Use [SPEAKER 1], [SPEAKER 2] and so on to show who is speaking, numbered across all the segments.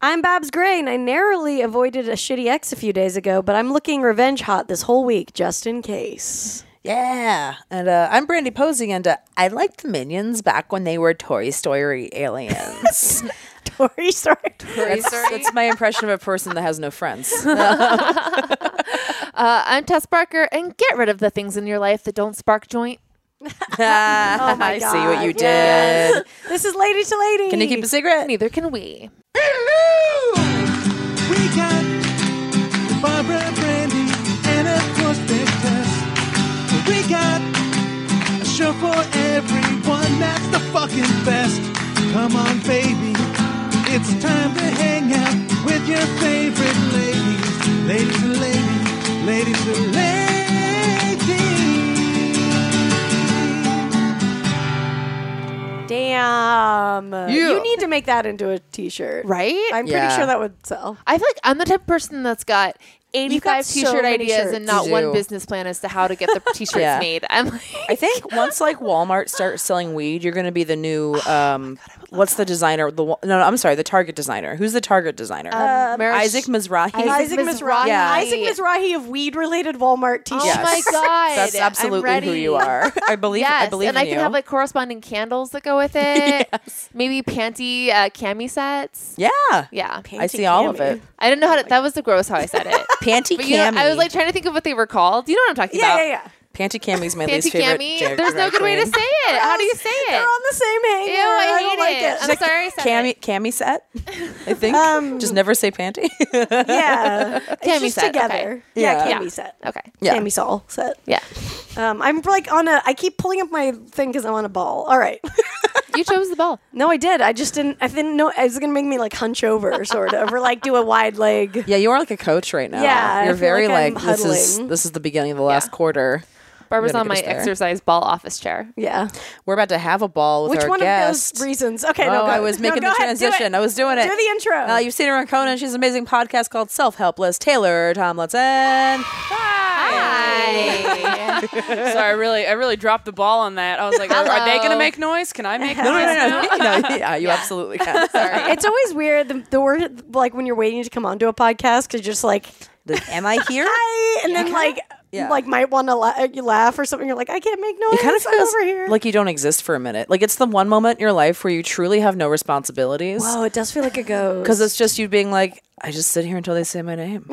[SPEAKER 1] I'm Babs Gray, and I narrowly avoided a shitty ex a few days ago, but I'm looking revenge hot this whole week just in case.
[SPEAKER 2] Yeah. And uh, I'm Brandy Posey, and uh, I liked the Minions back when they were Toy Story aliens.
[SPEAKER 1] Tori, sorry.
[SPEAKER 2] that's, that's my impression of a person that has no friends.
[SPEAKER 3] Uh, I'm Tess Barker, and get rid of the things in your life that don't spark joint.
[SPEAKER 2] I see what you did.
[SPEAKER 1] This is Lady to Lady.
[SPEAKER 2] Can you keep a secret?
[SPEAKER 3] Neither can we.
[SPEAKER 4] We got Barbara Brandy and of course Big Tess. We got a show for everyone that's the fucking best. Come on, baby. It's time to hang out with your favorite ladies. Ladies and ladies, ladies and ladies.
[SPEAKER 1] Damn.
[SPEAKER 3] Yeah.
[SPEAKER 1] You need to make that into a t shirt.
[SPEAKER 3] Right?
[SPEAKER 1] I'm pretty
[SPEAKER 2] Yeah.
[SPEAKER 1] sure that would sell.
[SPEAKER 3] I feel like I'm the type of person that's got 85
[SPEAKER 1] so
[SPEAKER 3] t-shirt
[SPEAKER 1] many
[SPEAKER 3] ideas
[SPEAKER 1] shirts.
[SPEAKER 3] and not
[SPEAKER 2] You
[SPEAKER 3] one
[SPEAKER 2] do.
[SPEAKER 3] business plan as to how to get the t-shirts
[SPEAKER 2] Yeah.
[SPEAKER 3] made. I'm like,
[SPEAKER 2] I think once like Walmart starts selling weed, you're going to be the new um what's the designer the Wa- no, no I'm sorry, the Target designer. Who's the Target designer?
[SPEAKER 3] Mara-
[SPEAKER 2] Um, Isaac Mizrahi.
[SPEAKER 1] Isaac
[SPEAKER 3] Isaac
[SPEAKER 1] Mizrahi.
[SPEAKER 3] Mizrahi.
[SPEAKER 2] Yeah.
[SPEAKER 1] Isaac Mizrahi of weed related Walmart t
[SPEAKER 3] Oh
[SPEAKER 1] shirts.
[SPEAKER 2] Yes.
[SPEAKER 3] my god,
[SPEAKER 2] That's
[SPEAKER 3] I'm
[SPEAKER 2] absolutely who you
[SPEAKER 3] ready.
[SPEAKER 2] are. I believe
[SPEAKER 3] Yes,
[SPEAKER 2] I believe
[SPEAKER 3] and
[SPEAKER 2] in
[SPEAKER 3] I
[SPEAKER 2] you.
[SPEAKER 3] can have like corresponding candles that go with it. Maybe panty uh, cami sets.
[SPEAKER 2] yeah.
[SPEAKER 3] Yeah,
[SPEAKER 2] I see all of it.
[SPEAKER 3] I didn't know
[SPEAKER 1] Oh
[SPEAKER 3] how to. That was the gross how I said it.
[SPEAKER 2] Panty
[SPEAKER 3] But you know,
[SPEAKER 2] cami.
[SPEAKER 3] I was like trying to think of what they were called. You know what I'm talking
[SPEAKER 1] Yeah,
[SPEAKER 3] about?
[SPEAKER 1] yeah, yeah.
[SPEAKER 2] Panty Cammy's my least
[SPEAKER 3] Panty
[SPEAKER 2] favorite.
[SPEAKER 3] cami.
[SPEAKER 2] drag-
[SPEAKER 3] There's no
[SPEAKER 2] drag
[SPEAKER 3] good way to
[SPEAKER 2] queen.
[SPEAKER 3] say it. How do you say it?
[SPEAKER 1] They're on the same hanger.
[SPEAKER 3] Ew, I, hate
[SPEAKER 1] don't like
[SPEAKER 3] it. I'm
[SPEAKER 1] Like,
[SPEAKER 3] sorry. I said it.
[SPEAKER 2] Cammy, Cammy set, I think. Just never say panty.
[SPEAKER 1] Um, yeah. it's
[SPEAKER 3] Cami
[SPEAKER 1] just
[SPEAKER 3] set,
[SPEAKER 1] together.
[SPEAKER 3] okay.
[SPEAKER 1] Yeah,
[SPEAKER 2] Yeah.
[SPEAKER 1] Cammy set.
[SPEAKER 3] Okay.
[SPEAKER 2] Yeah.
[SPEAKER 1] Cammy Sol set.
[SPEAKER 3] Yeah.
[SPEAKER 1] Um, I'm like on a. I keep pulling up my thing because I'm on a ball. All right.
[SPEAKER 3] You chose the ball.
[SPEAKER 1] no, I did. I just didn't. I didn't know. It was gonna make me like hunch over, sort of, or like do a wide leg.
[SPEAKER 2] yeah, you are like a coach right now.
[SPEAKER 1] Yeah, I
[SPEAKER 2] you're
[SPEAKER 1] feel
[SPEAKER 2] very
[SPEAKER 1] like I'm
[SPEAKER 2] like, this is
[SPEAKER 1] huddling.
[SPEAKER 2] this is the beginning of the last quarter.
[SPEAKER 3] Barbara's
[SPEAKER 2] gotta
[SPEAKER 3] on
[SPEAKER 2] get
[SPEAKER 3] my
[SPEAKER 2] us there.
[SPEAKER 3] exercise ball office chair.
[SPEAKER 1] Yeah.
[SPEAKER 2] We're about to have a ball with
[SPEAKER 1] Which
[SPEAKER 2] our
[SPEAKER 1] one
[SPEAKER 2] guest.
[SPEAKER 1] of those reasons? Okay. no,
[SPEAKER 2] Oh,
[SPEAKER 1] go-
[SPEAKER 2] I was
[SPEAKER 1] no,
[SPEAKER 2] making
[SPEAKER 1] go
[SPEAKER 2] the
[SPEAKER 1] ahead, do it.
[SPEAKER 2] transition. I was doing it.
[SPEAKER 1] Do the intro.
[SPEAKER 2] Uh, you've seen her on Conan. She's an amazing podcast called Self Help. Liz Taylor Tomlinson.
[SPEAKER 3] Hi.
[SPEAKER 5] So I really, I really dropped the ball on that. I was like, are, are they going to make noise? Can I make noise?
[SPEAKER 2] No, no, no, no. no yeah, you absolutely can. Sorry.
[SPEAKER 1] it's always weird the, the word like when you're waiting to come onto a podcast because just like
[SPEAKER 2] Am I here?
[SPEAKER 1] hi and then like
[SPEAKER 2] Yeah.
[SPEAKER 1] like might want to la- uh, you laugh or something you're like I can't make noise
[SPEAKER 2] It kind of
[SPEAKER 1] I'm
[SPEAKER 2] feels
[SPEAKER 1] over here
[SPEAKER 2] like you don't exist for a minute. Like it's the one moment in your life where you truly have no responsibilities.
[SPEAKER 1] oh it does feel like it goes
[SPEAKER 2] Because it's just you being like, I just sit here until they say my name.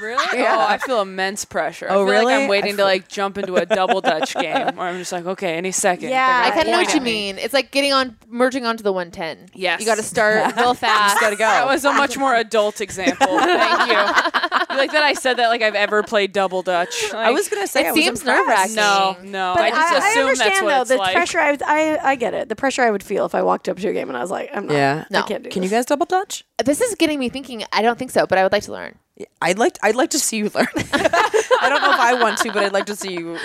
[SPEAKER 5] Really? Oh, I feel immense pressure.
[SPEAKER 2] Oh,
[SPEAKER 5] I feel
[SPEAKER 2] really?
[SPEAKER 5] Like
[SPEAKER 2] I
[SPEAKER 5] I'm waiting
[SPEAKER 2] feel-
[SPEAKER 5] to like jump into a double dutch game where I'm just like, okay, any second.
[SPEAKER 1] Yeah,
[SPEAKER 3] I
[SPEAKER 5] they're gonna
[SPEAKER 3] kind of know
[SPEAKER 5] point
[SPEAKER 3] what you
[SPEAKER 5] at me.
[SPEAKER 3] mean. It's like getting on, merging onto the 110.
[SPEAKER 5] Yes.
[SPEAKER 3] You got to start real fast.
[SPEAKER 2] Gotta go.
[SPEAKER 5] That was a much more adult example. Thank you. I like that I said that like I've ever played double dutch.
[SPEAKER 2] I was gonna say
[SPEAKER 3] It
[SPEAKER 2] I was
[SPEAKER 3] seems
[SPEAKER 2] impressed.
[SPEAKER 3] nerve-wracking.
[SPEAKER 5] No, no.
[SPEAKER 1] But
[SPEAKER 5] I just
[SPEAKER 1] I,
[SPEAKER 5] assume
[SPEAKER 1] understand
[SPEAKER 5] that's what
[SPEAKER 1] though
[SPEAKER 5] it's
[SPEAKER 1] the
[SPEAKER 5] like.
[SPEAKER 1] pressure I, was- I I get it the pressure I would feel if I walked up to a game and I was like I'm not
[SPEAKER 2] Yeah.
[SPEAKER 1] I
[SPEAKER 3] No.
[SPEAKER 1] can't do
[SPEAKER 2] Can you
[SPEAKER 1] this.
[SPEAKER 2] guys double touch?
[SPEAKER 3] This is getting me thinking. I don't think so, but I would like to learn.
[SPEAKER 2] I'd like I'd like to see you learn. I don't know if I want to, but I'd like to see you.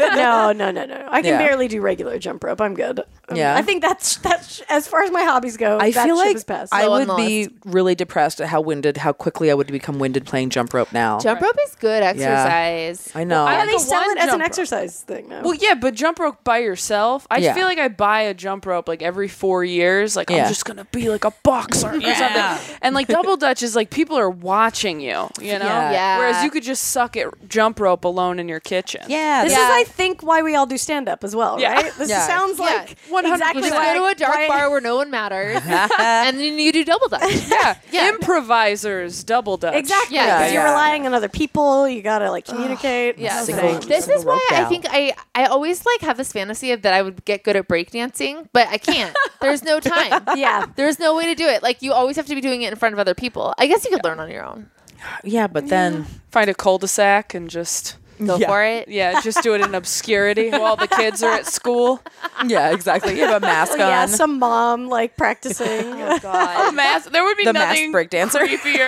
[SPEAKER 1] no no no no I can
[SPEAKER 2] Yeah.
[SPEAKER 1] barely do regullar jump rope I'm good Um,
[SPEAKER 2] Yeah.
[SPEAKER 1] I think that's that's as far as my hobbies go
[SPEAKER 2] I
[SPEAKER 1] that
[SPEAKER 2] feel
[SPEAKER 1] ship
[SPEAKER 2] like
[SPEAKER 1] is past.
[SPEAKER 2] I
[SPEAKER 3] Low on
[SPEAKER 2] would
[SPEAKER 3] the
[SPEAKER 2] be really depressed at how winded, how quickly I would become winded playing jump rope now.
[SPEAKER 3] Jump rope is good exercise.
[SPEAKER 2] I know.
[SPEAKER 5] I
[SPEAKER 1] yeah,
[SPEAKER 5] like
[SPEAKER 1] they
[SPEAKER 5] the
[SPEAKER 1] sell
[SPEAKER 5] one
[SPEAKER 1] it as an
[SPEAKER 5] jump rope.
[SPEAKER 1] exercise thing now
[SPEAKER 5] Well, yeah, but jump rope by yourself. I
[SPEAKER 2] Yeah.
[SPEAKER 5] feel like I buy a jump rope like every four years. Like
[SPEAKER 2] Yeah.
[SPEAKER 5] I'm just gonna be like a boxer or something. And like double dutch is like people are watching you. You know.
[SPEAKER 2] Yeah.
[SPEAKER 3] Yeah.
[SPEAKER 5] Whereas you could just suck at jump rope alone in your kitchen.
[SPEAKER 2] yeah,
[SPEAKER 1] this
[SPEAKER 2] that-
[SPEAKER 1] is
[SPEAKER 3] Yeah.
[SPEAKER 1] I think why we all do stand up as well
[SPEAKER 5] Yeah.
[SPEAKER 1] right this
[SPEAKER 2] Yeah.
[SPEAKER 1] sounds
[SPEAKER 3] Yeah.
[SPEAKER 1] like
[SPEAKER 5] 100%.
[SPEAKER 1] exactly
[SPEAKER 3] Just
[SPEAKER 1] why
[SPEAKER 3] go to a dark
[SPEAKER 1] why-
[SPEAKER 3] bar where no one matters, and then you do double dutch.
[SPEAKER 5] Yeah.
[SPEAKER 3] Yeah.
[SPEAKER 5] Improvisers double dutch.
[SPEAKER 1] Exactly.
[SPEAKER 3] Yeah,
[SPEAKER 1] 'cause
[SPEAKER 2] yeah,
[SPEAKER 1] You're
[SPEAKER 2] yeah.
[SPEAKER 1] relying on other people. You gotta like communicate.
[SPEAKER 3] Yeah,
[SPEAKER 2] Single-
[SPEAKER 1] Okay.
[SPEAKER 3] this
[SPEAKER 2] single
[SPEAKER 3] is why
[SPEAKER 2] rope
[SPEAKER 3] I
[SPEAKER 2] out.
[SPEAKER 3] think I I always like have this fantasy of that I would get good at breakdancing, but I can't. There's no time.
[SPEAKER 1] Yeah.
[SPEAKER 3] There's no way to do it. Like you always have to be doing it in front of other people. I guess you could learn on your own.
[SPEAKER 2] yeah, but then
[SPEAKER 5] Find a cul-de-sac and just
[SPEAKER 3] Go for it.
[SPEAKER 5] yeah, just do it in obscurity while the kids are at school.
[SPEAKER 2] yeah, exactly. You have a mask on.
[SPEAKER 1] Yeah, some mom like practicing.
[SPEAKER 3] God.
[SPEAKER 5] Mass, there would be
[SPEAKER 2] The masked
[SPEAKER 5] nothing
[SPEAKER 2] breakdancer.
[SPEAKER 5] creepier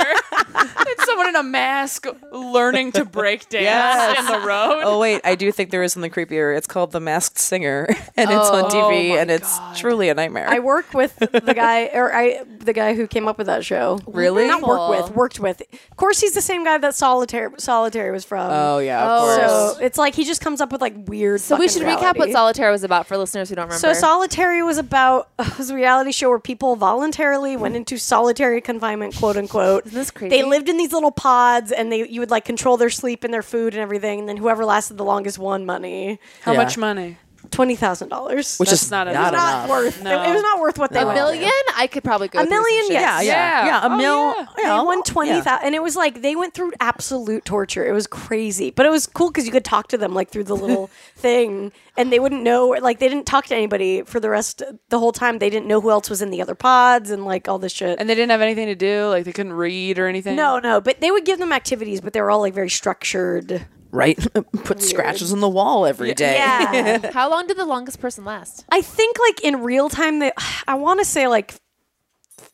[SPEAKER 5] than someone someone in a mask learning to break dance
[SPEAKER 2] Yes.
[SPEAKER 5] in the road.
[SPEAKER 2] Oh wait, I do think there is something creepier. It's called The Masked Singer, and it's on TV, and it's truly a nightmare.
[SPEAKER 1] I work with the guy, or I the guy who came up with that show.
[SPEAKER 2] Really?
[SPEAKER 1] Not work
[SPEAKER 3] Wonderful.
[SPEAKER 1] with, worked with. Of course, he's the same guy that Solitaire Solitaire was from.
[SPEAKER 2] oh yeah, of
[SPEAKER 3] Oh.
[SPEAKER 2] course.
[SPEAKER 1] So it's like he just comes up with like weird.
[SPEAKER 3] So we should recap what
[SPEAKER 1] Solitaire.
[SPEAKER 3] Solitaire was about for listeners who don't remember.
[SPEAKER 1] So solitary was about it was a reality show where people voluntarily went into solitary confinement, quote unquote. Isn't
[SPEAKER 3] this crazy?
[SPEAKER 1] They lived in these little pods, and they you would like control their sleep and their food and everything. And then whoever lasted the longest won money,
[SPEAKER 5] How
[SPEAKER 2] Yeah.
[SPEAKER 5] much money?
[SPEAKER 1] twenty thousand dollars.
[SPEAKER 2] Which
[SPEAKER 5] That's
[SPEAKER 2] is
[SPEAKER 5] not
[SPEAKER 2] not,
[SPEAKER 5] a-
[SPEAKER 1] was not
[SPEAKER 2] enough.
[SPEAKER 1] worth.
[SPEAKER 5] No.
[SPEAKER 1] It, was not worth what they
[SPEAKER 3] a
[SPEAKER 1] won.
[SPEAKER 3] million, I could probably go.
[SPEAKER 1] A
[SPEAKER 3] through some
[SPEAKER 1] million,
[SPEAKER 3] shit.
[SPEAKER 1] yes.
[SPEAKER 2] yeah,
[SPEAKER 5] Yeah.
[SPEAKER 2] yeah, a
[SPEAKER 5] Oh,
[SPEAKER 2] mil.
[SPEAKER 5] yeah.
[SPEAKER 1] They
[SPEAKER 2] yeah.
[SPEAKER 1] won
[SPEAKER 2] Yeah.
[SPEAKER 1] twenty thousand, and it was like they went through absolute torture. It was crazy, but it was cool because you could talk to them like through the little thing, and they wouldn't know. Like they didn't talk to anybody for the rest the whole time. They didn't know who else was in the other pods and like all this shit.
[SPEAKER 5] And they didn't have anything to do. Like they couldn't read or anything.
[SPEAKER 1] no, no, but they would give them activities, but they were all like very structured.
[SPEAKER 2] Right, put scratches on the wall every day.
[SPEAKER 1] Yeah,
[SPEAKER 3] How long did the longest person last?
[SPEAKER 1] I think like in real time, they I want to say like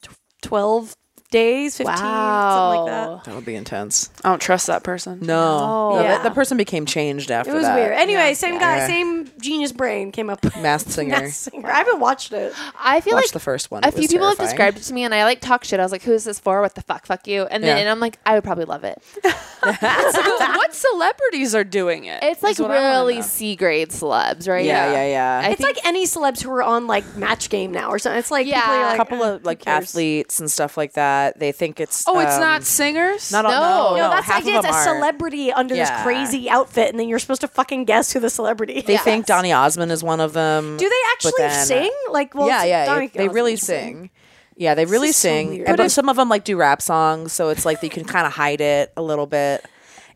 [SPEAKER 1] tw- twelve days, fifteen, something like that.
[SPEAKER 2] That would be intense.
[SPEAKER 5] I don't trust that person.
[SPEAKER 2] No, no
[SPEAKER 1] Yeah.
[SPEAKER 2] that, the person became changed after
[SPEAKER 1] It was
[SPEAKER 2] that.
[SPEAKER 1] weird. Anyway, same guy,
[SPEAKER 2] Yeah.
[SPEAKER 1] same genius brain came up. with
[SPEAKER 2] Masked singer.
[SPEAKER 1] Masked Singer. I haven't watched it.
[SPEAKER 3] I feel
[SPEAKER 2] Watch
[SPEAKER 3] like
[SPEAKER 2] the first one.
[SPEAKER 3] A
[SPEAKER 2] It
[SPEAKER 3] few
[SPEAKER 2] was
[SPEAKER 3] people have
[SPEAKER 2] terrifying.
[SPEAKER 3] described it to me, and I like talk shit. I was like, "Who is this for? What the fuck? Fuck you!" And then
[SPEAKER 2] Yeah.
[SPEAKER 3] and I'm like, I would probably love it.
[SPEAKER 5] what celebrities are doing it?
[SPEAKER 3] It's like
[SPEAKER 5] is what I wanna
[SPEAKER 3] really
[SPEAKER 5] know.
[SPEAKER 3] C grade celebs, right?
[SPEAKER 2] Yeah, yeah, yeah.
[SPEAKER 3] I
[SPEAKER 1] It's like any celebs who are on like Match Game now or something. It's like
[SPEAKER 3] Yeah.
[SPEAKER 1] people are like,
[SPEAKER 2] a couple
[SPEAKER 1] "Uh,
[SPEAKER 2] of like
[SPEAKER 1] who cares?"
[SPEAKER 2] athletes and stuff like that. They think it's
[SPEAKER 5] Oh, it's
[SPEAKER 2] um,
[SPEAKER 5] not singers.
[SPEAKER 2] Not all,
[SPEAKER 3] No.
[SPEAKER 2] no,
[SPEAKER 1] No,
[SPEAKER 2] no,
[SPEAKER 1] that's the
[SPEAKER 2] half
[SPEAKER 1] idea.
[SPEAKER 2] of
[SPEAKER 1] It's
[SPEAKER 2] them
[SPEAKER 1] a
[SPEAKER 2] aren't.
[SPEAKER 1] celebrity under this
[SPEAKER 2] Yeah.
[SPEAKER 1] crazy outfit, and then you're supposed to fucking guess who the celebrity is.
[SPEAKER 2] They think Donny Osmond is one of them.
[SPEAKER 1] Do they
[SPEAKER 2] but
[SPEAKER 1] actually
[SPEAKER 2] then- uh,
[SPEAKER 1] sing? Like, well,
[SPEAKER 2] yeah,
[SPEAKER 1] it's
[SPEAKER 2] yeah,
[SPEAKER 1] Donny
[SPEAKER 2] they really
[SPEAKER 1] Osmond.
[SPEAKER 2] sing. Yeah, they really
[SPEAKER 1] is so
[SPEAKER 2] sing.
[SPEAKER 1] weird. But
[SPEAKER 2] and, but
[SPEAKER 1] if-
[SPEAKER 2] some of them like do rap songs, so it's like you can kind of hide it a little bit.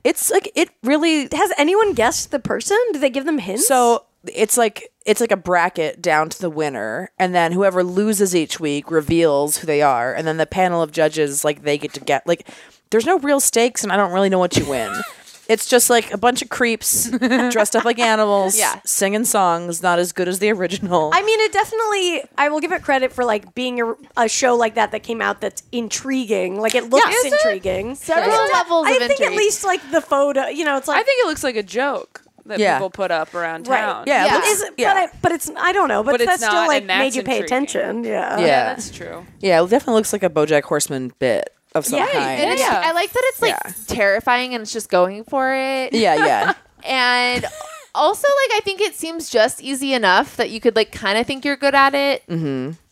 [SPEAKER 2] It's like it really
[SPEAKER 1] Has anyone guessed the person? Do they give them hints?
[SPEAKER 2] So it's like it's like a bracket down to the winner, and then whoever loses each week reveals who they are, and then the panel of judges like they get to get like there's no real stakes, and I don't really know what you win. It's just like a bunch of creeps dressed up like animals,
[SPEAKER 3] Yeah.
[SPEAKER 2] singing songs not as good as the original.
[SPEAKER 1] I mean, it definitely. I will give it credit for like being a, a show like that that came out that's intriguing. Like it looks
[SPEAKER 2] Is it?
[SPEAKER 1] intriguing.
[SPEAKER 3] Several
[SPEAKER 1] It's not-
[SPEAKER 3] levels
[SPEAKER 1] I
[SPEAKER 3] of
[SPEAKER 1] think at
[SPEAKER 3] intrigue.
[SPEAKER 1] least like the photo. You know, it's like
[SPEAKER 5] I think it looks like a joke that
[SPEAKER 2] Yeah.
[SPEAKER 5] people put up around town.
[SPEAKER 2] Yeah, it
[SPEAKER 1] But
[SPEAKER 2] looks-
[SPEAKER 1] is-
[SPEAKER 2] yeah.
[SPEAKER 1] But, I, but it's I don't know. But,
[SPEAKER 5] But it's
[SPEAKER 1] that's still
[SPEAKER 5] not,
[SPEAKER 1] like
[SPEAKER 5] and that's
[SPEAKER 1] made you pay
[SPEAKER 5] intriguing.
[SPEAKER 1] attention. Yeah.
[SPEAKER 2] Yeah.
[SPEAKER 5] that's true.
[SPEAKER 2] yeah, it definitely looks like a BoJack Horseman bit of some
[SPEAKER 1] Yeah,
[SPEAKER 2] kind.
[SPEAKER 3] And it's-
[SPEAKER 5] Yeah.
[SPEAKER 3] I like that it's like
[SPEAKER 2] Yeah.
[SPEAKER 3] terrifying and it's just going for it.
[SPEAKER 2] yeah, yeah.
[SPEAKER 3] And also, like, I think it seems just easy enough that you could like kind of think you're good at it.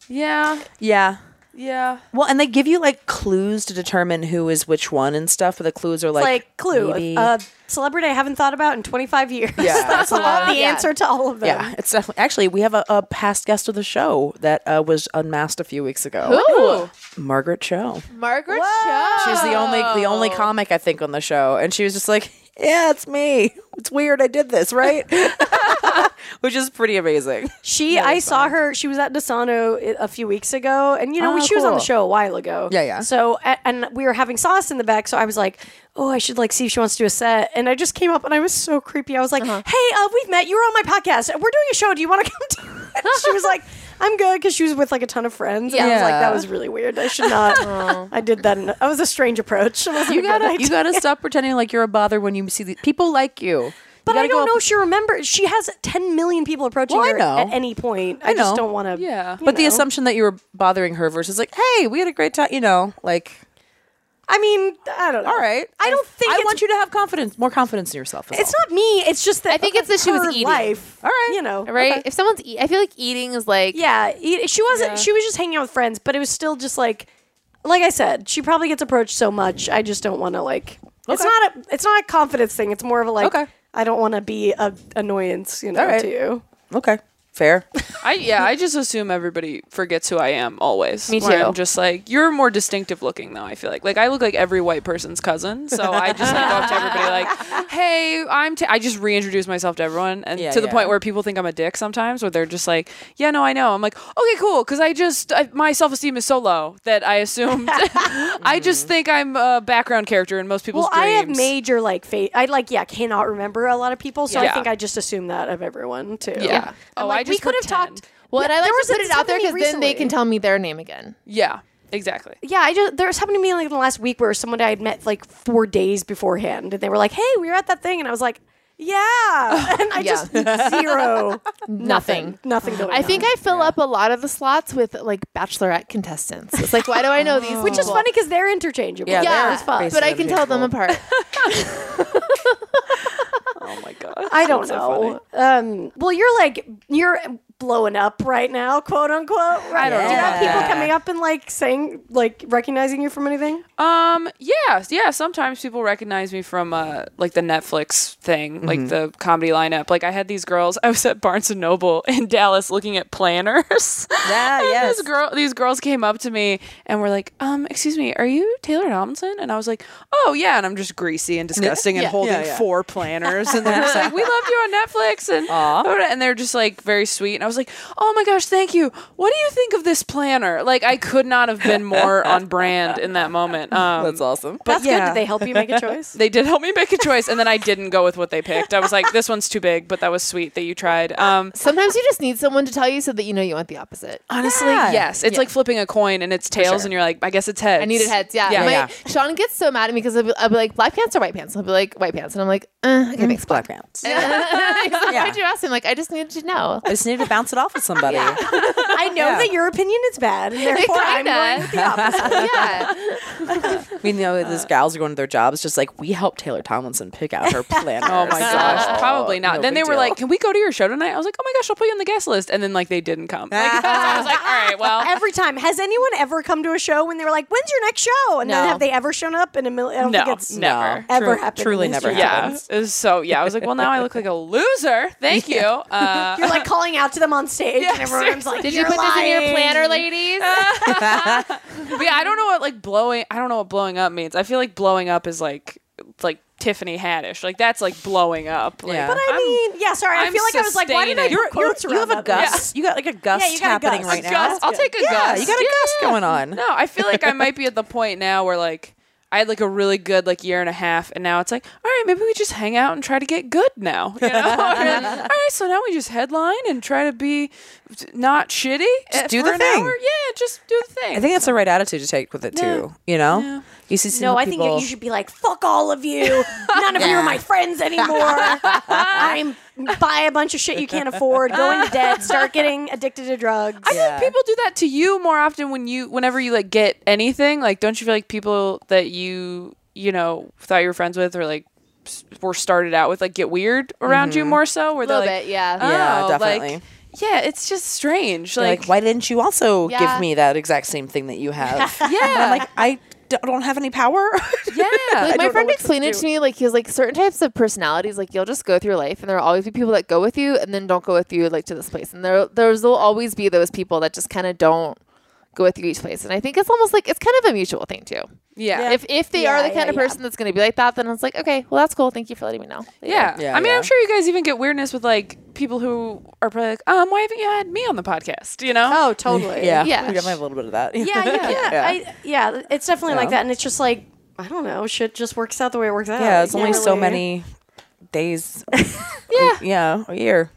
[SPEAKER 5] Yeah,
[SPEAKER 2] yeah.
[SPEAKER 5] yeah.
[SPEAKER 2] Well, and they give you like clues to determine who is which one and stuff, but the clues are
[SPEAKER 1] It's
[SPEAKER 2] like,
[SPEAKER 1] Like, clue,
[SPEAKER 2] maybe-
[SPEAKER 1] a celebrity I haven't thought about in 25 years.
[SPEAKER 2] Yeah.
[SPEAKER 1] that's all the
[SPEAKER 3] Yeah.
[SPEAKER 1] answer to all of them.
[SPEAKER 2] Yeah, it's definitely. Actually, we have a, a past guest of the show that uh, was unmasked a few weeks ago.
[SPEAKER 3] Ooh,
[SPEAKER 2] Margaret Cho.
[SPEAKER 3] Margaret Cho.
[SPEAKER 2] She's the only the only comic I think on the show, and she was just like, "Yeah, it's me. It's weird. I did this, right?" Which is pretty amazing.
[SPEAKER 1] She, I saw her. She was at Desano i- a few weeks ago, and you know
[SPEAKER 2] Oh,
[SPEAKER 1] she was on the
[SPEAKER 2] cool.
[SPEAKER 1] show a while ago.
[SPEAKER 2] Yeah, yeah.
[SPEAKER 1] So, a- and we were having sauce in the back, so I was like, "Oh, I should like see if she wants to do a set." And I just came up, and I was so creepy. I was like,
[SPEAKER 2] Uh-huh.
[SPEAKER 1] "Hey, uh, we've met. You were on my podcast. We're doing a show. Do you want to come?" To-? And she was like. I'm good because she was with like a ton of friends. And I was like,
[SPEAKER 2] Yeah.
[SPEAKER 1] that was really weird. I should not. I did that. In, that was a strange approach. It wasn't
[SPEAKER 2] You
[SPEAKER 1] a good
[SPEAKER 2] gotta
[SPEAKER 1] idea.
[SPEAKER 2] you gotta stop pretending like you're a bother when you see the, people like you.
[SPEAKER 1] But I
[SPEAKER 2] You gotta
[SPEAKER 1] don't
[SPEAKER 2] go
[SPEAKER 1] know
[SPEAKER 2] up-
[SPEAKER 1] if she remembers. She has 10 million people approaching
[SPEAKER 2] Well, I
[SPEAKER 1] her
[SPEAKER 2] know.
[SPEAKER 1] at any point. I,
[SPEAKER 2] I
[SPEAKER 1] just
[SPEAKER 2] know.
[SPEAKER 1] don't want to.
[SPEAKER 5] Yeah.
[SPEAKER 2] but the assumption that you were bothering her versus like, "Hey, we had a great time," you know, like.
[SPEAKER 1] I mean, I don't know.
[SPEAKER 2] All right.
[SPEAKER 1] I don't think
[SPEAKER 2] I
[SPEAKER 1] it's-
[SPEAKER 2] want you to have confidence, more confidence in yourself. is
[SPEAKER 1] It's
[SPEAKER 2] all.
[SPEAKER 1] not me. It's just that
[SPEAKER 3] I think it's that she was
[SPEAKER 1] her
[SPEAKER 3] eating.
[SPEAKER 1] Life.
[SPEAKER 2] All right.
[SPEAKER 1] You know.
[SPEAKER 3] right? If someone's, eat- I feel like eating is like
[SPEAKER 1] Yeah. e- She wasn't.
[SPEAKER 5] Yeah.
[SPEAKER 1] She was just hanging out with friends, but it was still just like, like I said, she probably gets approached so much. I just don't want to like. It's
[SPEAKER 2] Okay.
[SPEAKER 1] not a. It's not a confidence thing. It's more of a like.
[SPEAKER 2] Okay.
[SPEAKER 1] I don't want to be a annoyance. You know.
[SPEAKER 2] All right.
[SPEAKER 1] To you.
[SPEAKER 2] okay. Fair.
[SPEAKER 5] I yeah. I just assume everybody forgets who I am always.
[SPEAKER 3] Me
[SPEAKER 5] Where
[SPEAKER 3] too.
[SPEAKER 5] I'm just like you're more distinctive looking though. I feel like like I look like every white person's cousin. So I just like, go up to everybody like, hey, I'm. T-. I just reintroduce myself to everyone, and
[SPEAKER 2] Yeah,
[SPEAKER 5] to the
[SPEAKER 2] yeah.
[SPEAKER 5] point where people think I'm a dick sometimes, where they're just like, yeah, no, I know. I'm like, okay, cool, because I just I, my self esteem is so low that I assumed I just think I'm a background character in most people's
[SPEAKER 1] Well, I have
[SPEAKER 5] dreams.
[SPEAKER 1] major like fa I like yeah cannot remember a lot of people, so I
[SPEAKER 5] Yeah.
[SPEAKER 1] think I just assume that of everyone too.
[SPEAKER 5] Yeah.
[SPEAKER 1] I'm
[SPEAKER 5] Oh,
[SPEAKER 1] like,
[SPEAKER 5] I
[SPEAKER 1] we
[SPEAKER 5] just
[SPEAKER 1] could have
[SPEAKER 5] pretend.
[SPEAKER 1] talked.
[SPEAKER 3] Well, and I like
[SPEAKER 1] there
[SPEAKER 3] to
[SPEAKER 1] was
[SPEAKER 3] put
[SPEAKER 1] a-
[SPEAKER 3] it out there
[SPEAKER 1] somebody
[SPEAKER 3] because then they
[SPEAKER 1] recently-
[SPEAKER 3] can tell me their name again.
[SPEAKER 5] yeah. Exactly.
[SPEAKER 1] yeah, I just there's happened to me like in the last week where someone I had met like four days beforehand, and they were like, "Hey, we were at that thing," and I was like, "Yeah," and I just zero
[SPEAKER 3] Nothing.
[SPEAKER 1] nothing going.
[SPEAKER 3] I think
[SPEAKER 1] on.
[SPEAKER 3] I fill up a lot of the slots with like bachelorette contestants. It's like, why do I know these?
[SPEAKER 1] which is funny because they're interchangeable.
[SPEAKER 2] Yeah,
[SPEAKER 3] Yeah,
[SPEAKER 2] they're
[SPEAKER 1] it's fun.
[SPEAKER 2] basically
[SPEAKER 3] but I can tell them apart.
[SPEAKER 5] Oh my god.
[SPEAKER 1] I don't
[SPEAKER 5] That's so
[SPEAKER 1] know. um, well, you're like you're blowing up right now, quote unquote. Right?
[SPEAKER 5] I don't
[SPEAKER 1] Do you have
[SPEAKER 2] know.
[SPEAKER 1] people
[SPEAKER 2] Yeah.
[SPEAKER 1] coming up and like saying, like recognizing you from anything?
[SPEAKER 5] Um. Yeah. Yeah. Sometimes people recognize me from uh, like the Netflix thing, like the comedy lineup. Like I had these girls. I was at Barnes and Noble in Dallas looking at planners.
[SPEAKER 2] Yeah,
[SPEAKER 5] and
[SPEAKER 2] yes.
[SPEAKER 5] This girl, these girls came up to me and were like, "Um, excuse me, are you Taylor Tomlinson?" And I was like, "Oh yeah." And I'm just greasy and disgusting and
[SPEAKER 3] Yeah.
[SPEAKER 5] holding
[SPEAKER 2] Yeah, yeah.
[SPEAKER 5] four planners. And they're just like, "We loved you on Netflix." And oh, and they're just like very sweet. And I was like, "Oh my gosh, thank you. What do you think of this planner?" Like I could not have been more on brand in that moment. Um,
[SPEAKER 2] That's awesome.
[SPEAKER 1] That's good.
[SPEAKER 5] yeah.
[SPEAKER 1] Did they help you make a choice?
[SPEAKER 5] they did help me make a choice and then i didn't go with what they picked i was like this one's too big but that was sweet that you tried um
[SPEAKER 3] Sometimes you just need someone to tell you so that you know you want the opposite.
[SPEAKER 5] honestly
[SPEAKER 2] Yeah.
[SPEAKER 5] yes it's like flipping a coin and it's tails and you're like i guess it's heads
[SPEAKER 3] I needed heads. Yeah.
[SPEAKER 5] yeah,
[SPEAKER 3] My-
[SPEAKER 2] yeah.
[SPEAKER 3] Sean gets so mad at me because I'll, be- I'll be like, black pants or white pants? And he'll be like, white pants. And I'm like, uh, okay, thanks.
[SPEAKER 2] black pants.
[SPEAKER 3] He's like,
[SPEAKER 2] Yeah.
[SPEAKER 3] Why'd you ask him? Like, I just needed to know.
[SPEAKER 2] I just needed to bounce it off with somebody.
[SPEAKER 1] I know that your opinion is bad, and therefore I'm
[SPEAKER 3] Kinda.
[SPEAKER 1] going with the opposite.
[SPEAKER 3] yeah.
[SPEAKER 2] We know these gals are going to their jobs, just like we helped Taylor Tomlinson pick out her planner.
[SPEAKER 5] Oh my gosh,
[SPEAKER 2] oh,
[SPEAKER 5] probably not. then they were like, "Can we go to your show tonight?" I was like, "Oh my gosh, I'll put you on the guest list." And then like they didn't come. Like, so I was like, "All right, well,
[SPEAKER 1] Every time, has anyone ever come to a show when they were like, "When's your next show?" And then
[SPEAKER 3] No.
[SPEAKER 1] have they ever shown up in a million? I don't
[SPEAKER 5] No,
[SPEAKER 1] think it's
[SPEAKER 5] no. never.
[SPEAKER 1] ever happened. in
[SPEAKER 2] truly
[SPEAKER 1] history.
[SPEAKER 2] never
[SPEAKER 5] yeah." It was so yeah, I was like, "Well, now I look like a loser." Thank you. Uh,
[SPEAKER 1] You're like calling out to them on stage, and everyone's like,
[SPEAKER 3] Did you
[SPEAKER 1] "You're
[SPEAKER 3] put this in your
[SPEAKER 1] lying."
[SPEAKER 3] planner, ladies?
[SPEAKER 5] But yeah, I don't know what like blowing. I don't know what blowing up means. I feel like blowing up is like like Tiffany Haddish. Like that's like blowing up. Like,
[SPEAKER 2] Yeah.
[SPEAKER 1] But I
[SPEAKER 5] I'm-
[SPEAKER 1] mean, yeah. Sorry, i
[SPEAKER 5] I'm
[SPEAKER 1] feel like I was like, "Why did I?"
[SPEAKER 5] sustaining.
[SPEAKER 1] put
[SPEAKER 2] You're, you're,
[SPEAKER 1] quotes
[SPEAKER 2] you have
[SPEAKER 1] around
[SPEAKER 2] a
[SPEAKER 1] that?
[SPEAKER 2] gust. You got like a gust
[SPEAKER 1] you got a
[SPEAKER 2] happening
[SPEAKER 1] gust.
[SPEAKER 2] right
[SPEAKER 1] A
[SPEAKER 2] now.
[SPEAKER 5] Gus, I'll take a
[SPEAKER 2] yeah,
[SPEAKER 5] gust.
[SPEAKER 2] you got a gust going on.
[SPEAKER 5] No, I feel like I might be at the point now where like I had like a really good like year and a half, and now it's like, all right, maybe we just hang out and try to get good now. You know? And, all right, so now we just headline and try to be not shitty.
[SPEAKER 2] Just
[SPEAKER 5] uh,
[SPEAKER 2] do
[SPEAKER 5] for
[SPEAKER 2] the
[SPEAKER 5] an
[SPEAKER 2] thing.
[SPEAKER 5] hour. Yeah, just do the thing.
[SPEAKER 2] I think that's the right attitude to take with it too. You know, you see some
[SPEAKER 1] No, I
[SPEAKER 2] people.
[SPEAKER 1] think you, you should be like, fuck all of you. None of you are my friends anymore. I'm buy a bunch of shit you can't afford, go into debt, start getting addicted to drugs.
[SPEAKER 5] I feel like people do that to you more often when you, whenever you like get anything. Like, don't you feel like people that you, you know, thought you were friends with or like s- were started out with, like get weird around
[SPEAKER 2] Mm-hmm.
[SPEAKER 5] you more so? Where
[SPEAKER 3] a little
[SPEAKER 5] they're like,
[SPEAKER 3] bit, yeah.
[SPEAKER 5] oh,
[SPEAKER 2] Yeah, definitely.
[SPEAKER 5] Like, yeah, it's just strange.
[SPEAKER 2] You're
[SPEAKER 5] Like,
[SPEAKER 2] like, why didn't you also
[SPEAKER 3] Yeah.
[SPEAKER 2] give me that exact same thing that you have? yeah,
[SPEAKER 5] Yeah,
[SPEAKER 2] like I d- don't have any power.
[SPEAKER 5] yeah.
[SPEAKER 3] like my friend explained it to me like he was like certain types of personalities like you'll just go through life and there'll always be people that go with you and then don't go with you like to this place and there there's will always be those people that just kind of don't go with you each place and I think it's almost like it's kind of a mutual thing too
[SPEAKER 5] yeah. Yeah.
[SPEAKER 3] if if they
[SPEAKER 1] Yeah,
[SPEAKER 3] are the
[SPEAKER 1] yeah,
[SPEAKER 3] kind of
[SPEAKER 1] yeah.
[SPEAKER 3] person that's going to be like that then it's like okay well that's cool thank you for letting me know
[SPEAKER 2] Yeah,
[SPEAKER 5] I mean,
[SPEAKER 2] yeah.
[SPEAKER 5] I'm sure you guys even get weirdness with like people who are probably like, um, why haven't you had me on the podcast? You know?
[SPEAKER 1] Oh, totally.
[SPEAKER 2] yeah,
[SPEAKER 3] Yeah.
[SPEAKER 2] we definitely have a little bit of that.
[SPEAKER 1] Yeah, yeah,
[SPEAKER 2] Yeah.
[SPEAKER 1] yeah. I, yeah it's definitely like
[SPEAKER 2] Yeah.
[SPEAKER 1] that. And it's just like, I don't know, shit just works out the way it works out.
[SPEAKER 2] Yeah, it's only so
[SPEAKER 1] really.
[SPEAKER 2] many days. yeah, yeah, a year.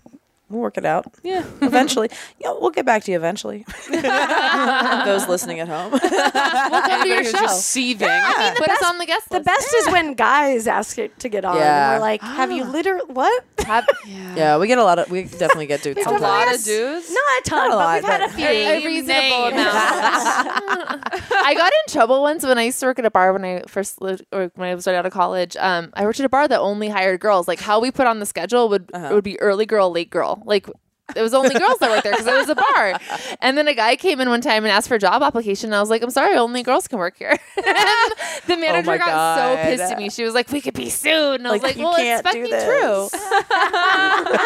[SPEAKER 2] We'll work it out.
[SPEAKER 5] Yeah.
[SPEAKER 2] Eventually, yeah, we'll get back to you eventually. Those listening at home,
[SPEAKER 3] we'll come to your show
[SPEAKER 5] Everybody who's just seething.
[SPEAKER 3] put us on the guest
[SPEAKER 1] The
[SPEAKER 3] list.
[SPEAKER 1] best is when guys ask it to get on.
[SPEAKER 2] Yeah.
[SPEAKER 1] And we're like, have you literally, what?
[SPEAKER 3] Have-
[SPEAKER 2] yeah, we get a lot of. We definitely get dudes.
[SPEAKER 1] We've
[SPEAKER 2] sometimes.
[SPEAKER 1] definitely
[SPEAKER 5] lot
[SPEAKER 1] had
[SPEAKER 5] of dudes?
[SPEAKER 1] Not a ton,
[SPEAKER 2] Not a lot,
[SPEAKER 1] but we've had
[SPEAKER 2] but-
[SPEAKER 1] a few.
[SPEAKER 3] a
[SPEAKER 5] Name
[SPEAKER 3] reasonable
[SPEAKER 5] names.
[SPEAKER 3] amount. I got in trouble once when I used to work at a bar when I first lived, or when I was right out of college. Um, I worked at a bar that only hired girls. Like how we put on the schedule would it would be early girl, late girl. Like it was only girls that worked there because it was a bar. And then a guy came in one time and asked for a job application. And I was like, I'm sorry, only girls can work here. And the manager
[SPEAKER 2] my
[SPEAKER 3] got so
[SPEAKER 2] God.
[SPEAKER 3] pissed at me. She was like, we could be sued. And I was
[SPEAKER 2] Like,
[SPEAKER 3] like,
[SPEAKER 2] you
[SPEAKER 3] well, it's
[SPEAKER 2] can't do
[SPEAKER 3] fucking
[SPEAKER 2] this.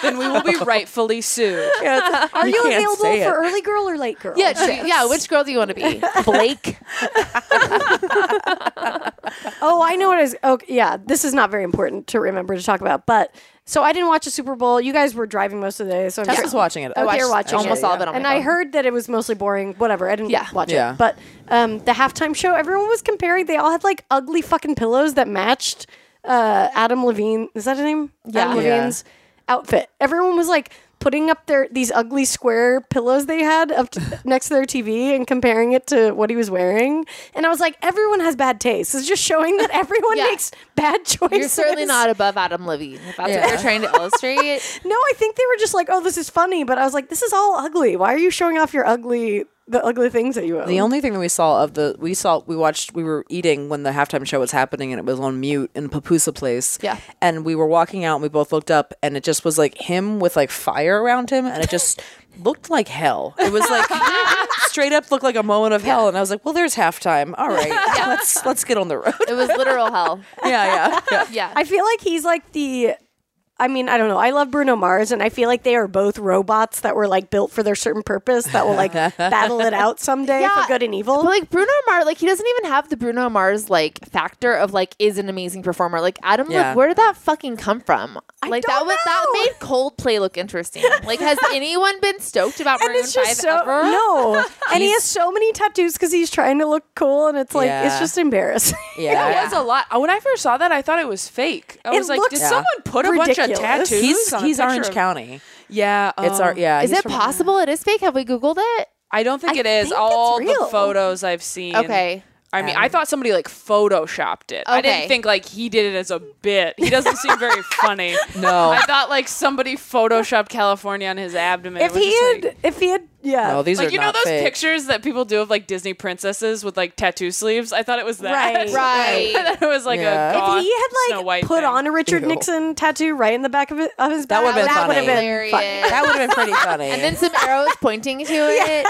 [SPEAKER 3] true.
[SPEAKER 5] then we will be rightfully sued.
[SPEAKER 2] Yeah,
[SPEAKER 1] Are you,
[SPEAKER 2] can't
[SPEAKER 1] available for
[SPEAKER 2] say it.
[SPEAKER 1] early girl or late girl?
[SPEAKER 3] Yeah, she- yeah. Which girl do you want to be? Blake.
[SPEAKER 1] Oh, I know what is. Oh, yeah. This is not very important to remember to talk about. But so I didn't watch the Super Bowl. You guys were driving most of the day, so I'm
[SPEAKER 2] Tess
[SPEAKER 1] sure-
[SPEAKER 2] was watching it.
[SPEAKER 1] Okay,
[SPEAKER 3] watched
[SPEAKER 1] you're watching
[SPEAKER 3] almost
[SPEAKER 1] it.
[SPEAKER 3] all of it on my
[SPEAKER 1] and I
[SPEAKER 3] phone.
[SPEAKER 1] heard that it was mostly boring. Whatever. I didn't
[SPEAKER 3] Yeah.
[SPEAKER 1] watch
[SPEAKER 2] Yeah.
[SPEAKER 1] it. But um, the halftime show, everyone was comparing. They all had like ugly fucking pillows that matched uh, Adam Levine. Is that his name?
[SPEAKER 3] Yeah.
[SPEAKER 1] Adam
[SPEAKER 2] Yeah.
[SPEAKER 1] Levine's outfit. Everyone was like. putting up their these ugly square pillows they had up to, next to their TV and comparing it to what he was wearing. And I was like, everyone has bad taste. It's just showing that everyone
[SPEAKER 3] Yeah.
[SPEAKER 1] makes bad choices.
[SPEAKER 3] You're certainly not above Adam Levine. If that's what you're trying to illustrate.
[SPEAKER 1] No, I think they were just like, oh, this is funny. But I was like, this is all ugly. Why are you showing off your ugly, the ugly things that you own?
[SPEAKER 2] The only thing that we saw of the we saw we watched we were eating when the halftime show was happening and it was on mute in Papusa Place.
[SPEAKER 3] Yeah.
[SPEAKER 2] And we were walking out and we both looked up and it just was like him with like fire around him and it just looked like hell. It was like straight up looked like a moment of hell and I was like, well, there's halftime. All right, let's let's get on the road.
[SPEAKER 3] It was literal hell.
[SPEAKER 2] yeah, yeah, yeah.
[SPEAKER 3] Yeah.
[SPEAKER 1] I feel like he's like the. I mean, I don't know. I love Bruno Mars, and I feel like they are both robots that were like built for their certain purpose that will like battle it out someday
[SPEAKER 3] Yeah.
[SPEAKER 1] for good and evil.
[SPEAKER 3] But like Bruno Mars, like he doesn't even have the Bruno Mars like factor of like is an amazing performer. Like Adam,
[SPEAKER 2] Yeah.
[SPEAKER 3] like, where did that fucking come from?
[SPEAKER 1] I
[SPEAKER 3] like
[SPEAKER 1] don't
[SPEAKER 3] that was that
[SPEAKER 1] know.
[SPEAKER 3] made Coldplay look interesting. like has anyone been stoked about
[SPEAKER 1] and
[SPEAKER 3] Maroon
[SPEAKER 1] it's just
[SPEAKER 3] Five
[SPEAKER 1] so
[SPEAKER 3] ever?
[SPEAKER 1] no, and he has so many tattoos because he's trying to look cool, and it's like it's
[SPEAKER 2] Yeah.
[SPEAKER 1] just embarrassing.
[SPEAKER 5] That was a lot. When I first saw that, I thought it was fake. I
[SPEAKER 1] It
[SPEAKER 5] was like,
[SPEAKER 1] looks
[SPEAKER 5] did someone put a bunch of
[SPEAKER 1] ridiculous.
[SPEAKER 5] tattoos?
[SPEAKER 2] He's
[SPEAKER 5] on a
[SPEAKER 2] he's
[SPEAKER 5] picture
[SPEAKER 2] Orange
[SPEAKER 5] of-
[SPEAKER 2] County.
[SPEAKER 5] Yeah,
[SPEAKER 2] It's our
[SPEAKER 5] um,
[SPEAKER 2] yeah.
[SPEAKER 3] Is
[SPEAKER 2] he's
[SPEAKER 3] it
[SPEAKER 2] from-
[SPEAKER 3] possible it is fake? Have we Googled it?
[SPEAKER 5] I don't think
[SPEAKER 1] I
[SPEAKER 5] it is.
[SPEAKER 1] think it's
[SPEAKER 5] All the
[SPEAKER 1] real.
[SPEAKER 5] photos I've seen.
[SPEAKER 3] Okay.
[SPEAKER 5] I mean, I thought somebody like photoshopped it. I
[SPEAKER 3] Okay.
[SPEAKER 5] didn't think like he did it as a bit. He doesn't seem very funny.
[SPEAKER 2] No.
[SPEAKER 5] I thought like somebody photoshopped California on his abdomen.
[SPEAKER 1] if
[SPEAKER 5] It was
[SPEAKER 1] he
[SPEAKER 5] just,
[SPEAKER 1] had,
[SPEAKER 5] like,
[SPEAKER 1] if he had, yeah,
[SPEAKER 2] No, Oh, these
[SPEAKER 5] like
[SPEAKER 2] are
[SPEAKER 5] you know
[SPEAKER 2] not
[SPEAKER 5] those
[SPEAKER 2] fake.
[SPEAKER 5] pictures that people do of like Disney princesses with like tattoo sleeves. I thought it was that.
[SPEAKER 1] Right.
[SPEAKER 3] Right.
[SPEAKER 5] I thought it was like
[SPEAKER 2] Yeah.
[SPEAKER 5] a.
[SPEAKER 2] If
[SPEAKER 5] goth
[SPEAKER 1] if he
[SPEAKER 5] Snow
[SPEAKER 1] had like
[SPEAKER 5] White
[SPEAKER 1] put
[SPEAKER 5] thing.
[SPEAKER 1] on a Richard
[SPEAKER 2] Ew.
[SPEAKER 1] Nixon tattoo right in the back of, it, of his back,
[SPEAKER 2] would've been
[SPEAKER 1] that would have
[SPEAKER 2] funny.
[SPEAKER 1] been funny.
[SPEAKER 3] Hilarious.
[SPEAKER 2] That would have been pretty funny.
[SPEAKER 3] and then some arrows pointing to it.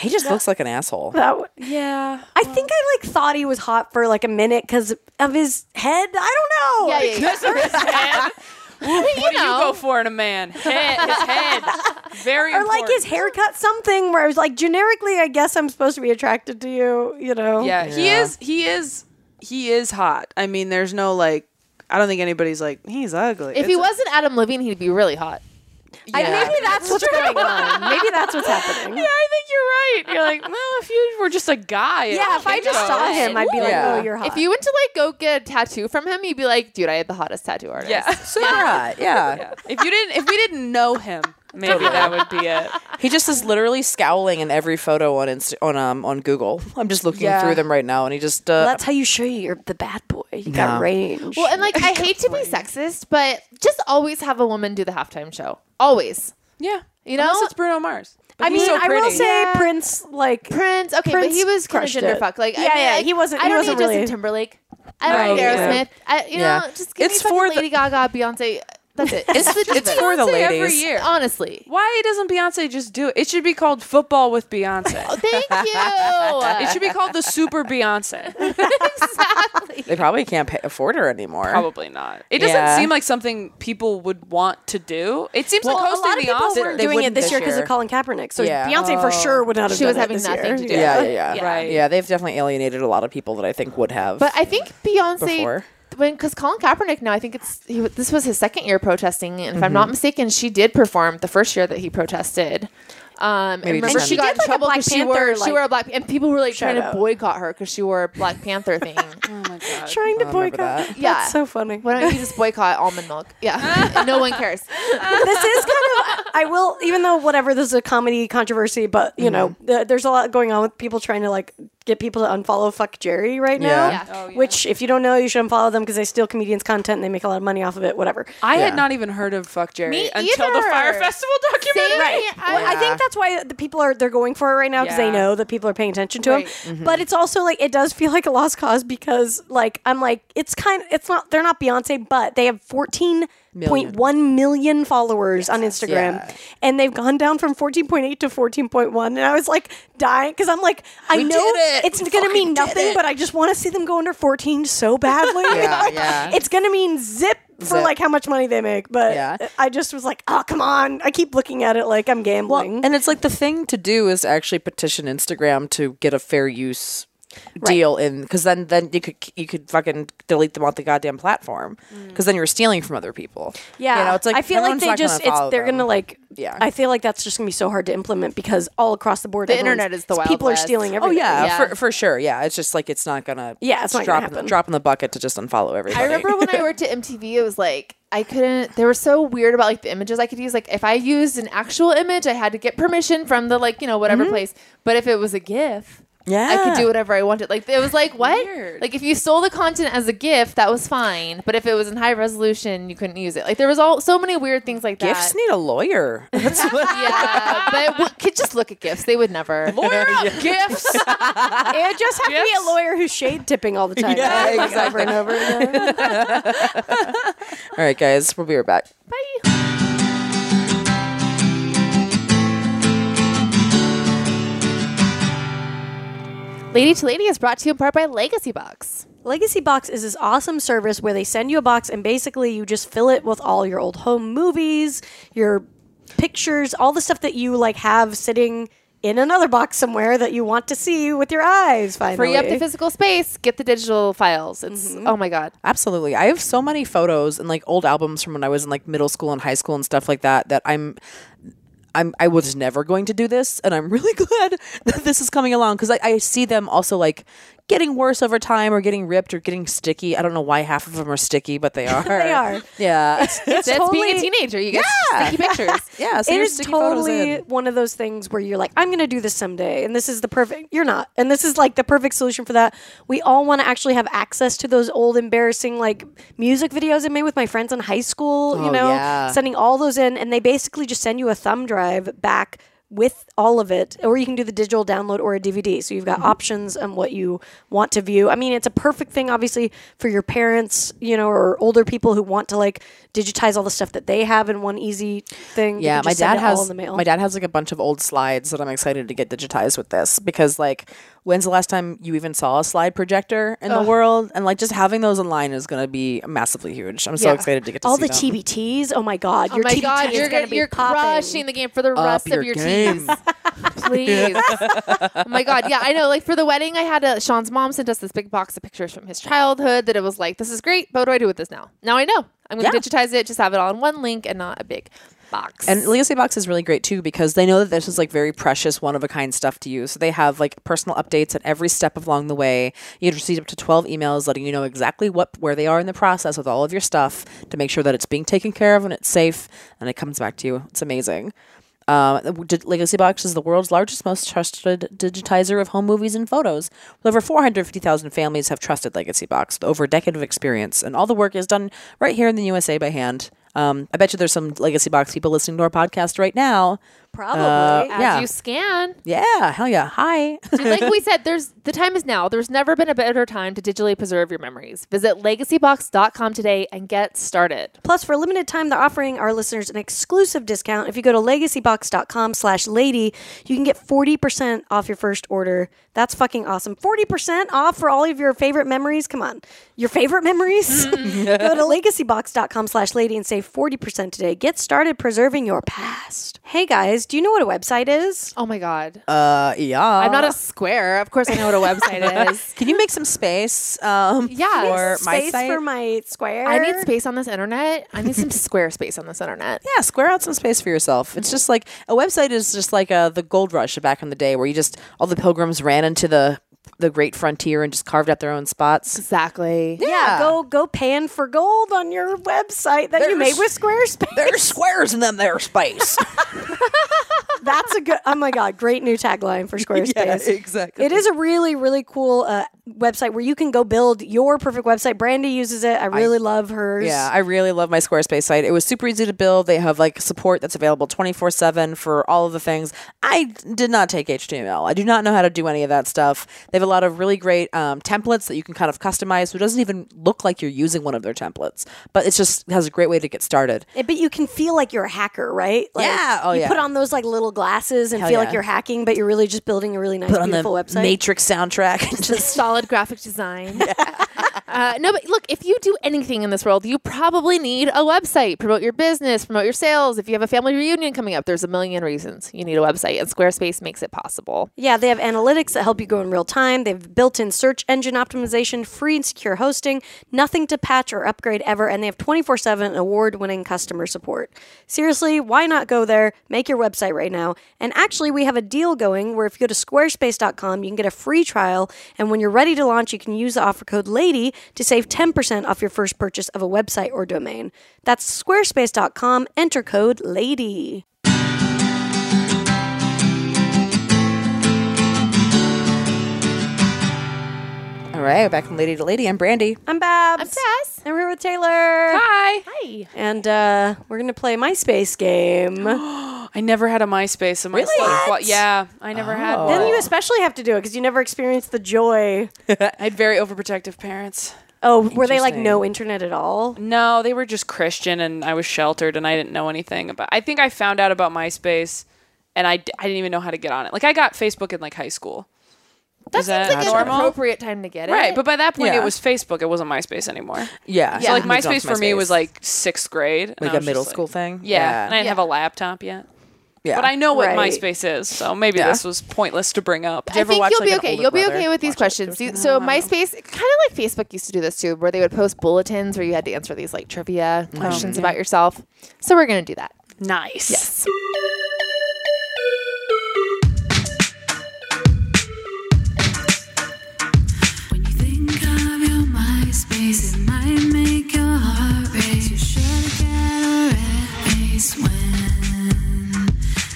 [SPEAKER 2] he just looks like an asshole.
[SPEAKER 1] That w-
[SPEAKER 5] Yeah.
[SPEAKER 1] I think I like thought he was hot for like a minute because of his head. I don't know.
[SPEAKER 3] Yeah, yeah, yeah.
[SPEAKER 5] Head. what do
[SPEAKER 3] know.
[SPEAKER 5] you go for in a man? Head, his head. Very
[SPEAKER 1] Or like his
[SPEAKER 5] important.
[SPEAKER 1] haircut, something where I was like, generically, I guess I'm supposed to be attracted to you. You know?
[SPEAKER 5] Yeah, he
[SPEAKER 2] Yeah.
[SPEAKER 5] is. He is. He is hot. I mean, there's no like. I don't think anybody's like he's ugly.
[SPEAKER 3] If he
[SPEAKER 5] It's-
[SPEAKER 3] wasn't Adam Levine, he'd be really hot.
[SPEAKER 1] I, maybe that's what's going on. Maybe that's what's happening.
[SPEAKER 5] yeah, I think you're right. You're like, well, if you were just a guy, it
[SPEAKER 1] Yeah, if I
[SPEAKER 5] would
[SPEAKER 1] just
[SPEAKER 5] go."
[SPEAKER 1] saw him, I'd be like,
[SPEAKER 2] Yeah.
[SPEAKER 1] "Oh, you're hot."
[SPEAKER 3] If you went to like go get a tattoo from him, you'd be like, dude, I had the hottest tattoo artist.
[SPEAKER 5] yeah.
[SPEAKER 2] So yeah, yeah.
[SPEAKER 5] Yeah. If you didn't, if we didn't know him, maybe that would be it.
[SPEAKER 2] He just is literally scowling in every photo on Insta- on um on Google. I'm just looking
[SPEAKER 5] Yeah.
[SPEAKER 2] through them right now, and he just uh,
[SPEAKER 1] that's how you show you're the bad boy. You got
[SPEAKER 2] No.
[SPEAKER 1] range.
[SPEAKER 3] Well, and like I hate to be sexist, but just always have a woman do the halftime show. Always.
[SPEAKER 5] Yeah,
[SPEAKER 3] You know?
[SPEAKER 5] Unless it's Bruno Mars. But
[SPEAKER 1] I mean,
[SPEAKER 5] he's so
[SPEAKER 1] I will
[SPEAKER 5] pretty.
[SPEAKER 1] say
[SPEAKER 3] Yeah.
[SPEAKER 1] Prince, like,
[SPEAKER 3] Prince, okay, but
[SPEAKER 1] Prince
[SPEAKER 3] he was kind of
[SPEAKER 1] crushed it.
[SPEAKER 3] genderfuck. Like, I
[SPEAKER 1] Yeah,
[SPEAKER 3] mean,
[SPEAKER 1] yeah,
[SPEAKER 3] like,
[SPEAKER 1] he wasn't-
[SPEAKER 3] I
[SPEAKER 1] he
[SPEAKER 3] don't
[SPEAKER 1] wasn't
[SPEAKER 3] need
[SPEAKER 1] really-
[SPEAKER 3] Justin Timberlake. I don't need
[SPEAKER 5] Right.
[SPEAKER 3] Aerosmith. I, you
[SPEAKER 2] Yeah.
[SPEAKER 3] know, just give
[SPEAKER 2] It's
[SPEAKER 3] me
[SPEAKER 2] for
[SPEAKER 3] for
[SPEAKER 2] the-
[SPEAKER 3] Lady Gaga, Beyonce. That's it. It's,
[SPEAKER 2] it's for the
[SPEAKER 5] Beyonce every
[SPEAKER 2] ladies.
[SPEAKER 5] year.
[SPEAKER 3] honestly.
[SPEAKER 5] Why doesn't Beyonce just do it? It should be called football with Beyonce.
[SPEAKER 3] Thank you.
[SPEAKER 5] it should be called the Super Beyonce.
[SPEAKER 2] They probably can't pay- afford her anymore.
[SPEAKER 5] Probably not. It doesn't
[SPEAKER 2] Yeah.
[SPEAKER 5] seem like something people would want to do. It seems
[SPEAKER 1] Well,
[SPEAKER 5] like
[SPEAKER 1] a
[SPEAKER 5] hosting
[SPEAKER 1] lot of
[SPEAKER 5] the
[SPEAKER 1] people
[SPEAKER 5] Oscars.
[SPEAKER 1] were
[SPEAKER 2] They
[SPEAKER 1] doing it
[SPEAKER 2] wouldn't
[SPEAKER 1] this
[SPEAKER 2] this
[SPEAKER 1] year because
[SPEAKER 2] year.
[SPEAKER 1] of Colin Kaepernick. So
[SPEAKER 2] Yeah.
[SPEAKER 1] Beyonce for sure would not have.
[SPEAKER 3] She
[SPEAKER 1] done
[SPEAKER 3] was
[SPEAKER 1] it
[SPEAKER 3] having
[SPEAKER 1] this
[SPEAKER 3] nothing
[SPEAKER 1] year.
[SPEAKER 3] to do with
[SPEAKER 2] Yeah, yeah, yeah,
[SPEAKER 3] Yeah.
[SPEAKER 5] Right.
[SPEAKER 2] Yeah, they've definitely alienated a lot of people that I think would have.
[SPEAKER 3] But I think Beyonce
[SPEAKER 2] Before.
[SPEAKER 3] when because Colin Kaepernick now I think it's he, w- this was his second year protesting and
[SPEAKER 2] Mm-hmm.
[SPEAKER 3] if I'm not mistaken she did perform the first year that he protested. Um, and
[SPEAKER 2] Maybe
[SPEAKER 3] remember
[SPEAKER 2] ten.
[SPEAKER 3] she
[SPEAKER 2] She
[SPEAKER 3] got
[SPEAKER 1] did,
[SPEAKER 3] in
[SPEAKER 1] like, a
[SPEAKER 3] trouble
[SPEAKER 1] Black
[SPEAKER 3] 'cause she
[SPEAKER 1] Panther,
[SPEAKER 3] wore she
[SPEAKER 1] like,
[SPEAKER 3] wore a black and people were like trying
[SPEAKER 1] shout-out.
[SPEAKER 3] to boycott her because she wore a Black Panther thing.
[SPEAKER 1] trying to
[SPEAKER 2] I remember
[SPEAKER 1] boycott.
[SPEAKER 2] that.
[SPEAKER 3] Oh, Yeah.
[SPEAKER 1] That's so funny.
[SPEAKER 3] Why don't you just boycott almond milk? Yeah, no one cares.
[SPEAKER 1] this is kind of I will even though whatever this is a comedy controversy, but you know th- there's a lot going on with people trying to like get people to unfollow fuck Jerry right now.
[SPEAKER 2] Yeah.
[SPEAKER 3] Yeah. Oh,
[SPEAKER 5] yeah.
[SPEAKER 1] Which if you don't know, you should unfollow them because they steal comedians' content and they make a lot of money off of it. Whatever.
[SPEAKER 5] I
[SPEAKER 2] Yeah.
[SPEAKER 5] had not even heard of Fuck Jerry
[SPEAKER 3] Me
[SPEAKER 5] until the
[SPEAKER 3] either.
[SPEAKER 5] Fire Festival documentary.
[SPEAKER 3] Same.
[SPEAKER 1] Right.
[SPEAKER 3] I-
[SPEAKER 1] Well, I
[SPEAKER 2] Yeah.
[SPEAKER 1] think that's why the people are they're going for it right now because
[SPEAKER 5] Yeah.
[SPEAKER 1] they know that people are paying attention to
[SPEAKER 3] Right.
[SPEAKER 2] Mm-hmm.
[SPEAKER 1] them. But it's also like it does feel like a lost cause because like I'm like it's kind of it's not they're not Beyonce, but they have 14.1 million followers on Instagram,
[SPEAKER 2] Yeah.
[SPEAKER 1] and they've gone down from 14.8 to 14.1. And I was like dying because I'm like I know
[SPEAKER 2] did it.
[SPEAKER 1] it's
[SPEAKER 2] We
[SPEAKER 1] gonna mean
[SPEAKER 2] fucking did
[SPEAKER 1] nothing,
[SPEAKER 2] it.
[SPEAKER 1] but I just want to see them go under 14 so badly.
[SPEAKER 2] Yeah,
[SPEAKER 1] Like,
[SPEAKER 2] yeah.
[SPEAKER 1] It's gonna mean zip. For
[SPEAKER 2] Zip.
[SPEAKER 1] like how much money they make, but
[SPEAKER 2] Yeah.
[SPEAKER 1] I just was like, oh come on! I keep looking at it like I'm gambling.
[SPEAKER 2] and it's like the thing to do is actually petition Instagram to get a fair use deal in because then then you could you could fucking delete them off the goddamn platform because then you're stealing from other people.
[SPEAKER 1] Mm. Yeah,
[SPEAKER 2] you know, it's like
[SPEAKER 1] I feel like
[SPEAKER 2] everyone's
[SPEAKER 1] they
[SPEAKER 2] not gonna
[SPEAKER 1] just it's
[SPEAKER 2] follow
[SPEAKER 1] they're
[SPEAKER 2] them.
[SPEAKER 1] gonna like.
[SPEAKER 2] Yeah.
[SPEAKER 1] I feel like that's just gonna be so hard to implement because all across the board,
[SPEAKER 3] The
[SPEAKER 1] everyone's-
[SPEAKER 3] internet is the Wild
[SPEAKER 1] people
[SPEAKER 3] West.
[SPEAKER 1] are stealing
[SPEAKER 2] Oh
[SPEAKER 1] everything.
[SPEAKER 2] yeah,
[SPEAKER 3] Yeah.
[SPEAKER 2] For, for sure. Yeah, it's just like it's not gonna.
[SPEAKER 1] Yeah, it's not gonna
[SPEAKER 2] drop in
[SPEAKER 1] happen.
[SPEAKER 2] the, drop in the bucket to just unfollow everybody.
[SPEAKER 3] I remember when I worked at MTV, it was like I couldn't. They were so weird about like the images I could use. Like if I used an actual image, I had to get permission from the like you know
[SPEAKER 2] Mm-hmm.
[SPEAKER 3] whatever place. But if it was a GIF, I
[SPEAKER 2] Yeah.
[SPEAKER 3] could do whatever I wanted. Like it was like what?
[SPEAKER 5] Weird.
[SPEAKER 3] Like if you stole the content as a GIF, that was fine. But if it was in high resolution, you couldn't use it. Like there was all so many weird things like
[SPEAKER 2] gifts
[SPEAKER 3] that.
[SPEAKER 2] need a lawyer. That's what.
[SPEAKER 3] Yeah, but w- could just look at gifts. They would never.
[SPEAKER 5] Lawyer up, gifts.
[SPEAKER 1] It just have to
[SPEAKER 5] Yes.
[SPEAKER 1] be a lawyer who's shade tipping all the time.
[SPEAKER 2] Yeah,
[SPEAKER 1] Over and over and over.
[SPEAKER 2] All right, guys, we'll be right back.
[SPEAKER 3] Lady to Lady is brought to you in part by Legacy Box.
[SPEAKER 1] Legacy Box is this awesome service where they send you a box and basically you just fill it with all your old home movies, your pictures, all the stuff that you like have sitting in another box somewhere that you want to see with your eyes. Finally,
[SPEAKER 3] Free up the physical space, get the digital files. It's oh my god.
[SPEAKER 2] Absolutely. I have so many photos and like old albums from when I was in like middle school and high school and stuff like that that I'm I'm I was never going to do this and I'm really glad that this is coming along because I, I see them also like getting worse over time or getting ripped or getting sticky. I don't know why half of them are sticky, but they are.
[SPEAKER 1] They are.
[SPEAKER 2] Yeah.
[SPEAKER 3] That's being a
[SPEAKER 1] totally-
[SPEAKER 3] teenager. You get sticky pictures.
[SPEAKER 2] yeah. So
[SPEAKER 1] it
[SPEAKER 2] your
[SPEAKER 1] is
[SPEAKER 2] sticky
[SPEAKER 1] totally
[SPEAKER 2] photos in.
[SPEAKER 1] one of those things where you're like, I'm going to do this someday, and this is the perfect. You're not, and this is like the perfect solution for that. We all want to actually have access to those old embarrassing like music videos I made with my friends in high school.
[SPEAKER 2] Oh,
[SPEAKER 1] you know,
[SPEAKER 2] yeah.
[SPEAKER 1] sending all those in, and they basically just send you a thumb drive back with all of it or you can do the digital download or a dvd so you've got
[SPEAKER 2] Mm-hmm.
[SPEAKER 1] options on what you want to view i mean it's a perfect thing obviously for your parents you know or older people who want to like digitize all the stuff that they have in one easy thing you
[SPEAKER 2] Yeah,
[SPEAKER 1] could
[SPEAKER 2] my
[SPEAKER 1] just send
[SPEAKER 2] dad
[SPEAKER 1] it all
[SPEAKER 2] has
[SPEAKER 1] in the mail.
[SPEAKER 2] my dad has like a bunch of old slides that I'm excited to get digitized with this because like when's the last time you even saw a slide projector in the world and like just having those online is going to be massively huge. I'm so
[SPEAKER 3] Yeah.
[SPEAKER 2] excited to get to
[SPEAKER 1] all
[SPEAKER 2] see
[SPEAKER 1] the
[SPEAKER 2] them.
[SPEAKER 1] TBTs. Oh my god,
[SPEAKER 3] Oh
[SPEAKER 1] your
[SPEAKER 3] my
[SPEAKER 1] TBT
[SPEAKER 3] god,
[SPEAKER 1] is
[SPEAKER 3] you're
[SPEAKER 1] gonna
[SPEAKER 3] gonna,
[SPEAKER 1] be
[SPEAKER 3] you're
[SPEAKER 1] popping. Uh,
[SPEAKER 3] crushing the game for the rest of
[SPEAKER 2] your
[SPEAKER 3] your
[SPEAKER 2] game.
[SPEAKER 3] teens. Please. oh my god, yeah, I know. Like for the wedding, I had a, Sean's mom sent us this big box of pictures from his childhood that it was like, this is great, but what do I do with this now? Now I know. I'm gonna
[SPEAKER 2] Yeah.
[SPEAKER 3] digitize it, just have it all in one link and not a big box.
[SPEAKER 2] And Legacy Box is really great too because they know that this is like very precious, one of a kind stuff to you. So they have like personal updates at every step along the way. You'd receive up to 12 emails letting you know exactly what where they are in the process with all of your stuff to make sure that it's being taken care of and it's safe and it comes back to you. It's amazing. Uh, Dig- Legacy Box is the world's largest, most trusted digitizer of home movies and photos. With over 450,000 families have trusted Legacy Box with over a decade of experience, and all the work is done right here in the USA by hand. Um, I bet you there's some Legacy Box people listening to our podcast right now.
[SPEAKER 1] Probably.
[SPEAKER 3] as
[SPEAKER 2] yeah.
[SPEAKER 3] you scan,
[SPEAKER 2] Yeah, hell yeah. Hi.
[SPEAKER 3] like we said, there's the time is now. There's never been a better time to digitally preserve your memories. Visit legacybox.com today and get started.
[SPEAKER 1] Plus, for a limited time, they're offering our listeners an exclusive discount. If you go to legacybox.com slash lady, you can get 40% off your first order. That's fucking awesome. 40% off for all of your favorite memories. Come on. Your favorite memories? go to legacybox.com slash lady and save 40% today. Get started preserving your past. Hey guys, do you know what a website is?
[SPEAKER 3] Oh my god.
[SPEAKER 2] Uh, yeah.
[SPEAKER 3] I'm not a square. Of course I know what a website is.
[SPEAKER 2] Can you make some space? Um,
[SPEAKER 3] Yeah.
[SPEAKER 2] for my
[SPEAKER 1] Space
[SPEAKER 2] site?
[SPEAKER 1] for my square.
[SPEAKER 3] I need space on this internet. I need some square space on this internet.
[SPEAKER 2] yeah, square out some space for yourself. It's just like a website is just like uh, the gold rush back in the day, where you just all the pilgrims ran into the the great frontier and just carved out their own spots.
[SPEAKER 3] Exactly.
[SPEAKER 1] Yeah, go go pan for gold on your website that you
[SPEAKER 2] There's-
[SPEAKER 1] made with Squarespace.
[SPEAKER 2] There's squares in them. Their space.
[SPEAKER 1] That's a good. Oh my god, great new tagline for Squarespace.
[SPEAKER 2] exactly.
[SPEAKER 1] It is a really really cool uh, website where you can go build your perfect website. Brandy uses it. I really love hers.
[SPEAKER 2] Yeah, I really love my Squarespace site. It was super easy to build. They have like support that's available 24 7 for all of the things. I d- did not take HTML. I do not know how to do any of that stuff. They have a lot of really great um, templates that you can kind of customize. So it doesn't even look like you're using one of their templates, but it's just has a great way to get started.
[SPEAKER 1] It- Eh, but you can feel like you're a hacker, right? Like,
[SPEAKER 2] Yeah. Oh,
[SPEAKER 1] you
[SPEAKER 2] yeah.
[SPEAKER 1] put on those like little glasses and feel
[SPEAKER 2] yeah.
[SPEAKER 1] like you're hacking, but you're really just building a really nice
[SPEAKER 2] Put on the
[SPEAKER 1] beautiful website.
[SPEAKER 2] Matrix soundtrack and just
[SPEAKER 3] Solid graphic design. Uh, no, but look, if you do anything in this world, you probably need a website. Promote your business, promote your sales. If you have a family reunion coming up, there's a million reasons you need a website, and Squarespace makes it possible.
[SPEAKER 1] Yeah, they have analytics that help you go in real time. They have built in search engine optimization, free and secure hosting, nothing to patch or upgrade ever, and they have 24 7 award winning customer support. Seriously, why not go there? Make your website right now. And actually, we have a deal going where if you go to squarespace.com, you can get a free trial. And when you're ready to launch, you can use the offer code LADY to save 10% off your first purchase of a website or domain. That's squarespace.com, enter code LADY.
[SPEAKER 2] All right, we're back from lady to lady. I'm Brandy.
[SPEAKER 1] I'm Babs. I'm
[SPEAKER 3] Tess.
[SPEAKER 1] And we're here with Taylor.
[SPEAKER 5] Hi.
[SPEAKER 3] Hi.
[SPEAKER 1] And uh, we're gonna play MySpace game. then
[SPEAKER 5] I never had a MySpace. in my
[SPEAKER 2] Really?
[SPEAKER 5] life.
[SPEAKER 2] What?
[SPEAKER 5] Yeah, I never had.
[SPEAKER 2] Oh.
[SPEAKER 5] One.
[SPEAKER 1] you especially have to do it because you never experienced the joy.
[SPEAKER 5] I had very overprotective parents.
[SPEAKER 1] Oh, were they like
[SPEAKER 2] Interesting.
[SPEAKER 1] no internet at all?
[SPEAKER 5] No, they were just Christian, and I was sheltered, and I didn't know anything about. I think I found out about MySpace, and I, d- I didn't even know how to get on it. Like I got Facebook in like high school.
[SPEAKER 3] That
[SPEAKER 5] Is
[SPEAKER 3] seems
[SPEAKER 5] that
[SPEAKER 3] like an
[SPEAKER 5] normal?
[SPEAKER 3] appropriate time to get it.
[SPEAKER 5] Right, but by that point
[SPEAKER 2] Yeah.
[SPEAKER 5] it was Facebook. It wasn't MySpace anymore.
[SPEAKER 2] Yeah.
[SPEAKER 5] So like
[SPEAKER 2] Moved on
[SPEAKER 5] MySpace
[SPEAKER 2] to
[SPEAKER 5] for me was
[SPEAKER 2] MySpace.
[SPEAKER 5] like sixth grade, and
[SPEAKER 2] Like
[SPEAKER 5] I
[SPEAKER 2] a
[SPEAKER 5] was just
[SPEAKER 2] middle school thing?
[SPEAKER 5] Yeah,
[SPEAKER 2] Yeah.
[SPEAKER 5] and I didn't
[SPEAKER 3] Yeah.
[SPEAKER 5] have a laptop yet.
[SPEAKER 2] Yeah.
[SPEAKER 5] But I know what
[SPEAKER 1] Right.
[SPEAKER 5] MySpace is, so maybe
[SPEAKER 2] Yeah.
[SPEAKER 5] this was pointless to bring up.
[SPEAKER 3] I
[SPEAKER 2] ever
[SPEAKER 3] think
[SPEAKER 2] watch,
[SPEAKER 3] you'll
[SPEAKER 2] like,
[SPEAKER 3] be
[SPEAKER 2] an
[SPEAKER 3] okay.
[SPEAKER 2] older
[SPEAKER 3] You'll be
[SPEAKER 2] brother
[SPEAKER 3] okay with these
[SPEAKER 2] watch it?
[SPEAKER 3] questions. You- So MySpace, kind of like Facebook used to do this too, where they would post bulletins where you had to answer these like trivia questions about yourself. So we're gonna do that.
[SPEAKER 5] Nice. Yes.
[SPEAKER 6] When you think of your MySpace, it might make your heart race. You're sure to get a red face when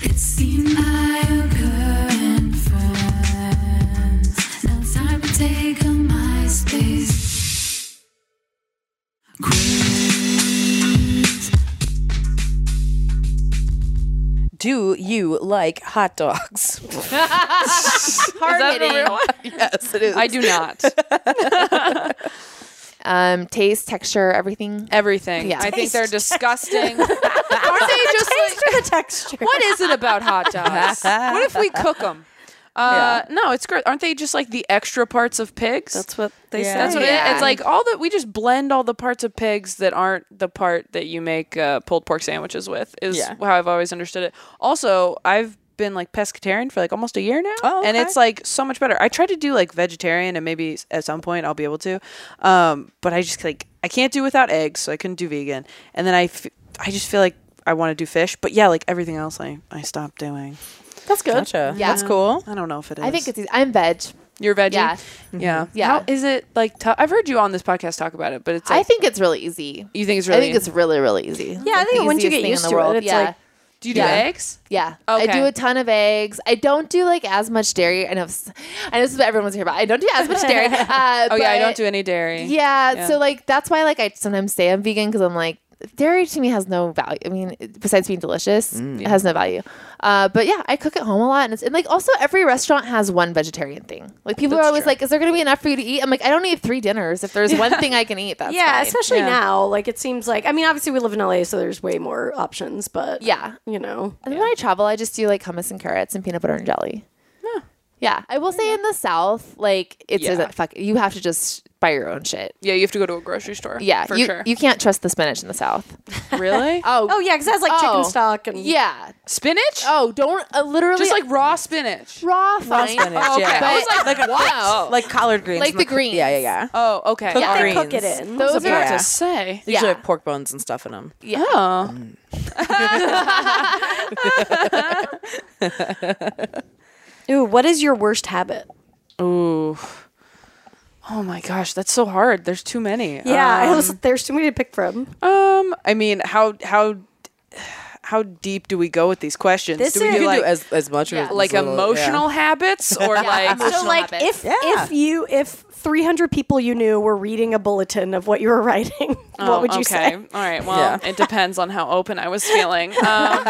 [SPEAKER 6] it's seen by your current friends. Now it's time to take a MySpace quiz.
[SPEAKER 2] Do you like hot dogs?
[SPEAKER 5] Is that a real one?
[SPEAKER 2] yes, it is.
[SPEAKER 5] I do not.
[SPEAKER 3] Um, taste, texture, everything.
[SPEAKER 5] Everything.
[SPEAKER 3] Yeah.
[SPEAKER 5] I think they're disgusting. Aren't they just like
[SPEAKER 1] For the texture.
[SPEAKER 5] what is it about hot dogs? what if we cook them? Uh, No, it's great. Aren't they just like the extra parts of pigs?
[SPEAKER 1] That's what they
[SPEAKER 2] Yeah.
[SPEAKER 1] said.
[SPEAKER 5] That's what it is.
[SPEAKER 3] Yeah.
[SPEAKER 5] It's like all that we just blend all the parts of pigs that aren't the part that you make uh, pulled pork sandwiches with is
[SPEAKER 2] Yeah.
[SPEAKER 5] how I've always understood it. Also, I've been like pescatarian for like almost a year now,
[SPEAKER 2] Oh,
[SPEAKER 5] and
[SPEAKER 2] okay.
[SPEAKER 5] it's like so much better. I tried to do like vegetarian, and maybe s- at some point I'll be able to, um, but I just like I can't do without eggs, so I couldn't do vegan, and then I, f- I just feel like I want to do fish, but yeah, like everything else, I I stopped doing.
[SPEAKER 2] That's good.
[SPEAKER 3] Yeah.
[SPEAKER 2] That's cool.
[SPEAKER 5] I don't know if it is.
[SPEAKER 3] I think it's. Easy. I'm veg.
[SPEAKER 5] your Um, veggie.
[SPEAKER 3] Yeah.
[SPEAKER 5] yeah,
[SPEAKER 3] Yeah.
[SPEAKER 5] How is it like? i I've heard you on this podcast talk about it, but it's. Like,
[SPEAKER 3] I think it's really easy.
[SPEAKER 5] you think it's really.
[SPEAKER 3] I think it's really really easy.
[SPEAKER 1] Yeah, I
[SPEAKER 3] Like,
[SPEAKER 1] think
[SPEAKER 3] the
[SPEAKER 1] once you
[SPEAKER 3] easiest
[SPEAKER 1] get
[SPEAKER 3] thing in
[SPEAKER 1] used
[SPEAKER 3] the
[SPEAKER 1] to it,
[SPEAKER 3] world.
[SPEAKER 1] it's
[SPEAKER 3] yeah.
[SPEAKER 1] like-
[SPEAKER 5] Do you do
[SPEAKER 3] Yeah.
[SPEAKER 5] eggs?
[SPEAKER 3] Yeah, I
[SPEAKER 5] Okay.
[SPEAKER 3] do a ton of eggs. I don't do like as much dairy. I know, s- I know this is what everyone's here about. I don't do as much dairy. Uh,
[SPEAKER 5] Oh yeah, I
[SPEAKER 3] but-
[SPEAKER 5] don't do any dairy.
[SPEAKER 3] Yeah,
[SPEAKER 5] Yeah.
[SPEAKER 3] so like that's why like I sometimes say I'm vegan because I'm like dairy to me has no value. I mean, it- besides being delicious, it has no value. Uh, but yeah, I cook at home a lot, and, it's, and like also every restaurant has one vegetarian thing. Like people are always like, "Is there going to be enough for you to eat?" I'm like, I don't need three dinners. If there's one thing I can eat, that's
[SPEAKER 1] yeah,
[SPEAKER 3] fine.
[SPEAKER 1] especially
[SPEAKER 5] Yeah.
[SPEAKER 1] now. Like it seems like I mean, obviously we live in LA, so there's way more options. But
[SPEAKER 3] Yeah.
[SPEAKER 1] you know,
[SPEAKER 3] And then when I travel, I just do like hummus and carrots and peanut butter and jelly. Yeah, I will say in the South, like it's
[SPEAKER 5] Yeah.
[SPEAKER 3] not fuck. You have to just buy your own shit.
[SPEAKER 5] Yeah, you have to go to a grocery store.
[SPEAKER 3] Yeah,
[SPEAKER 5] for
[SPEAKER 3] you
[SPEAKER 5] sure.
[SPEAKER 3] you can't trust the spinach in the South.
[SPEAKER 5] really?
[SPEAKER 1] oh yeah, because that's like
[SPEAKER 3] Oh.
[SPEAKER 1] chicken stock and
[SPEAKER 3] Yeah.
[SPEAKER 5] spinach?
[SPEAKER 3] Oh, don't uh, literally
[SPEAKER 5] just like raw spinach.
[SPEAKER 3] raw fine.
[SPEAKER 2] spinach,
[SPEAKER 3] Oh,
[SPEAKER 2] yeah.
[SPEAKER 3] But,
[SPEAKER 2] I
[SPEAKER 5] was like,
[SPEAKER 3] wow.
[SPEAKER 2] Like collard greens.
[SPEAKER 3] Like
[SPEAKER 2] I'm
[SPEAKER 3] the greens.
[SPEAKER 2] Yeah, yeah, yeah.
[SPEAKER 5] Oh, okay.
[SPEAKER 2] Cooked
[SPEAKER 5] All
[SPEAKER 1] they
[SPEAKER 5] right.
[SPEAKER 1] cook it
[SPEAKER 2] greens.
[SPEAKER 1] in.
[SPEAKER 5] I was
[SPEAKER 3] those
[SPEAKER 5] about
[SPEAKER 3] are
[SPEAKER 2] Yeah.
[SPEAKER 5] to say.
[SPEAKER 2] They usually
[SPEAKER 3] Yeah.
[SPEAKER 2] have pork bones and stuff in them.
[SPEAKER 3] yeah.
[SPEAKER 5] Oh.
[SPEAKER 1] Ooh, what is your worst habit?
[SPEAKER 5] Ooh. Oh my gosh, that's so hard. There's too many.
[SPEAKER 1] Yeah,
[SPEAKER 5] Um,
[SPEAKER 1] it Uh, was, there's too many to pick from.
[SPEAKER 5] um, I mean, how how how deep do we go with these questions?
[SPEAKER 1] This
[SPEAKER 5] do we
[SPEAKER 1] is-
[SPEAKER 5] do
[SPEAKER 1] You can
[SPEAKER 2] You
[SPEAKER 5] like
[SPEAKER 2] do as, as much
[SPEAKER 3] yeah.
[SPEAKER 2] or as
[SPEAKER 5] like
[SPEAKER 2] little, yeah.
[SPEAKER 5] emotional habits or like
[SPEAKER 1] so like
[SPEAKER 3] habits.
[SPEAKER 1] if
[SPEAKER 2] Yeah.
[SPEAKER 1] if you if 300 people you knew were reading a bulletin of what you were writing what
[SPEAKER 5] Oh,
[SPEAKER 1] would you
[SPEAKER 5] okay.
[SPEAKER 1] say
[SPEAKER 5] All right. Well,
[SPEAKER 2] Yeah.
[SPEAKER 5] it depends on how open I was feeling. Um,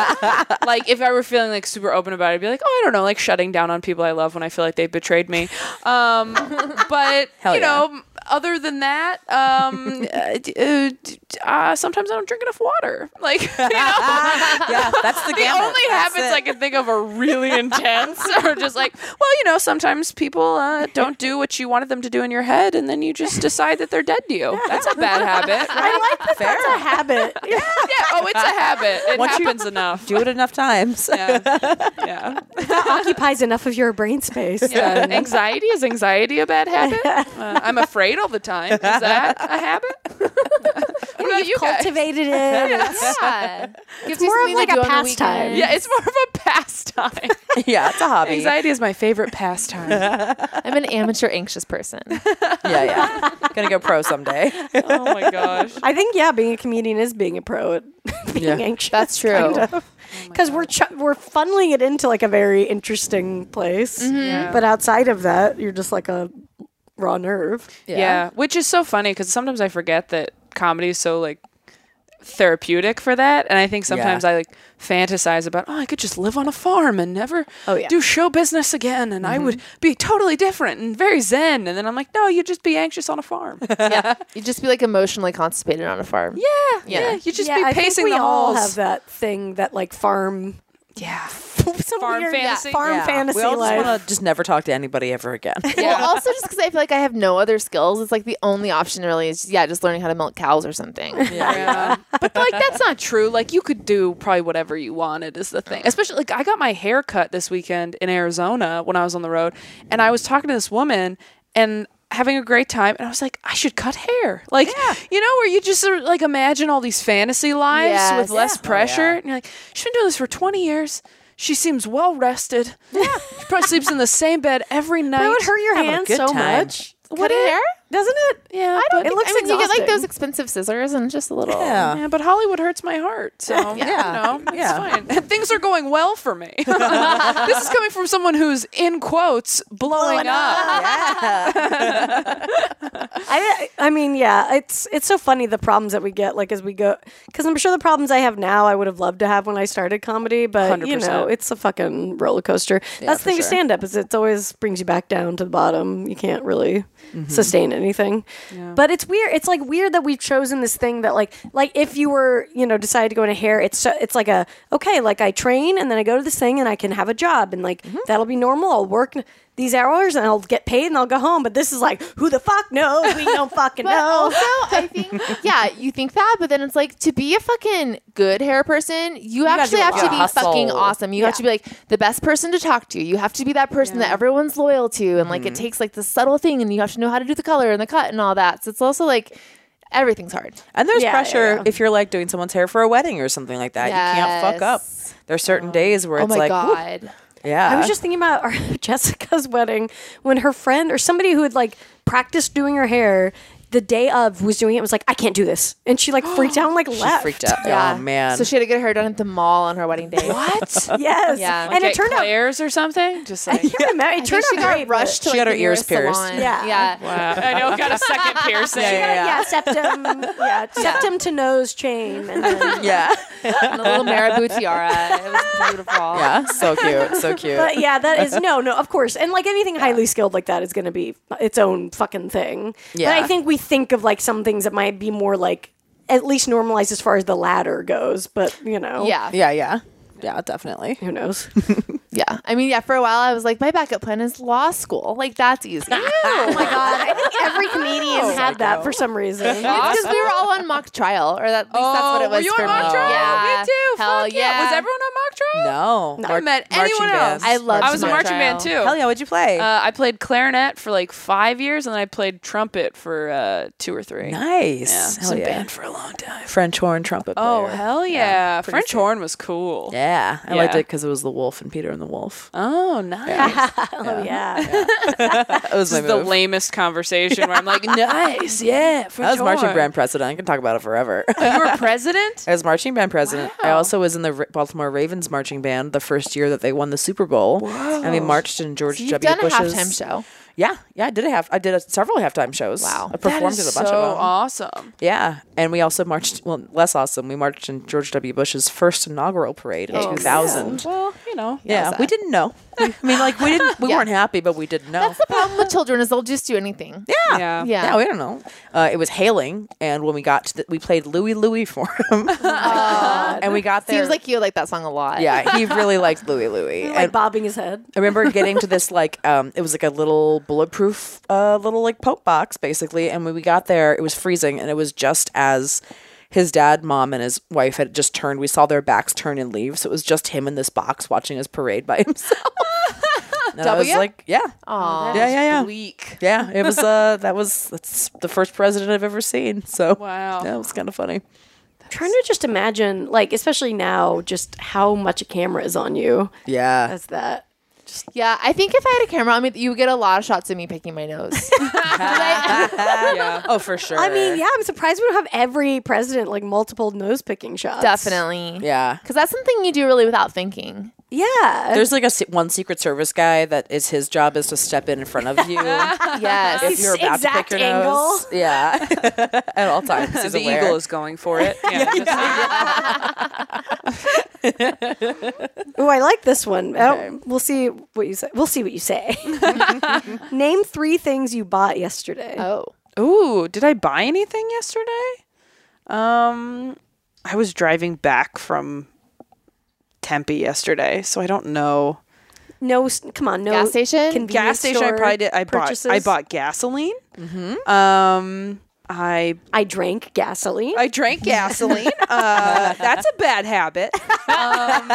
[SPEAKER 5] like if I were feeling like super open about it, I'd be like, oh, I don't know, like shutting down on people I love when I feel like they betrayed me. Um, but
[SPEAKER 2] Hell
[SPEAKER 5] you know, other than that, um, uh, d- uh, d- uh, sometimes I don't drink enough water. Like, you know,
[SPEAKER 2] yeah, that's the
[SPEAKER 5] the
[SPEAKER 2] gamut.
[SPEAKER 5] only
[SPEAKER 2] That's
[SPEAKER 5] habits
[SPEAKER 2] it.
[SPEAKER 5] I can think of are really intense, or just like, well, you know, sometimes people uh, don't do what you wanted them to do in your head, and then you just decide that they're dead to you. That's a bad habit.
[SPEAKER 1] I like that that's a habit. Yeah.
[SPEAKER 5] yeah. Oh, it's a habit. It
[SPEAKER 2] Once you-
[SPEAKER 5] happens enough.
[SPEAKER 2] do it enough times.
[SPEAKER 5] Yeah. Yeah.
[SPEAKER 1] That occupies enough of your brain space.
[SPEAKER 5] Yeah.
[SPEAKER 1] then.
[SPEAKER 5] Anxiety is anxiety a bad habit? Uh, I'm afraid all the time. Is that a habit? what about you guys?
[SPEAKER 1] Cultivated it. It's-
[SPEAKER 3] Yeah. Gives you
[SPEAKER 1] more of
[SPEAKER 3] something to
[SPEAKER 1] like a
[SPEAKER 3] do on the
[SPEAKER 1] pastime.
[SPEAKER 3] weekend.
[SPEAKER 5] Yeah, it's more of a pastime.
[SPEAKER 2] yeah, it's a hobby.
[SPEAKER 5] Anxiety is my favorite pastime.
[SPEAKER 3] I'm an amateur anxious person.
[SPEAKER 2] Yeah, yeah. Gonna go pro someday.
[SPEAKER 5] oh my gosh.
[SPEAKER 1] I think yeah, being a comedian is being a pro at being
[SPEAKER 2] Yeah.
[SPEAKER 1] anxious.
[SPEAKER 3] That's true.
[SPEAKER 1] Oh because we're ch- we're funneling it into like a very interesting place.
[SPEAKER 5] Yeah.
[SPEAKER 1] But outside of that, you're just like a raw nerve.
[SPEAKER 5] yeah. which is so funny because sometimes I forget that comedy is so like therapeutic for that and i think sometimes i like fantasize about oh i could just live on a farm and never
[SPEAKER 1] Oh, yeah. Mm-hmm.
[SPEAKER 5] do show business again and i would be totally different and very zen and then i'm like no you'd just be anxious on a farm
[SPEAKER 3] yeah. You'd just be like emotionally constipated on a farm. Yeah.
[SPEAKER 5] yeah, you just
[SPEAKER 1] yeah,
[SPEAKER 5] be
[SPEAKER 1] I think
[SPEAKER 5] pacing
[SPEAKER 1] we
[SPEAKER 5] the
[SPEAKER 1] all
[SPEAKER 5] halls.
[SPEAKER 1] have that thing that like farm
[SPEAKER 5] Yeah,
[SPEAKER 1] some
[SPEAKER 5] Farm
[SPEAKER 1] weird
[SPEAKER 5] fantasy?
[SPEAKER 1] farm
[SPEAKER 2] Yeah.
[SPEAKER 1] fantasy
[SPEAKER 2] We all just
[SPEAKER 1] life.
[SPEAKER 2] want to just never talk to anybody ever again.
[SPEAKER 3] Well, also just because I feel like I have no other skills, it's like the only option really is yeah, just learning how to milk cows or something.
[SPEAKER 5] yeah. but like that's not true. Like you could do probably whatever you wanted is the thing. Especially like I got my hair cut this weekend in Arizona when I was on the road, and I was talking to this woman and having a great time, and I was like, I should cut hair. Like you know where you just sort of, like imagine all these fantasy lives
[SPEAKER 3] Yes.
[SPEAKER 5] with less
[SPEAKER 1] Oh,
[SPEAKER 3] Yeah.
[SPEAKER 5] pressure, and you're like, she's been doing this for twenty years. She seems well rested. Yeah, she probably sleeps in the same bed every night.
[SPEAKER 1] That would hurt your hands
[SPEAKER 2] good
[SPEAKER 1] so
[SPEAKER 2] time.
[SPEAKER 1] much.
[SPEAKER 3] Cutting
[SPEAKER 1] it-
[SPEAKER 3] hair?
[SPEAKER 1] Doesn't it?
[SPEAKER 5] Yeah,
[SPEAKER 1] I
[SPEAKER 5] but-
[SPEAKER 1] don't. It looks
[SPEAKER 3] I mean, you get like
[SPEAKER 1] exhausting.
[SPEAKER 3] those expensive scissors and just a little.
[SPEAKER 2] Yeah.
[SPEAKER 5] Yeah, but Hollywood hurts my heart. So,
[SPEAKER 2] Yeah.
[SPEAKER 5] yeah. you know, it's
[SPEAKER 2] Yeah.
[SPEAKER 5] fine. Things are going well for me. this is coming from someone who's, in quotes, blowing up.
[SPEAKER 1] I, I mean, yeah, it's it's so funny the problems that we get like as we go because I'm sure the problems I have now I would have loved to have when I started comedy, but you know
[SPEAKER 5] 100%.
[SPEAKER 1] it's a fucking roller coaster. That's the thing with stand up is it always brings you back down to the bottom. You can't really sustain anything. But it's weird. It's like weird that we've chosen this thing that like like if you were you know decided to go into hair, it's so, it's like a okay, like I train and then I go to this thing and I can have a job and like that'll be normal. I'll work. n- These hours and I'll get paid and I'll go home. But this is like, who the fuck knows? We don't fucking
[SPEAKER 3] But
[SPEAKER 1] know.
[SPEAKER 3] also, I think yeah, you think that, but then it's like to be a fucking good hair person, you, actually
[SPEAKER 2] do a
[SPEAKER 3] have
[SPEAKER 2] lot
[SPEAKER 3] to
[SPEAKER 2] of
[SPEAKER 3] be
[SPEAKER 2] hustle.
[SPEAKER 3] fucking awesome. You have to be like the best person to talk to. You have to be that person that everyone's loyal to, and like it
[SPEAKER 2] Mm-hmm.
[SPEAKER 3] takes like the subtle thing, and you have to know how to do the color and the cut and all that. So it's also like everything's hard.
[SPEAKER 2] And there's
[SPEAKER 1] Yeah,
[SPEAKER 2] pressure
[SPEAKER 1] yeah, yeah.
[SPEAKER 2] if you're like doing someone's hair for a wedding or something like that. You can't fuck up.
[SPEAKER 3] Yes.
[SPEAKER 2] There's certain days where
[SPEAKER 3] Oh
[SPEAKER 2] it's
[SPEAKER 3] my
[SPEAKER 2] like, whew,
[SPEAKER 3] god.
[SPEAKER 2] yeah.
[SPEAKER 1] I was just thinking about our, Jessica's wedding when her friend or somebody who had like practiced doing her hair the day of was doing it was like, I can't do this. And she like freaked out and like
[SPEAKER 2] she
[SPEAKER 1] left.
[SPEAKER 2] freaked out.
[SPEAKER 3] Yeah.
[SPEAKER 2] Oh man.
[SPEAKER 3] So she had to get her hair done at the mall on her wedding day.
[SPEAKER 5] What?
[SPEAKER 1] Yes.
[SPEAKER 3] Yeah.
[SPEAKER 1] And
[SPEAKER 5] Like
[SPEAKER 1] it turned out.
[SPEAKER 5] Claire's or something? Just like,
[SPEAKER 1] I can't remember. It turned
[SPEAKER 3] I think she
[SPEAKER 1] out
[SPEAKER 3] got
[SPEAKER 1] great, but-
[SPEAKER 3] rushed to
[SPEAKER 2] She
[SPEAKER 3] like,
[SPEAKER 2] got her
[SPEAKER 3] the nearest
[SPEAKER 2] ears pierced.
[SPEAKER 3] salon.
[SPEAKER 1] Yeah.
[SPEAKER 3] yeah.
[SPEAKER 5] wow. I know, got a second piercing.
[SPEAKER 2] Yeah, yeah,
[SPEAKER 1] Yeah,
[SPEAKER 2] yeah.
[SPEAKER 1] septum. Yeah, septum to nose chain. And then,
[SPEAKER 2] yeah.
[SPEAKER 3] and a little marabou tiara. It was beautiful.
[SPEAKER 2] yeah. So cute. So cute.
[SPEAKER 1] but yeah, that is no, no, of course. And like anything highly skilled like that is going to be its own fucking thing.
[SPEAKER 2] Yeah.
[SPEAKER 1] But I think we think of like some things that might be more like at least normalized as far as the latter goes. But you know,
[SPEAKER 3] Yeah.
[SPEAKER 2] yeah. Yeah. Yeah. Definitely.
[SPEAKER 1] who knows?
[SPEAKER 3] Yeah. I mean, yeah, for a while I was like, my backup plan is law school. Like, that's easy.
[SPEAKER 1] Oh my god! I think every comedian had that for some reason.
[SPEAKER 3] Because we were all on mock trial, or that, at least that's what it was
[SPEAKER 5] Oh, were you
[SPEAKER 3] for
[SPEAKER 5] on mock
[SPEAKER 3] me.
[SPEAKER 5] trial?
[SPEAKER 3] Yeah.
[SPEAKER 5] Me too.
[SPEAKER 3] Hell
[SPEAKER 5] Fuck
[SPEAKER 3] yeah.
[SPEAKER 5] Was everyone on mock trial?
[SPEAKER 2] No.
[SPEAKER 5] I met anyone else.
[SPEAKER 3] I loved
[SPEAKER 5] I was a
[SPEAKER 3] mock
[SPEAKER 5] marching
[SPEAKER 3] trial.
[SPEAKER 5] band too.
[SPEAKER 2] Hell yeah. What'd you play?
[SPEAKER 5] Uh, I played clarinet for like five years, and I played trumpet for uh, two or three.
[SPEAKER 2] nice.
[SPEAKER 5] Yeah,
[SPEAKER 2] Hell
[SPEAKER 5] some
[SPEAKER 2] yeah.
[SPEAKER 5] band for a long time.
[SPEAKER 2] French horn trumpet.
[SPEAKER 5] Oh
[SPEAKER 2] player.
[SPEAKER 5] hell yeah! French horn was cool.
[SPEAKER 2] Yeah. I liked
[SPEAKER 5] Yeah.
[SPEAKER 2] it because it was the wolf and Peter and the wolf.
[SPEAKER 5] Oh nice!
[SPEAKER 1] Oh yeah.
[SPEAKER 2] That was
[SPEAKER 5] this
[SPEAKER 2] my
[SPEAKER 5] is the
[SPEAKER 2] move.
[SPEAKER 5] lamest conversation where I'm like, nice, yeah. French
[SPEAKER 2] I was marching
[SPEAKER 5] horn.
[SPEAKER 2] band president. I can talk about it forever.
[SPEAKER 5] You were president.
[SPEAKER 2] I was marching band president. I also was in the Ra- Baltimore Ravens marching band the first year that they won the Super Bowl, and we marched in George
[SPEAKER 3] You've
[SPEAKER 2] W.
[SPEAKER 3] done
[SPEAKER 2] Bush's
[SPEAKER 3] a halftime show.
[SPEAKER 2] Yeah, yeah, I did a half. I did a, several halftime shows.
[SPEAKER 3] Wow.
[SPEAKER 2] I performed
[SPEAKER 5] that is
[SPEAKER 2] at a bunch
[SPEAKER 5] so
[SPEAKER 2] of them.
[SPEAKER 5] awesome.
[SPEAKER 2] Yeah, and we also marched. Well, less awesome. We marched in George W. Bush's first inaugural parade in
[SPEAKER 3] Oh,
[SPEAKER 2] 2000.
[SPEAKER 5] Well, you know.
[SPEAKER 2] Yeah, we didn't know. I mean, like we didn't. We
[SPEAKER 3] Yeah.
[SPEAKER 2] weren't happy, but we didn't know.
[SPEAKER 3] That's the problem with children is they'll just do anything.
[SPEAKER 2] yeah.
[SPEAKER 5] Yeah.
[SPEAKER 3] Yeah.
[SPEAKER 2] Yeah, we don't know. Uh, it was hailing, and when we got to, the, we played Louie Louie for him,
[SPEAKER 3] Oh
[SPEAKER 2] and we got there.
[SPEAKER 3] Seems like you like that song a lot.
[SPEAKER 2] yeah, he really liked Louie Louie,
[SPEAKER 1] like
[SPEAKER 2] and
[SPEAKER 1] bobbing his head.
[SPEAKER 2] I remember getting to this like um, it was like a little bulletproof uh, little like poke box basically, and when we got there, it was freezing, and it was just as his dad, mom, and his wife had just turned. We saw their backs turn and leave, so it was just him in this box watching his parade by himself. and I was
[SPEAKER 3] W?
[SPEAKER 2] like, yeah,
[SPEAKER 3] Aw.
[SPEAKER 2] yeah, yeah, yeah.
[SPEAKER 5] Bleak.
[SPEAKER 2] Yeah, it was. Uh, that was that's the first president I've ever seen. So
[SPEAKER 5] Wow.
[SPEAKER 2] that was kind of funny.
[SPEAKER 1] trying to just imagine, like, especially now, just how much a camera is on you.
[SPEAKER 2] Yeah,
[SPEAKER 1] That's that.
[SPEAKER 3] Yeah, I think if I had a camera on me, you would get a lot of shots of me picking my nose.
[SPEAKER 5] yeah.
[SPEAKER 2] oh for sure.
[SPEAKER 1] I mean, yeah, I'm surprised we don't have every president like multiple nose picking shots.
[SPEAKER 3] Definitely.
[SPEAKER 2] yeah.
[SPEAKER 3] Because that's something you do really without thinking.
[SPEAKER 1] Yeah.
[SPEAKER 2] There's like a se- one Secret Service guy that is his job is to step in in front of you.
[SPEAKER 3] Yes.
[SPEAKER 2] if you're about
[SPEAKER 1] exact
[SPEAKER 2] to pick your nose. Yeah, at all times. He's
[SPEAKER 5] the
[SPEAKER 2] aware.
[SPEAKER 5] eagle is going for it. Yeah.
[SPEAKER 1] oh, I like this one. I don't- we'll see what you say. We'll see what you say. Name three things you bought yesterday.
[SPEAKER 3] oh.
[SPEAKER 5] Ooh, did I buy anything yesterday? Um, I was driving back from Tempe yesterday, so I don't know.
[SPEAKER 1] No, s- come on, no
[SPEAKER 3] Gas station?
[SPEAKER 1] convenience
[SPEAKER 5] Gas station, I
[SPEAKER 1] store
[SPEAKER 5] probably did. I
[SPEAKER 1] purchases.
[SPEAKER 5] bought. I bought gasoline. Um, I
[SPEAKER 1] I drank gasoline.
[SPEAKER 5] I drank gasoline. uh, that's a bad habit. Um,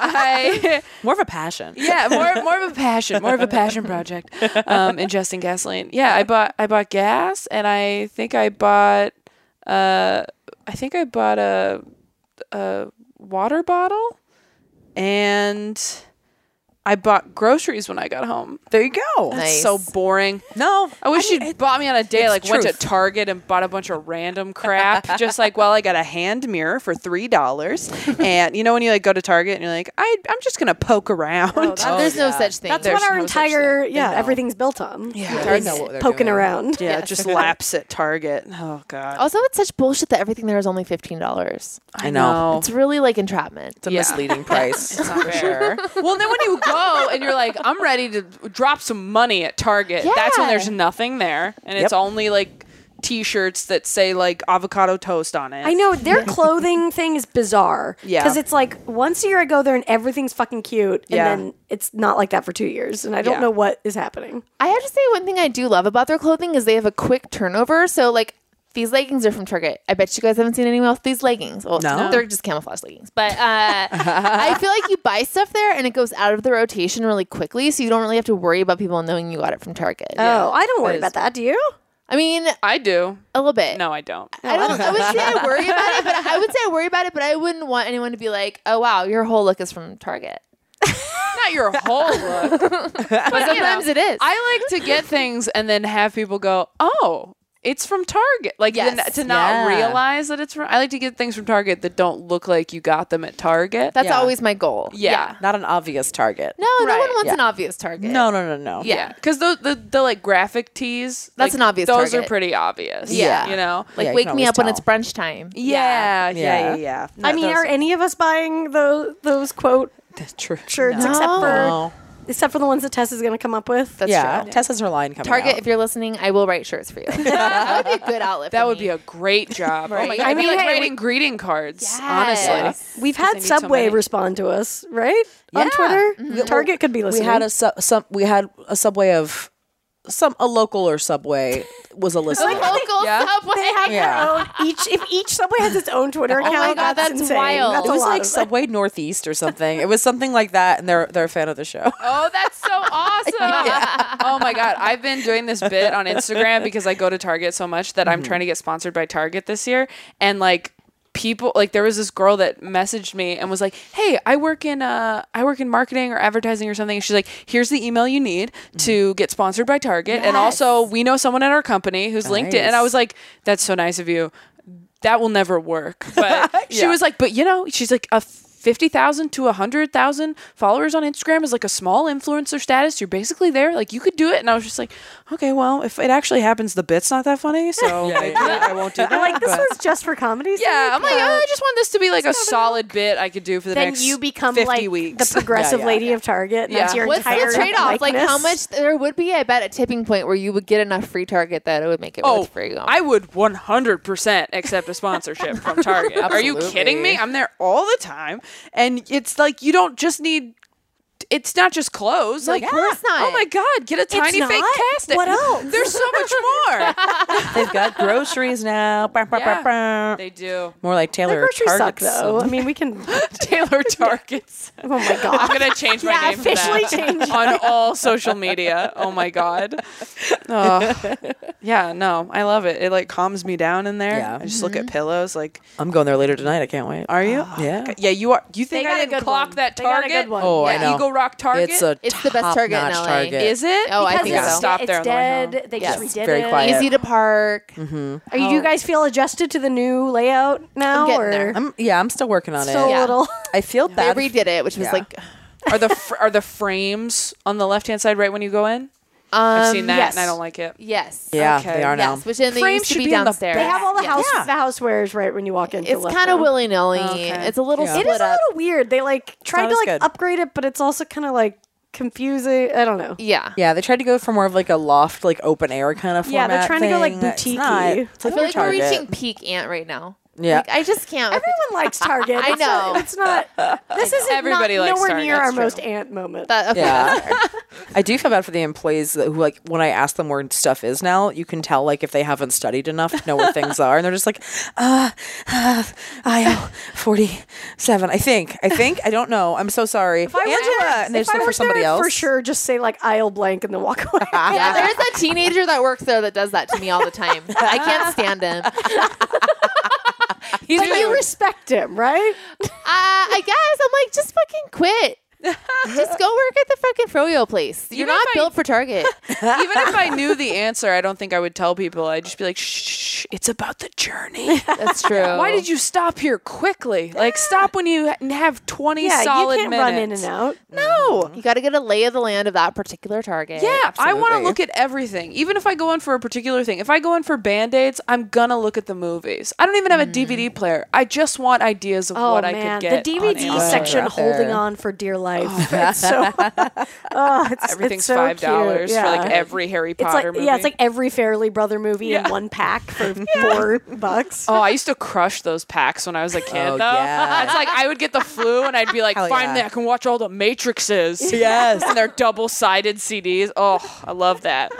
[SPEAKER 5] I
[SPEAKER 2] more of a passion.
[SPEAKER 5] yeah, more more of a passion, more of a passion project. Um, ingesting gasoline. Yeah, I bought I bought gas, and I think I bought uh, I think I bought a a water bottle, and I bought groceries when I got home.
[SPEAKER 2] There you go.
[SPEAKER 3] Nice.
[SPEAKER 5] So boring.
[SPEAKER 2] No,
[SPEAKER 5] I wish
[SPEAKER 2] mean,
[SPEAKER 5] you'd
[SPEAKER 2] it-
[SPEAKER 5] bought me on a day
[SPEAKER 2] it's
[SPEAKER 5] like went to
[SPEAKER 2] truth.
[SPEAKER 5] Target and bought a bunch of random crap. just like, well, I got a hand mirror for three dollars, and you know when you like go to Target and you're like, I, I'm just gonna poke around. Oh,
[SPEAKER 3] Oh, There's no such thing.
[SPEAKER 1] That's what
[SPEAKER 5] There's
[SPEAKER 1] our
[SPEAKER 5] no such
[SPEAKER 1] entire
[SPEAKER 2] thing.
[SPEAKER 1] yeah
[SPEAKER 2] No.
[SPEAKER 1] everything's built on.
[SPEAKER 2] They
[SPEAKER 1] It's
[SPEAKER 2] know what they're
[SPEAKER 1] poking
[SPEAKER 2] doing.
[SPEAKER 1] around.
[SPEAKER 5] yeah,
[SPEAKER 3] Yes.
[SPEAKER 5] just laps at Target. Oh god,
[SPEAKER 3] also, it's such bullshit that everything there is only $15.
[SPEAKER 2] I know.
[SPEAKER 3] It's really like entrapment.
[SPEAKER 2] It's a
[SPEAKER 5] Yeah.
[SPEAKER 2] misleading price.
[SPEAKER 5] It's not fair. well, then when you go and you're like, I'm ready to drop some money at Target. That's when
[SPEAKER 3] Yeah.
[SPEAKER 5] there's nothing there, and
[SPEAKER 2] Yep.
[SPEAKER 5] it's only like T-shirts that say like avocado toast on it.
[SPEAKER 1] I know their clothing thing is bizarre.
[SPEAKER 5] Yeah.
[SPEAKER 1] because it's like once a year I go there and everything's fucking cute, and
[SPEAKER 5] Yeah.
[SPEAKER 1] then it's not like that for two years, and I don't
[SPEAKER 5] Yeah.
[SPEAKER 1] know what is happening.
[SPEAKER 3] I have to say one thing I do love about their clothing is they have a quick turnover. So like these leggings are from Target. I bet you guys haven't seen anyone else these leggings. Well,
[SPEAKER 2] No.
[SPEAKER 3] they're just camouflage leggings. But uh, I feel like you buy stuff there and it goes out of the rotation really quickly, so you don't really have to worry about people knowing you got it from Target.
[SPEAKER 1] oh, I don't worry about that. Do you?
[SPEAKER 3] I mean,
[SPEAKER 5] I do.
[SPEAKER 3] a little bit.
[SPEAKER 5] No, I don't.
[SPEAKER 3] I don't. I would say I worry about it, but I would say I worry about it, but I wouldn't want anyone to be like, "Oh wow, your whole look is from Target."
[SPEAKER 5] Not your whole look.
[SPEAKER 3] But sometimes it is.
[SPEAKER 5] I like to get things and then have people go, "Oh, it's from Target." Like
[SPEAKER 3] Yes.
[SPEAKER 5] then to not
[SPEAKER 2] Yeah.
[SPEAKER 5] realize that it's from. I like to get things from Target that don't look like you got them at Target.
[SPEAKER 3] That's
[SPEAKER 2] Yeah.
[SPEAKER 3] always my goal.
[SPEAKER 5] yeah.
[SPEAKER 2] Not an obvious target.
[SPEAKER 3] No, no one
[SPEAKER 5] Right.
[SPEAKER 3] wants
[SPEAKER 2] Yeah.
[SPEAKER 3] an obvious Target.
[SPEAKER 2] no, no, no, no.
[SPEAKER 5] Yeah, because the, the the like graphic tees.
[SPEAKER 3] That's
[SPEAKER 5] like,
[SPEAKER 3] an obvious
[SPEAKER 5] Those
[SPEAKER 3] target.
[SPEAKER 5] are pretty obvious.
[SPEAKER 3] Yeah.
[SPEAKER 5] you know,
[SPEAKER 3] Like
[SPEAKER 2] Yeah, you
[SPEAKER 3] wake
[SPEAKER 2] can
[SPEAKER 3] me
[SPEAKER 2] always
[SPEAKER 3] up when it's
[SPEAKER 2] tell.
[SPEAKER 3] brunch time.
[SPEAKER 5] yeah, yeah, yeah,
[SPEAKER 2] Yeah.
[SPEAKER 5] yeah. yeah.
[SPEAKER 1] I mean, are any of us buying those those quote
[SPEAKER 2] True.
[SPEAKER 1] shirts
[SPEAKER 3] No.
[SPEAKER 1] except
[SPEAKER 7] Oh,
[SPEAKER 1] for
[SPEAKER 2] No.
[SPEAKER 1] except for the ones that Tess is going to come up with?
[SPEAKER 3] Oh. That's
[SPEAKER 2] yeah,
[SPEAKER 3] true.
[SPEAKER 2] Tessa's her line coming.
[SPEAKER 3] Target,
[SPEAKER 2] out.
[SPEAKER 3] if you're listening, I will write shirts for you. that would be a good outlet.
[SPEAKER 5] that
[SPEAKER 3] for
[SPEAKER 5] would
[SPEAKER 3] me.
[SPEAKER 5] be a great job. Oh my
[SPEAKER 3] Right.
[SPEAKER 5] god,
[SPEAKER 3] I
[SPEAKER 5] I mean,
[SPEAKER 1] mean,
[SPEAKER 5] like
[SPEAKER 1] hey,
[SPEAKER 5] writing greeting cards.
[SPEAKER 3] Yes.
[SPEAKER 5] Honestly,
[SPEAKER 1] We've
[SPEAKER 5] they
[SPEAKER 1] had
[SPEAKER 5] need so
[SPEAKER 1] Subway
[SPEAKER 5] many.
[SPEAKER 1] respond to us, right? On
[SPEAKER 2] Yeah.
[SPEAKER 1] Twitter, Target could be
[SPEAKER 2] we
[SPEAKER 1] listening.
[SPEAKER 2] had a su- some. We had a subway of some a local or subway was a list.
[SPEAKER 3] local
[SPEAKER 5] Yeah.
[SPEAKER 3] subway.
[SPEAKER 1] they have
[SPEAKER 7] Oh,
[SPEAKER 2] Yeah.
[SPEAKER 1] their own Oh, each if each subway has its own Twitter account.
[SPEAKER 3] God,
[SPEAKER 1] that's,
[SPEAKER 3] that's
[SPEAKER 1] insane.
[SPEAKER 3] wild.
[SPEAKER 1] That's
[SPEAKER 2] it
[SPEAKER 1] a
[SPEAKER 2] was
[SPEAKER 1] lot
[SPEAKER 2] like
[SPEAKER 1] of-
[SPEAKER 2] Subway Northeast or something. it was something like that, and they're they're a fan of the show.
[SPEAKER 5] Oh, that's so awesome. Oh my God. I've been doing this bit on Instagram because I go to Target so much that I'm trying to get sponsored by Target this year. And like, people like there was this girl that messaged me and was like hey i work in uh i work in marketing or advertising or something and she's like here's the email you need to get sponsored by target and also we know someone at our company who's linked it and i
[SPEAKER 2] Nice.
[SPEAKER 5] was like that's so nice of you that will never work but she was like but you know she's like a 50,000 to 100,000 followers on Instagram is like a small influencer status. You're basically there. Like you could do it. And I was just like, okay, well, if it actually happens, the bit's not that funny. So like, I won't do that.
[SPEAKER 7] I'm like, this
[SPEAKER 5] but-
[SPEAKER 7] was just for comedy.
[SPEAKER 5] yeah,
[SPEAKER 7] sake,
[SPEAKER 5] I'm like,
[SPEAKER 7] but
[SPEAKER 5] oh, I just want this to be like a solid bit I could do for the
[SPEAKER 7] then
[SPEAKER 5] next
[SPEAKER 7] you become
[SPEAKER 5] 50
[SPEAKER 7] like
[SPEAKER 5] weeks.
[SPEAKER 7] the progressive
[SPEAKER 2] Yeah, yeah,
[SPEAKER 7] lady of Target. And That's
[SPEAKER 5] Yeah.
[SPEAKER 7] your
[SPEAKER 3] What's
[SPEAKER 7] entire
[SPEAKER 3] the trade-off? Like how
[SPEAKER 7] likeness.
[SPEAKER 3] much there would be? I bet a tipping point where you would get enough free target that it would make it
[SPEAKER 5] Oh,
[SPEAKER 3] worth for you.
[SPEAKER 5] I would 100% accept a sponsorship from Target. Are you kidding me?
[SPEAKER 3] Absolutely.
[SPEAKER 5] I'm there all the time. And it's like, you don't just need, it's not just clothes. Like,
[SPEAKER 3] of course not.
[SPEAKER 5] oh my God, get a tiny fake
[SPEAKER 7] not?
[SPEAKER 5] casting.
[SPEAKER 7] What else?
[SPEAKER 5] There's so much more.
[SPEAKER 2] They've got groceries now. Bah, bah, bah,
[SPEAKER 5] Yeah.
[SPEAKER 2] bah.
[SPEAKER 5] they do.
[SPEAKER 2] More like
[SPEAKER 7] The
[SPEAKER 2] Taylor
[SPEAKER 7] groceries suck
[SPEAKER 2] Target's
[SPEAKER 7] though. I mean, we can. Oh
[SPEAKER 5] Taylor Targets.
[SPEAKER 7] my
[SPEAKER 5] I'm
[SPEAKER 7] god.
[SPEAKER 5] gonna change my
[SPEAKER 7] Yeah,
[SPEAKER 5] name for that
[SPEAKER 7] officially change
[SPEAKER 5] on all social media. Oh my god. Oh. Yeah, no, I love it. It like calms me down in there.
[SPEAKER 2] Yeah.
[SPEAKER 5] I just look
[SPEAKER 7] Mm-hmm.
[SPEAKER 5] at pillows. Like,
[SPEAKER 2] I'm going there later tonight. I can't wait.
[SPEAKER 5] are you?
[SPEAKER 7] Oh,
[SPEAKER 2] Yeah.
[SPEAKER 5] Yeah, you are. You think
[SPEAKER 7] They got
[SPEAKER 5] I
[SPEAKER 7] a
[SPEAKER 5] didn't
[SPEAKER 7] good
[SPEAKER 5] clock
[SPEAKER 7] one.
[SPEAKER 5] that
[SPEAKER 7] They got
[SPEAKER 5] Target?
[SPEAKER 7] a good one.
[SPEAKER 2] Oh, I
[SPEAKER 3] Yeah.
[SPEAKER 2] know.
[SPEAKER 5] Eagle Rock Target.
[SPEAKER 2] It's a
[SPEAKER 3] It's the best Target in
[SPEAKER 2] top-notch
[SPEAKER 3] LA.
[SPEAKER 2] Target.
[SPEAKER 5] is it?
[SPEAKER 3] Oh, I
[SPEAKER 7] Because
[SPEAKER 3] think
[SPEAKER 5] it's
[SPEAKER 7] it's,
[SPEAKER 3] so.
[SPEAKER 5] Stop
[SPEAKER 7] it's
[SPEAKER 5] there on the way home.
[SPEAKER 7] dead. They
[SPEAKER 3] Yes.
[SPEAKER 7] just redid
[SPEAKER 2] Very
[SPEAKER 7] it.
[SPEAKER 2] quiet.
[SPEAKER 3] easy to park.
[SPEAKER 7] Are you,
[SPEAKER 5] Oh.
[SPEAKER 7] you guys feel adjusted to the new layout now?
[SPEAKER 3] getting
[SPEAKER 7] or
[SPEAKER 3] there.
[SPEAKER 2] I'm, yeah, I'm still working on
[SPEAKER 7] so
[SPEAKER 2] it.
[SPEAKER 3] Yeah.
[SPEAKER 7] little.
[SPEAKER 2] I feel
[SPEAKER 3] They
[SPEAKER 2] bad.
[SPEAKER 3] redid it, which was
[SPEAKER 2] Yeah.
[SPEAKER 3] like,
[SPEAKER 5] Are the fr- are the frames on the left hand side right when you go in? I've seen that
[SPEAKER 7] Um, yes.
[SPEAKER 5] and I don't like it.
[SPEAKER 3] um, yes,
[SPEAKER 2] yeah,
[SPEAKER 5] Okay.
[SPEAKER 2] they are now.
[SPEAKER 3] yes, which then they
[SPEAKER 5] Frames
[SPEAKER 3] used to
[SPEAKER 5] should
[SPEAKER 3] be
[SPEAKER 5] be on the
[SPEAKER 3] downstairs.
[SPEAKER 7] They have all the
[SPEAKER 3] Yeah.
[SPEAKER 7] house
[SPEAKER 2] Yeah.
[SPEAKER 7] the housewares right when you walk in.
[SPEAKER 3] It's kind of willy nilly. It's a little
[SPEAKER 2] Yeah.
[SPEAKER 7] It
[SPEAKER 3] split
[SPEAKER 7] is a little
[SPEAKER 3] up.
[SPEAKER 7] weird. They like tried
[SPEAKER 2] not
[SPEAKER 7] to
[SPEAKER 2] as
[SPEAKER 7] like
[SPEAKER 2] good.
[SPEAKER 7] upgrade it, but it's also kind of like confusing. I don't know.
[SPEAKER 3] Yeah.
[SPEAKER 2] Yeah, they tried to go for more of like a loft, like open air kind of
[SPEAKER 7] Yeah,
[SPEAKER 2] format.
[SPEAKER 7] they're trying to go, like,
[SPEAKER 2] thing. It's
[SPEAKER 7] boutique-y.
[SPEAKER 2] not- It's
[SPEAKER 3] I
[SPEAKER 2] like
[SPEAKER 3] feel like we're
[SPEAKER 2] Target.
[SPEAKER 3] reaching peak ant right now.
[SPEAKER 2] Yeah.
[SPEAKER 3] Like, I just can't. with
[SPEAKER 7] Everyone likes Target.
[SPEAKER 3] I
[SPEAKER 7] It's not-
[SPEAKER 3] know.
[SPEAKER 7] It's not. This is
[SPEAKER 5] Everybody
[SPEAKER 7] not,
[SPEAKER 5] likes
[SPEAKER 7] nowhere
[SPEAKER 5] Target.
[SPEAKER 7] near
[SPEAKER 5] That's
[SPEAKER 7] our
[SPEAKER 5] true.
[SPEAKER 7] most ant moment.
[SPEAKER 3] that. Okay.
[SPEAKER 2] Yeah. I do feel bad for the employees that, who, like, when I ask them where stuff is now, you can tell, like, if they haven't studied enough to know where things are. And they're just like, uh, uh aisle 47. I think. I think. I don't know. I'm so sorry. If
[SPEAKER 7] I worked there-
[SPEAKER 2] and they
[SPEAKER 7] if
[SPEAKER 2] just
[SPEAKER 7] I
[SPEAKER 2] look for
[SPEAKER 7] worked
[SPEAKER 2] somebody
[SPEAKER 7] there,
[SPEAKER 2] else.
[SPEAKER 7] for sure, just say like aisle blank and then walk away.
[SPEAKER 3] Yeah, there's that teenager that works there that does that to me all the time. I can't stand him. Uh,
[SPEAKER 7] but you respect him, right?
[SPEAKER 3] I guess I'm like, just fucking quit. Just go work at the fucking froyo place. You're
[SPEAKER 5] know
[SPEAKER 3] not
[SPEAKER 5] if I-
[SPEAKER 3] built for Target.
[SPEAKER 5] Even if I knew the answer, I don't think I would tell people. I'd just be like, shh, it's about the journey.
[SPEAKER 3] That's true.
[SPEAKER 5] Why did you stop here quickly? Like, stop when you ha- have 20
[SPEAKER 7] Yeah,
[SPEAKER 5] solid
[SPEAKER 7] you can't
[SPEAKER 5] minutes.
[SPEAKER 7] run in and out.
[SPEAKER 5] No.
[SPEAKER 3] You got to get a lay of the land of that particular Target.
[SPEAKER 5] Yeah, I want to
[SPEAKER 2] Absolutely.
[SPEAKER 5] look at everything. Even if I go in for a particular thing, if I go in for band aids, I'm going to look at the movies. I don't even have a DVD player. I just want ideas of
[SPEAKER 7] Mm. Oh
[SPEAKER 5] what I
[SPEAKER 7] man,
[SPEAKER 5] could get.
[SPEAKER 7] the
[SPEAKER 5] on
[SPEAKER 7] DVD
[SPEAKER 5] Amazon.
[SPEAKER 7] section
[SPEAKER 2] Right there.
[SPEAKER 7] holding on for dear life. It's so, oh, it's- it's
[SPEAKER 5] Everything's
[SPEAKER 7] so
[SPEAKER 5] $5
[SPEAKER 7] cute. Yeah.
[SPEAKER 5] for like every Harry
[SPEAKER 7] It's
[SPEAKER 5] Potter
[SPEAKER 7] like
[SPEAKER 5] movie.
[SPEAKER 7] yeah, it's like every Fairly Brother movie
[SPEAKER 5] Yeah.
[SPEAKER 7] in one pack for four bucks.
[SPEAKER 5] Oh, I used to crush those packs when I was a kid,
[SPEAKER 2] Oh,
[SPEAKER 5] though.
[SPEAKER 2] yeah.
[SPEAKER 5] It's like I would get the flu and I'd be like,
[SPEAKER 2] Hell
[SPEAKER 5] finally,
[SPEAKER 2] yeah.
[SPEAKER 5] I can watch all the Matrixes.
[SPEAKER 2] Yes.
[SPEAKER 5] and their double sided CDs. Oh, I love that.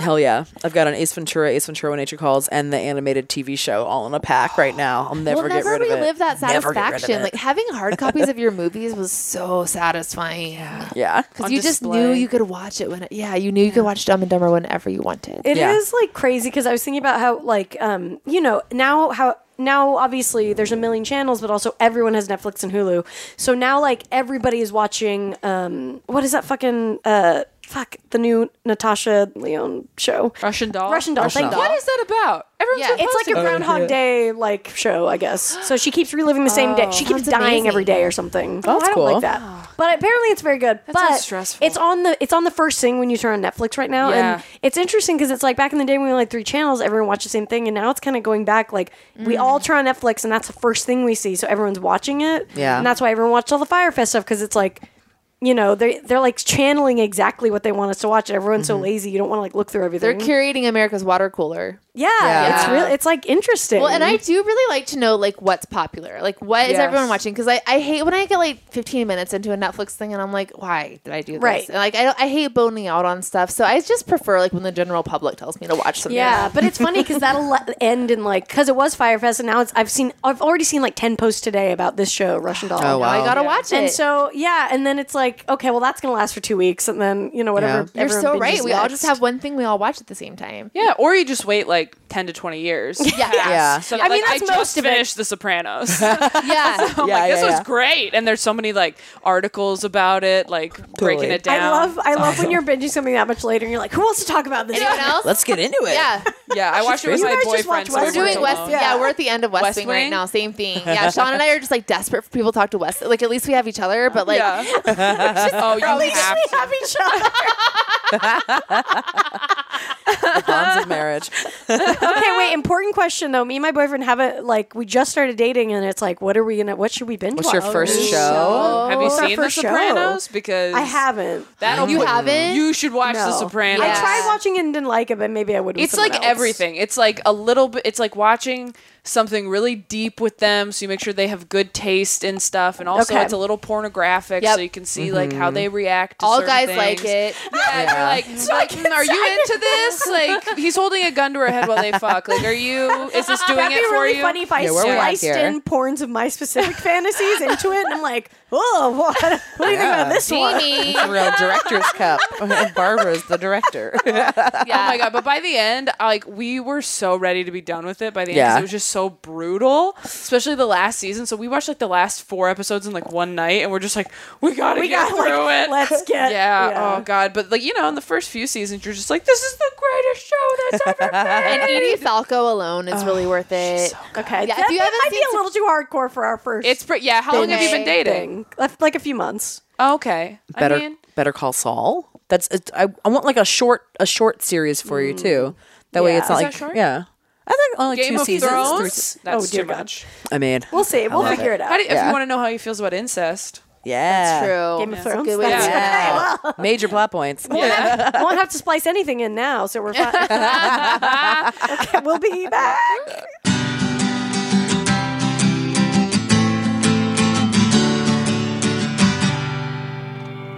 [SPEAKER 2] Hell yeah. I've got an Ace Ventura, Ace Ventura When Nature Calls, and the animated TV show all in a pack right now. I'll never
[SPEAKER 3] We'll
[SPEAKER 2] get
[SPEAKER 3] never
[SPEAKER 2] rid of it.
[SPEAKER 3] relive that
[SPEAKER 2] Never get rid of
[SPEAKER 3] satisfaction.
[SPEAKER 2] it.
[SPEAKER 3] Like having hard copies of your movies was so satisfying. Yeah.
[SPEAKER 2] yeah.
[SPEAKER 3] Because
[SPEAKER 5] On
[SPEAKER 3] you just knew
[SPEAKER 5] display.
[SPEAKER 3] you could watch it when, yeah, you knew you could watch Dumb and Dumber whenever you wanted.
[SPEAKER 7] It is
[SPEAKER 2] Yeah.
[SPEAKER 7] like crazy because I was thinking about how like um you know now how now obviously there's a million channels but also everyone has Netflix and Hulu so now like everybody is watching um what is that fucking uh fuck the new Natasha Leon show
[SPEAKER 5] Russian doll.
[SPEAKER 7] Russian doll thank
[SPEAKER 2] Doll.
[SPEAKER 7] you.
[SPEAKER 5] What is that about? Everyone's
[SPEAKER 3] Yeah.
[SPEAKER 5] yeah.
[SPEAKER 7] It's like a Groundhog Day like show, I guess. So she keeps reliving the same day. She keeps
[SPEAKER 3] Sounds
[SPEAKER 7] dying
[SPEAKER 3] amazing.
[SPEAKER 7] every day or something.
[SPEAKER 2] Oh, That's
[SPEAKER 7] I don't
[SPEAKER 2] cool.
[SPEAKER 7] like that. But apparently it's very good. but
[SPEAKER 5] sounds stressful.
[SPEAKER 7] It's on the it's on the first thing when you turn on Netflix right now,
[SPEAKER 5] Yeah.
[SPEAKER 7] and it's interesting because it's like back in the day when we had like three channels, everyone watched the same thing, and now it's kind of going back. Like we all
[SPEAKER 3] Mm.
[SPEAKER 7] turn on Netflix, and that's the first thing we see, so everyone's watching it.
[SPEAKER 2] Yeah.
[SPEAKER 7] and that's why everyone watched all the Firefest stuff because it's like. You know they they're like channeling exactly what they want us to watch. and Everyone's
[SPEAKER 5] Mm-hmm.
[SPEAKER 7] so lazy, you don't want to like look through
[SPEAKER 3] They're
[SPEAKER 7] everything.
[SPEAKER 3] curating America's water cooler.
[SPEAKER 7] yeah, it's
[SPEAKER 3] Yeah.
[SPEAKER 7] real. It's like interesting.
[SPEAKER 3] Well, and I do really like to know like what's popular, like what is
[SPEAKER 5] Yes.
[SPEAKER 3] everyone watching? Because I, I hate when I get like 15 minutes into a Netflix thing and I'm like, why did I do this?
[SPEAKER 7] Right.
[SPEAKER 3] And, like I, don't- I hate boning out on stuff, so I just prefer like when the general public tells me to watch something.
[SPEAKER 7] Yeah, but it's funny because that'll le- end in like because it was Firefest, and now it's I've seen I've already seen like ten posts today about this show Russian Doll.
[SPEAKER 2] Oh, wow.
[SPEAKER 3] I gotta watch it.
[SPEAKER 7] And so yeah, and then it's like okay, well that's gonna last for two weeks, and then you know whatever.
[SPEAKER 2] Yeah.
[SPEAKER 3] you're
[SPEAKER 7] everyone
[SPEAKER 3] so
[SPEAKER 7] binges
[SPEAKER 3] right. We all just
[SPEAKER 7] next.
[SPEAKER 3] have one thing we all watch at the same time.
[SPEAKER 5] Yeah, or you just wait like like 10 to 20 years.
[SPEAKER 3] Yeah.
[SPEAKER 2] Yeah.
[SPEAKER 5] So
[SPEAKER 1] I mean,
[SPEAKER 5] like,
[SPEAKER 1] that's
[SPEAKER 5] I
[SPEAKER 1] most
[SPEAKER 5] just
[SPEAKER 1] of it.
[SPEAKER 5] finished The Sopranos. I'm
[SPEAKER 3] yeah.
[SPEAKER 2] Yeah,
[SPEAKER 5] like, this
[SPEAKER 2] yeah,
[SPEAKER 5] was
[SPEAKER 2] yeah.
[SPEAKER 5] great. And there's so many like articles about it, like
[SPEAKER 2] Totally.
[SPEAKER 5] breaking it down.
[SPEAKER 1] I love I love when you're binging something that much later and you're like, who wants to talk about this?
[SPEAKER 3] Anyone else?
[SPEAKER 2] Let's get into it.
[SPEAKER 3] yeah.
[SPEAKER 5] Yeah, I watched it with
[SPEAKER 1] You
[SPEAKER 5] my
[SPEAKER 1] guys just watch
[SPEAKER 5] boyfriend. so we
[SPEAKER 1] West
[SPEAKER 3] We're
[SPEAKER 5] weren't
[SPEAKER 3] doing West.
[SPEAKER 5] alone.
[SPEAKER 1] Yeah.
[SPEAKER 3] Yeah. we're at the end of West,
[SPEAKER 5] West
[SPEAKER 3] Wing,
[SPEAKER 5] Wing?
[SPEAKER 3] right now. Same thing. Yeah, Sean and I are just like desperate for people to talk to West. Like at least we have each other, but like
[SPEAKER 5] Yeah. oh, you have
[SPEAKER 1] We
[SPEAKER 5] to.
[SPEAKER 1] have each other.
[SPEAKER 2] The bonds of marriage.
[SPEAKER 1] okay, wait. Important question though. Me and my boyfriend haven't like we just started dating, and it's like, what are we gonna? What should we binge?
[SPEAKER 2] What's your
[SPEAKER 1] watch?
[SPEAKER 2] first
[SPEAKER 1] Oh,
[SPEAKER 2] show?
[SPEAKER 5] Have you
[SPEAKER 1] What's our
[SPEAKER 5] seen The
[SPEAKER 1] first show?
[SPEAKER 5] Sopranos? Because
[SPEAKER 1] I haven't.
[SPEAKER 5] That'll
[SPEAKER 3] you
[SPEAKER 5] put-
[SPEAKER 3] haven't.
[SPEAKER 5] You should watch
[SPEAKER 1] No.
[SPEAKER 5] The Sopranos.
[SPEAKER 1] I
[SPEAKER 3] Yeah.
[SPEAKER 1] tried watching it and didn't like it, but maybe I would. with
[SPEAKER 5] It's
[SPEAKER 1] someone
[SPEAKER 5] like
[SPEAKER 1] else.
[SPEAKER 5] everything. It's like a little bit. It's like watching something really deep with them, so you make sure they have good taste in stuff, and also
[SPEAKER 1] Okay.
[SPEAKER 5] it's a little pornographic,
[SPEAKER 3] Yep.
[SPEAKER 5] so you can see like how they react. To
[SPEAKER 3] all
[SPEAKER 5] certain
[SPEAKER 3] guys
[SPEAKER 5] things.
[SPEAKER 3] like it.
[SPEAKER 5] Yeah, and
[SPEAKER 2] Yeah.
[SPEAKER 5] you're like, like, "Mm, are you into this? Like, he's holding a gun to her head while they fuck. Like, are you? Is this doing
[SPEAKER 1] That'd
[SPEAKER 5] it
[SPEAKER 1] be
[SPEAKER 5] for
[SPEAKER 1] really
[SPEAKER 5] you?
[SPEAKER 1] funny if I
[SPEAKER 2] Yeah, where we at
[SPEAKER 1] sliced
[SPEAKER 2] here?
[SPEAKER 1] in porns of my specific fantasies into it, and I'm like, oh, what? What do you think about this one?
[SPEAKER 3] Jamie.
[SPEAKER 2] It's a real director's cup. And Barbara's the director.
[SPEAKER 5] Oh my god! But by the end, like we were so ready to be done with it. By the end,
[SPEAKER 2] Yeah.
[SPEAKER 5] 'cause it was just so brutal, especially the last season. So we watched like the last four episodes in like one night, and we're just like, we gotta
[SPEAKER 1] We
[SPEAKER 5] get
[SPEAKER 1] got
[SPEAKER 5] through
[SPEAKER 1] like,
[SPEAKER 5] it.
[SPEAKER 1] let's get
[SPEAKER 5] yeah, Oh god. But like you know, in the first few seasons, you're just like, this is the greatest show that's ever been.
[SPEAKER 3] And Edie Falco alone is really worth it.
[SPEAKER 1] Okay,
[SPEAKER 3] Yeah, if
[SPEAKER 1] that,
[SPEAKER 3] you
[SPEAKER 1] that
[SPEAKER 3] haven't
[SPEAKER 1] might be
[SPEAKER 3] seen
[SPEAKER 1] a
[SPEAKER 3] some-
[SPEAKER 1] little too hardcore for our first.
[SPEAKER 5] it's pretty. Yeah. How long have you been
[SPEAKER 3] Binge.
[SPEAKER 5] dating?
[SPEAKER 1] Left like a few months.
[SPEAKER 5] Okay.
[SPEAKER 2] Better
[SPEAKER 5] I mean,
[SPEAKER 2] Better Call Saul. That's it, I, I want like a short a short series for you too. That way
[SPEAKER 1] Yeah.
[SPEAKER 2] it's not
[SPEAKER 1] Is
[SPEAKER 5] that
[SPEAKER 2] like
[SPEAKER 5] short?
[SPEAKER 2] yeah. I think only
[SPEAKER 5] Game
[SPEAKER 2] two
[SPEAKER 5] of
[SPEAKER 2] seasons. three
[SPEAKER 5] Thrones.
[SPEAKER 2] se-
[SPEAKER 5] That's
[SPEAKER 1] Oh, dear
[SPEAKER 5] too
[SPEAKER 1] God.
[SPEAKER 5] much.
[SPEAKER 2] I mean,
[SPEAKER 1] We'll see. We'll
[SPEAKER 2] love
[SPEAKER 1] figure it, out.
[SPEAKER 5] How do you, If
[SPEAKER 2] Yeah.
[SPEAKER 5] you want to know how he feels about incest,
[SPEAKER 2] yeah,
[SPEAKER 3] True.
[SPEAKER 1] Game of
[SPEAKER 3] That's a
[SPEAKER 1] Thrones.
[SPEAKER 3] good way to
[SPEAKER 5] That's
[SPEAKER 3] do it.
[SPEAKER 2] Yeah. Major plot points.
[SPEAKER 1] I won't have to splice anything in now, so we're fine. okay, we'll be back.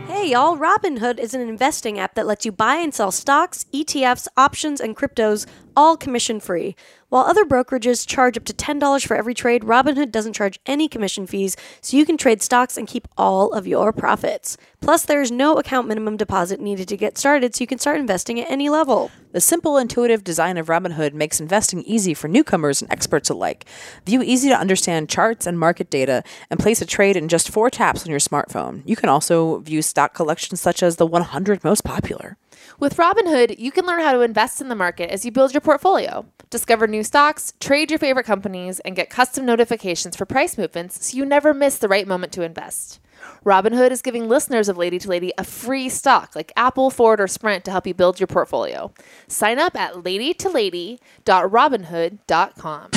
[SPEAKER 1] Hey y'all, Robinhood is an investing app that lets you buy and sell stocks, ETFs, options, and cryptos, all commission free. While other brokerages charge up to $10 for every trade, Robinhood doesn't charge any commission fees, so you can trade stocks and keep all of your profits. Plus, there is no account minimum deposit needed to get started, so you can start investing at any level.
[SPEAKER 2] The simple, intuitive design of Robinhood makes investing easy for newcomers and experts alike. View easy to understand charts and market data and place a trade in just four taps on your smartphone. You can also view stock collections such as the 100 most popular.
[SPEAKER 3] With Robinhood, you can learn how to invest in the market as you build your portfolio, discover new stocks, trade your favorite companies, and get custom notifications for price movements so you never miss the right moment to invest. Robinhood is giving listeners of Lady to Lady a free stock like Apple, Ford, or Sprint to help you build your portfolio. Sign up at ladytolady.robinhood.com.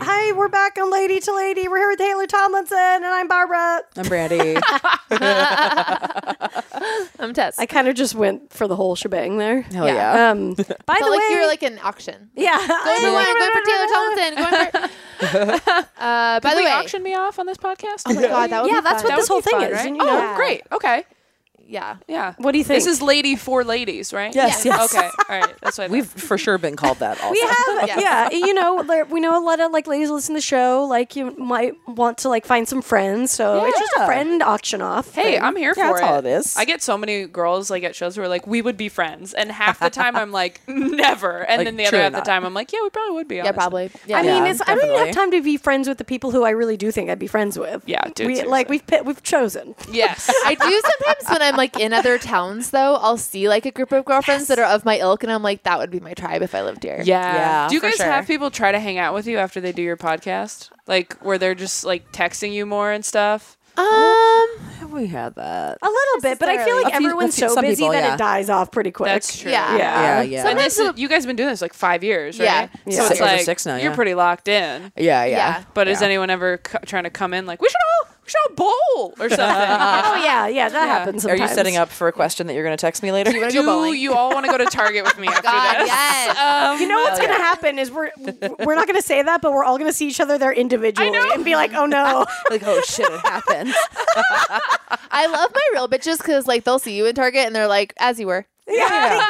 [SPEAKER 1] Hi, we're back on Lady to Lady. We're here with Taylor Tomlinson, and I'm Barbara.
[SPEAKER 2] I'm Brandy. Hell
[SPEAKER 3] I'm Tess.
[SPEAKER 1] I kind of just went for the whole shebang there.
[SPEAKER 2] yeah.
[SPEAKER 1] Um, by
[SPEAKER 3] I
[SPEAKER 1] the
[SPEAKER 3] felt like
[SPEAKER 1] way,
[SPEAKER 3] you're like in auction.
[SPEAKER 1] yeah,
[SPEAKER 3] Going for, going for Taylor Tomlinson. Going for, uh, by
[SPEAKER 5] Did
[SPEAKER 3] the
[SPEAKER 5] we
[SPEAKER 3] way,
[SPEAKER 5] auction me off on this podcast?
[SPEAKER 3] Oh my God, that would
[SPEAKER 1] yeah,
[SPEAKER 3] be
[SPEAKER 1] that's
[SPEAKER 3] fun.
[SPEAKER 1] what this
[SPEAKER 5] That
[SPEAKER 1] whole
[SPEAKER 5] would be
[SPEAKER 1] thing
[SPEAKER 5] fun,
[SPEAKER 1] is.
[SPEAKER 5] right?
[SPEAKER 1] You
[SPEAKER 5] oh,
[SPEAKER 1] know,
[SPEAKER 5] great. Okay.
[SPEAKER 3] yeah.
[SPEAKER 5] Yeah.
[SPEAKER 1] What do you think?
[SPEAKER 5] This is lady for ladies, right?
[SPEAKER 2] Yes, Yeah. yes.
[SPEAKER 5] Okay. All right. That's what I
[SPEAKER 2] We've for sure been called that also.
[SPEAKER 1] we have, yeah.
[SPEAKER 3] Yeah.
[SPEAKER 1] you know, there- we know a lot of like ladies listen to the show. Like, you might want to like find some friends, so it's just a
[SPEAKER 2] Yeah.
[SPEAKER 1] friend auction off.
[SPEAKER 5] Hey,
[SPEAKER 1] thing.
[SPEAKER 5] I'm here
[SPEAKER 2] Yeah,
[SPEAKER 5] for
[SPEAKER 2] that's all
[SPEAKER 5] it.
[SPEAKER 2] it is.
[SPEAKER 5] I get so many girls like at shows who are like, "We would be friends," and half the time I'm like, "Never," and
[SPEAKER 2] Like,
[SPEAKER 5] then the other
[SPEAKER 2] true or
[SPEAKER 5] half the
[SPEAKER 2] not.
[SPEAKER 5] time I'm like, "Yeah, we probably would be."
[SPEAKER 3] Yeah,
[SPEAKER 5] honestly."
[SPEAKER 3] probably. Yeah.
[SPEAKER 1] I mean,
[SPEAKER 2] Yeah,
[SPEAKER 1] it's, I don't even have
[SPEAKER 2] definitely.
[SPEAKER 1] time to be friends with the people who I really do think I'd be friends with.
[SPEAKER 5] Yeah, dude,
[SPEAKER 1] We,
[SPEAKER 5] seriously.
[SPEAKER 1] like we've pi- we've chosen.
[SPEAKER 5] Yes.
[SPEAKER 3] I do sometimes when I'm like in other towns though, I'll see like a group of girlfriends that are of my ilk and I'm like, that would be my tribe if I lived here.
[SPEAKER 5] yeah.
[SPEAKER 2] Yeah,
[SPEAKER 5] Do you
[SPEAKER 2] for
[SPEAKER 5] guys
[SPEAKER 2] sure.
[SPEAKER 5] have people try to hang out with you after they do your podcast? Like where they're just like texting you more and stuff?
[SPEAKER 3] Um
[SPEAKER 2] Have we had that?
[SPEAKER 1] A little bit, but I feel
[SPEAKER 3] Necessarily.
[SPEAKER 1] like
[SPEAKER 2] A few-
[SPEAKER 1] everyone's
[SPEAKER 2] a few-
[SPEAKER 1] so
[SPEAKER 2] some
[SPEAKER 1] busy
[SPEAKER 2] people,
[SPEAKER 1] that
[SPEAKER 2] yeah.
[SPEAKER 1] it dies off pretty quick.
[SPEAKER 5] That's true.
[SPEAKER 3] yeah.
[SPEAKER 1] Yeah.
[SPEAKER 2] Yeah, yeah.
[SPEAKER 5] And this is, you guys been doing this like five years, right?
[SPEAKER 3] Yeah.
[SPEAKER 1] Yeah.
[SPEAKER 5] So it's
[SPEAKER 1] Six-
[SPEAKER 2] over
[SPEAKER 5] like
[SPEAKER 2] six now,
[SPEAKER 5] you're
[SPEAKER 2] yeah.
[SPEAKER 5] pretty locked in.
[SPEAKER 2] yeah, yeah.
[SPEAKER 3] Yeah.
[SPEAKER 5] But is
[SPEAKER 2] Yeah.
[SPEAKER 5] anyone ever c- trying to come in like we should all we should all bowl or something?
[SPEAKER 1] Oh yeah, yeah, that happens.
[SPEAKER 2] Are
[SPEAKER 1] Sometimes.
[SPEAKER 2] you setting up for a question that you're going to text me later?
[SPEAKER 3] wanna go
[SPEAKER 5] do
[SPEAKER 3] bowling?
[SPEAKER 5] you all want to go to Target with me after
[SPEAKER 3] God,
[SPEAKER 5] this?
[SPEAKER 3] yes.
[SPEAKER 5] Um,
[SPEAKER 1] You know what's gonna happen is we're we're not gonna say that, but we're all gonna see each other there individually
[SPEAKER 5] know.
[SPEAKER 1] and be like, oh no.
[SPEAKER 2] like, oh shit, it happened.
[SPEAKER 3] I love my real bitches because like they'll see you in Target and they're like, as you were.
[SPEAKER 1] Yeah,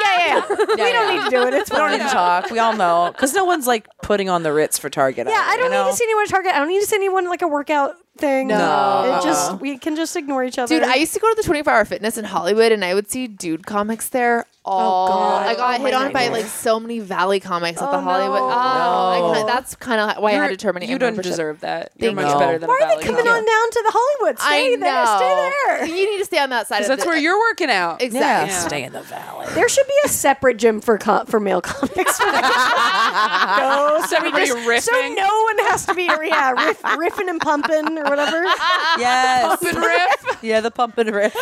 [SPEAKER 1] yeah, yeah.
[SPEAKER 2] Yeah,
[SPEAKER 1] We
[SPEAKER 2] yeah.
[SPEAKER 1] don't need to do it. It's
[SPEAKER 2] We don't
[SPEAKER 1] fine.
[SPEAKER 2] need to talk. We all know because no one's like putting on the Ritz for Target.
[SPEAKER 1] Yeah, I
[SPEAKER 2] either,
[SPEAKER 1] don't
[SPEAKER 2] you
[SPEAKER 1] need
[SPEAKER 2] know?
[SPEAKER 1] to see anyone at Target. I don't need to see anyone like a workout thing.
[SPEAKER 2] No.
[SPEAKER 1] It just we can just ignore each other.
[SPEAKER 3] Dude, I used to go to the 24 hour fitness in Hollywood and I would see dude comics there all.
[SPEAKER 1] Oh, God.
[SPEAKER 3] I got
[SPEAKER 1] Oh, my
[SPEAKER 3] hit on by
[SPEAKER 1] nightmare.
[SPEAKER 3] like so many Valley comics at the
[SPEAKER 1] Oh,
[SPEAKER 3] Hollywood.
[SPEAKER 1] no.
[SPEAKER 3] Oh, I
[SPEAKER 2] No.
[SPEAKER 3] kinda- that's kind of why I had to terminate
[SPEAKER 5] You
[SPEAKER 3] my
[SPEAKER 5] don't
[SPEAKER 3] membership.
[SPEAKER 5] deserve that. You're
[SPEAKER 3] Thank
[SPEAKER 5] much
[SPEAKER 2] you.
[SPEAKER 5] better than
[SPEAKER 1] Why
[SPEAKER 5] a
[SPEAKER 1] are they
[SPEAKER 5] Valley
[SPEAKER 1] coming
[SPEAKER 5] Girl.
[SPEAKER 1] on down to the Hollywood? Stay
[SPEAKER 3] I
[SPEAKER 1] there. Stay
[SPEAKER 3] know.
[SPEAKER 1] there.
[SPEAKER 3] You need to stay on that side of
[SPEAKER 5] Because that's
[SPEAKER 3] the-
[SPEAKER 5] where you're working out.
[SPEAKER 3] Exactly.
[SPEAKER 5] Yeah.
[SPEAKER 2] Stay in the valley.
[SPEAKER 1] There should be a separate gym for co- for male comics. no, so, we
[SPEAKER 5] everybody
[SPEAKER 1] just- so
[SPEAKER 5] riffing.
[SPEAKER 1] no one has to be yeah riff, riffing and pumping or whatever.
[SPEAKER 2] Yes.
[SPEAKER 5] Open riff.
[SPEAKER 2] yeah, the pump and riff.